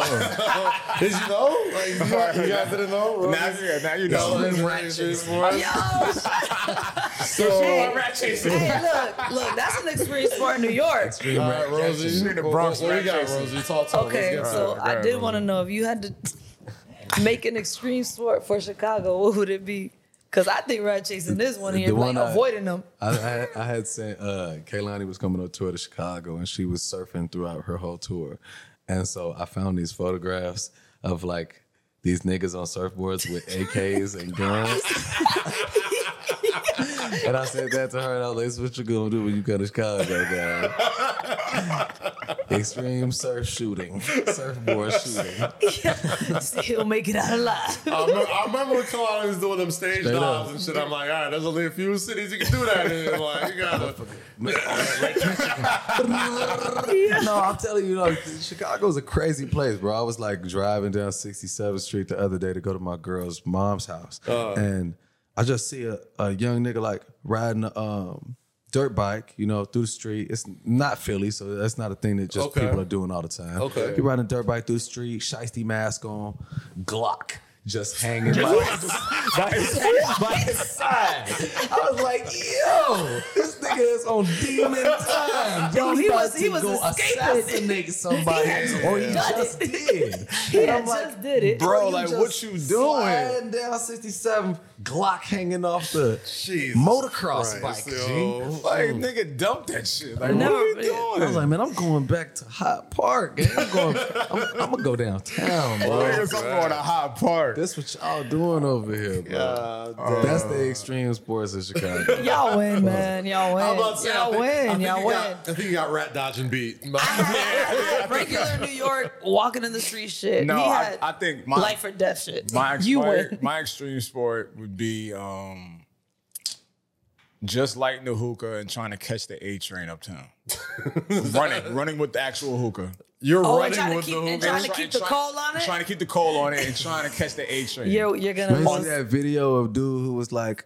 A: Did you know? Like, you, guys- you guys didn't know? Rosie
C: Now, yeah, now you
A: is
C: know.
A: an extreme sports.
B: Yo,
A: So,
B: Oh, hey, look, look, that's an experience for New York.
A: all right, Rosie,
C: in the
A: what-
C: Bronx
A: what, what you got,
C: practicing.
A: Rosie? Talk to
B: Okay,
A: us. Let's get to
B: so
A: it.
B: I did want to know if you had to make an extreme sport for Chicago, what would it be? Because I think rat chasing is one of
D: The
B: your like
D: one I-
B: avoiding them.
D: I, I, I had sent uh, Kaylani was coming on tour to Chicago, and she was surfing throughout her whole tour, and so I found these photographs of like these niggas on surfboards with AKs and guns. And I said that to her, and I was like, "This is what you gonna do when you go to college, right now? Extreme surf shooting, surfboard shooting."
B: See, He'll make it out alive.
A: I remember, I remember when Kalani was doing them stage
D: Straight
A: dives
D: up.
A: and shit. I'm like, all right, there's only a few cities you can do that in. Like, you gotta.
D: no, I'm telling you, no, Chicago's a crazy place, bro. I was like driving down 67th Street the other day to go to my girl's mom's house,
A: Uh.
D: and I just see a, a young nigga like riding a um, dirt bike, you know, through the street. It's not Philly, so that's not a thing that just
A: Okay.
D: people are doing all the time.
A: Okay.
D: he riding a dirt bike through the street, shiesty mask on, Glock. Just hanging by, by his, by his side. I was like, yo, this nigga is on demon time.
B: Yo, he
D: about
B: was- he
D: to
B: was
D: go
B: escaping.
D: assassinate somebody, or he
B: done
D: just
B: it.
D: did.
B: He
D: And
B: had just did it.
D: bro,
B: You
D: like
B: just
D: what you doing? Sliding down 67, Glock hanging off the motocross
A: Christ,
D: bike.
A: yo.
D: G.
C: Like,
B: Mm.
C: nigga, dump that shit. Like,
B: Never
C: what are you
B: forget.
D: Mm. I was
C: doing?
D: like, man, I'm going back to Hot Park. gang. I'm going. I'm, I'm gonna go downtown, bro.
C: Niggas, I'm going to Hot Park.
D: That's what y'all doing over here, bro. That's the Uh, extreme sports in Chicago.
B: Y'all win, man. Y'all win.
A: I'm about to say, I
B: Y'all
A: think- I
B: win.
A: think
B: Y'all
A: you got-
B: win.
A: I think you got rat dodging beat.
B: Regular New York walking in the street shit.
C: No,
B: he
C: I-
B: had
C: I think my-
B: life or death shit.
C: My ex-
B: you
C: my-
B: win.
C: my extreme sport would be um, just lighting the hookah and trying to catch the A train uptown. running, running with the actual hookah.
A: You're
B: Oh,
A: running
B: and trying to
A: with
B: keep-
A: the
B: and
A: hoop.
B: trying to
C: Try-
B: keep the
C: try-
B: coal on it?
C: Trying to keep the coal on it and trying to catch the A train.
B: You're you're gonna
D: Remember
B: lose.
D: that video of dude who was like,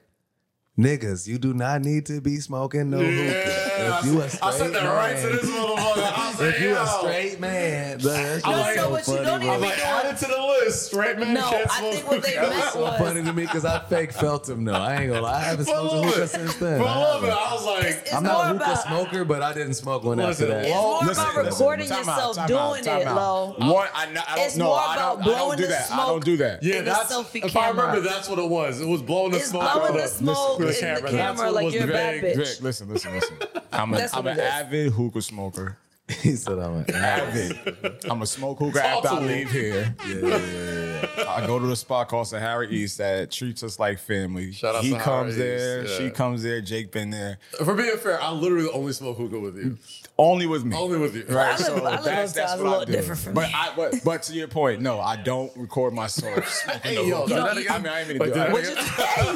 D: "Niggas, you do not need to be smoking no hookah. If you a straight
A: I said that right to
D: man-
A: this motherfucker. I said,
D: If you
A: yo.
D: a straight man, bro, that's
B: No,
D: just
B: no,
D: so
B: but you
D: funny,
B: don't even-
D: bro.
A: I'm like, add it to the list. Straight man
B: No,
A: can't
B: I
A: smoke
B: think what they
A: hookah.
B: meant
D: so
B: was
D: funny to me because I fake felt him though. I ain't gonna lie. I haven't
A: For a
D: smoked a
A: little
D: hookah
A: bit.
D: since
A: For a
D: then. I
A: little
D: haven't.
A: bit, I was like,
B: it's
D: I'm
B: more
D: not a hookah
B: about
D: smoker, but I didn't smoke one
A: Listen,
D: after
B: it's
D: that.
B: more
C: Listen,
B: about
C: listen,
B: recording
C: time out,
B: yourself
C: time out,
B: doing
C: time
B: it,
C: out.
B: low.
C: One, I, not- I
B: It's
C: don't know.
B: more
C: I don't,
B: about
C: I don't
B: blowing
C: do
B: the
C: that. I don't
B: smoke.
C: do that.
A: yeah,
B: the
A: that's. If
B: selfie
A: I
B: camera.
A: remember, that's what it was. It was blowing the
B: It's
A: smoke.
B: blowing
A: out
B: the
A: of-
B: smoke
A: to
B: in the camera,
A: That's what
B: like
A: was
B: you're a bad
A: vague.
B: bitch.
C: Vic, listen, listen, listen. I'm, a,
B: That's
C: I'm
B: what
C: an
B: it is.
C: avid hookah smoker.
D: He said I'm an
C: Avid. I'm a smoke hookah
A: Talk
C: after
A: to
C: I
A: him.
C: leave here.
D: Yeah, yeah, yeah, yeah.
C: I go to the spot called Sahara East that treats us like family.
A: Shout out
C: he
A: Sahara
C: comes
A: East,
C: there,
A: yeah.
C: she comes there, Jake been there.
A: For being fair, I literally only smoke hookah with you.
C: Only with me.
A: Only with you.
C: Right,
B: I live-
C: so
B: I live
C: that's,
B: uptown,
C: that's
B: it's a
C: what
B: little
C: I do.
B: different for
C: but
B: me.
C: I, but, but to your point, no, I don't record myself. smoking
A: Hey,
C: the
A: yo,
C: hookah.
A: you don't
C: I mean, I ain't even
A: But
C: do
A: did I-
C: it.
B: What you hey,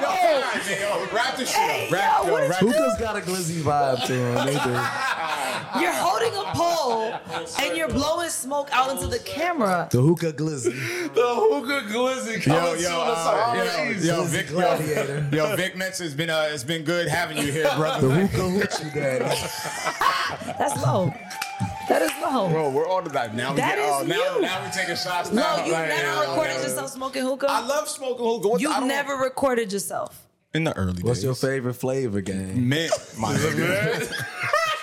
C: All right, man, yo, wrap this shit up.
B: Hey,
C: Wrap,
B: yo,
C: yo,
B: what did
C: wrap
B: you
C: this-
D: Hookah's got a glizzy vibe to him. They do.
B: yo, you're holding a pole and you're blowing smoke out into the camera.
D: The hookah glizzy.
A: The hookah glizzy
C: Yo,
A: coming
C: yo,
A: soon.
C: uh,
A: That's
C: yo,
A: amazing.
C: yo,
D: Glizzy
C: Vic, yo,
D: gladiator.
C: yo, Vic Metz has been, uh, it's been good having you here,
D: The
C: brother.
D: hookah hoochie daddy.
B: That's low. That is low.
C: Bro, we're on to that now.
B: That
C: we get, oh,
B: is
C: now,
B: you.
C: now we're taking shots.
B: Low,
C: now,
B: you
C: Like,
B: never
C: yeah,
B: recorded
C: yeah.
B: yourself smoking hookah.
C: I love smoking hookah. What- I
B: You've
C: don't-
B: never recorded yourself.
C: in the early
D: What's
C: days.
D: your favorite flavor game?
C: mint, my nigga.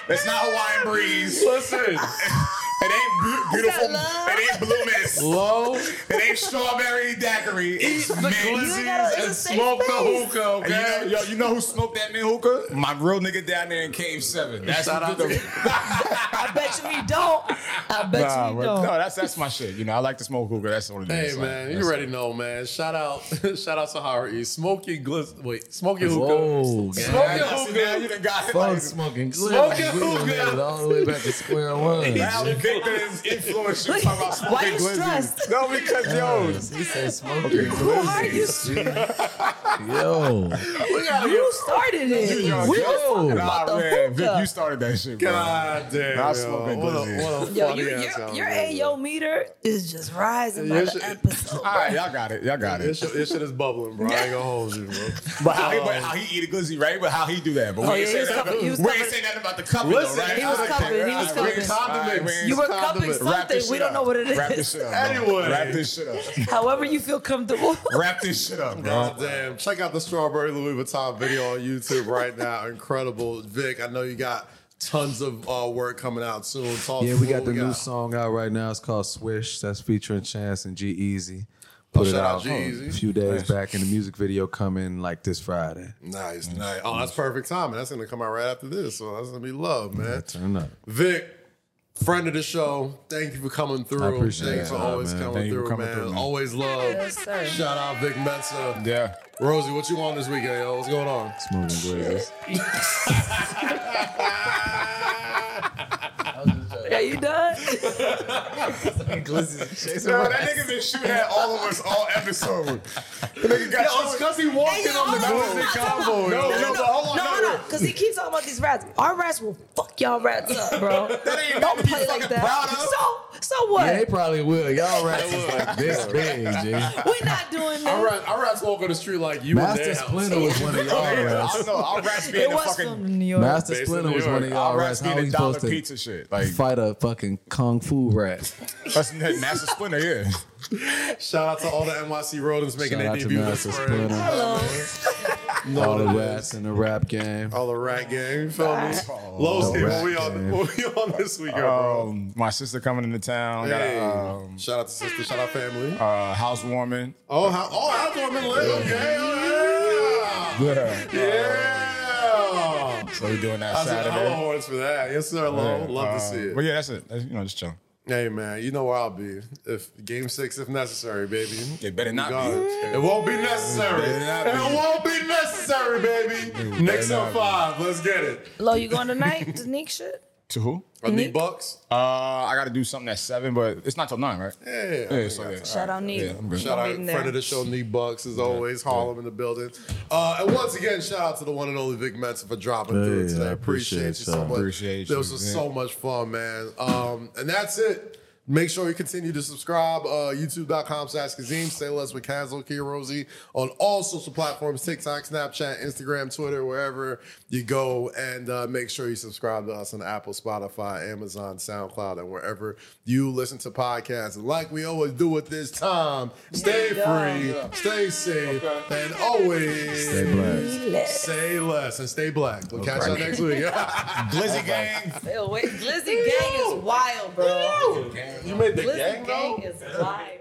C: It's not Hawaiian breeze.
A: Listen,
C: It ain't bu- beautiful.
B: love?
C: It ain't blue mist.
A: low,
C: It ain't strawberry daiquiri. It's
A: the
C: mint.
B: You gotta-
A: glizzies,
B: it's a
A: and
B: safe
A: smoke the
B: space.
A: hookah,
C: And you know,
A: okay?
C: yo, you know who smoked that mint hookah? My real nigga down there in Cave Seven. That's
A: Shout
C: who
A: out
C: did
A: to-
B: I bet you we don't. I bet
C: Nah,
B: you
C: bro.
B: we don't.
C: no, that's that's my shit. You know, I like to smoke hookah. That's what it
A: Hey
C: is. Like,
A: man, you
C: that's-
A: already know, man. Shout out, shout out Sahara East. Smoke your glizz. Wait, smoke your hookah.
D: Whoa,
A: Smoke
C: Yeah,
A: your
C: see, now
A: hookah.
C: you done got it.
D: Fun
C: Like,
D: smoking glizzy.
A: Smoking
D: We done made it
A: hookah.
D: all the way back to square one.
C: now Victor is influenced. you talking about
B: Why
C: smoking
B: you
C: glizzy.
B: stressed?
C: No, because yo,
D: He said smoking
B: Who are you?
D: glizzy. Yo.
A: We gotta
B: You started it.
C: Yo,
B: we
C: yo,
B: was talking about
C: nah,
B: the
C: man, Vic,
B: hookah.
C: you started that shit, bro.
A: God damn.
C: Nah, I
A: yo.
C: smoke that
A: What a,
C: glizzy.
A: what a
B: Yo,
A: funny
B: you,
A: ass
B: your,
A: sound,
B: your
A: man.
B: AO meter is just rising
A: Your
B: by the
A: shit-
B: episode.
C: All right, y'all got it. Y'all got
A: This
C: it.
A: shit, this shit is bubbling, bro. I ain't gonna hold you, bro.
C: But how, he- but how he eat a glizzy, right? But how he do that? But we
B: Oh,
C: ain't
B: yeah,
C: say
B: he was
C: nothing-
B: covered- he was
C: we ain't
B: covered.
C: say nothing about the cupping,
A: Listen,
C: though, right?
B: he was
C: Okay,
B: covered, he was
C: all right,
B: covered.
C: All right,
B: You were
A: Condiment.
B: cupping
C: Wrap this
B: something. We
C: shit
B: don't
C: up.
B: know what it
C: Wrap
B: is.
C: this shit up. bro.
A: Anyway.
C: Wrap this shit up.
B: However you feel comfortable.
C: Wrap this shit up, bro.
A: God damn. Check out the Strawberry Louis Vuitton video on YouTube right now. Incredible. Vic, I know you got tons of uh, work coming out soon. Talk
D: Yeah,
A: to
D: we
A: what
D: got the new song out right now. It's called Swish. That's featuring Chance and G Easy. Put it
A: shout out
D: out
A: G-Eazy.
D: a few days back, and the music video coming like this Friday.
A: Nice, nice. Oh, that's perfect timing. That's gonna come out right after this. So that's gonna be love, man.
D: Turn up.
A: Vic, Friend of the show, thank you for coming through.
D: I appreciate
A: Thanks
D: it.
A: for
D: Nah,
A: always
D: man.
A: coming,
C: Thank you for
A: through,
C: coming
A: man.
C: through, man.
A: Always love.
B: Yes, sir.
A: Shout out Vic Mensa.
C: Yeah.
A: Rosie, what you on this weekend, yo? What's going on?
D: It's moving great. It's-
B: Are you done?
C: Yo, that nigga been shooting at all of us all episode. That nigga got shot.
A: because he walking
B: Hey, yo, hold on,
A: Glizzy
B: hold on,
A: convoy.
C: No,
B: No,
C: no,
B: no,
C: but hold on.
B: no, no, because he keeps talking about these rats. Our rats will fuck y'all rats up, bro.
C: ain't nothing to
B: Don't
C: be
B: play
C: fucking
B: like that.
C: proud of.
B: So, so what?
D: They probably will. Y'all rats is like this big, G.
B: We're not doing
A: Our
B: this.
A: rats, our rats walk on the street like you in
D: Master
A: their house.
D: Splinter was one of y'all
C: Yeah, Oh, I
D: rats.
C: know. I'll rats be in
B: It
C: the
B: was
C: fucking.
B: from New York.
D: Master
A: Based in
D: Splinter
A: New
D: was one of
A: York.
D: y'all
C: I'll
D: rats.
C: rats be
D: How
C: in
D: are
C: the
D: you
C: dollar
D: supposed to
C: pizza shit. Like
D: fight a fucking kung fu rat?
C: that's Master Splinter. Yeah.
A: Shout out to all the NYC rodents making
D: Shout
A: their
D: out to
A: debut this
D: Master
A: spring.
D: Splinter.
B: Hello.
D: All the rats in the rap game.
A: All the rat gang, you feel me? Lowe's
D: The
A: here.
D: rat
A: What we on?
D: gang.
A: What we on this weekend, bro?
C: Um, my sister coming into town. Got
A: Hey,
C: a um,
A: shout out to sister, shout out family.
C: uh, housewarming.
A: Oh, how, oh, outdoorman live. Okay, all right.
C: Yeah.
A: yeah.
C: So we doing that
A: I said,
C: Saturday.
A: hello, horns for that. Yes, sir, hello.
C: Yeah,
A: Oh, Love
C: uh,
A: to see it.
C: But yeah, that's it. That's, you know, just chill.
A: Hey man, you know where I'll be if game six, if necessary, baby.
C: It better
A: I'm
C: not be.
A: gone. It won't be necessary.
C: It better not
A: It
C: be.
A: won't be necessary, baby. Next
C: better
A: up
C: not be.
A: five, let's get it.
B: Lo, you going tonight? to Nick shit?
C: To who?
A: Are the Bucks?
C: Uh, I got to do something at seven, but it's not till nine, right?
A: Yeah.
C: Yeah, so, yeah.
B: Shout out Nick.
C: Yeah, I'm good.
A: Shout
B: I'll
A: out
B: be
A: friend
B: there.
A: of the show, Nick Bucks, as always. Harlem in the building. Uh, and once again, shout out to the one and only Vic Mensa for dropping through
D: Hey,
A: today.
D: I
A: Appreciate,
D: appreciate
A: you so
D: y'all.
A: much.
C: Appreciate
A: this
C: you,
A: was
C: Vic.
A: so much fun, man. Um, and that's it. Make sure you continue to subscribe. Uh, YouTube.com slash Kazim. Say less with Kazo Kia Rosie on all social platforms TikTok, Snapchat, Instagram, Twitter, wherever you go. And uh, make sure you subscribe to us on Apple, Spotify, Amazon, SoundCloud, and wherever you listen to podcasts. And like we always do at this time, stay free, stay safe, and always
D: Stay blessed.
A: Say less and stay black. We'll catch y'all next week.
C: Glizzy gang.
B: Ew, wait, Glizzy gang is wild, bro.
A: you made the
B: Glizzy gang is wild.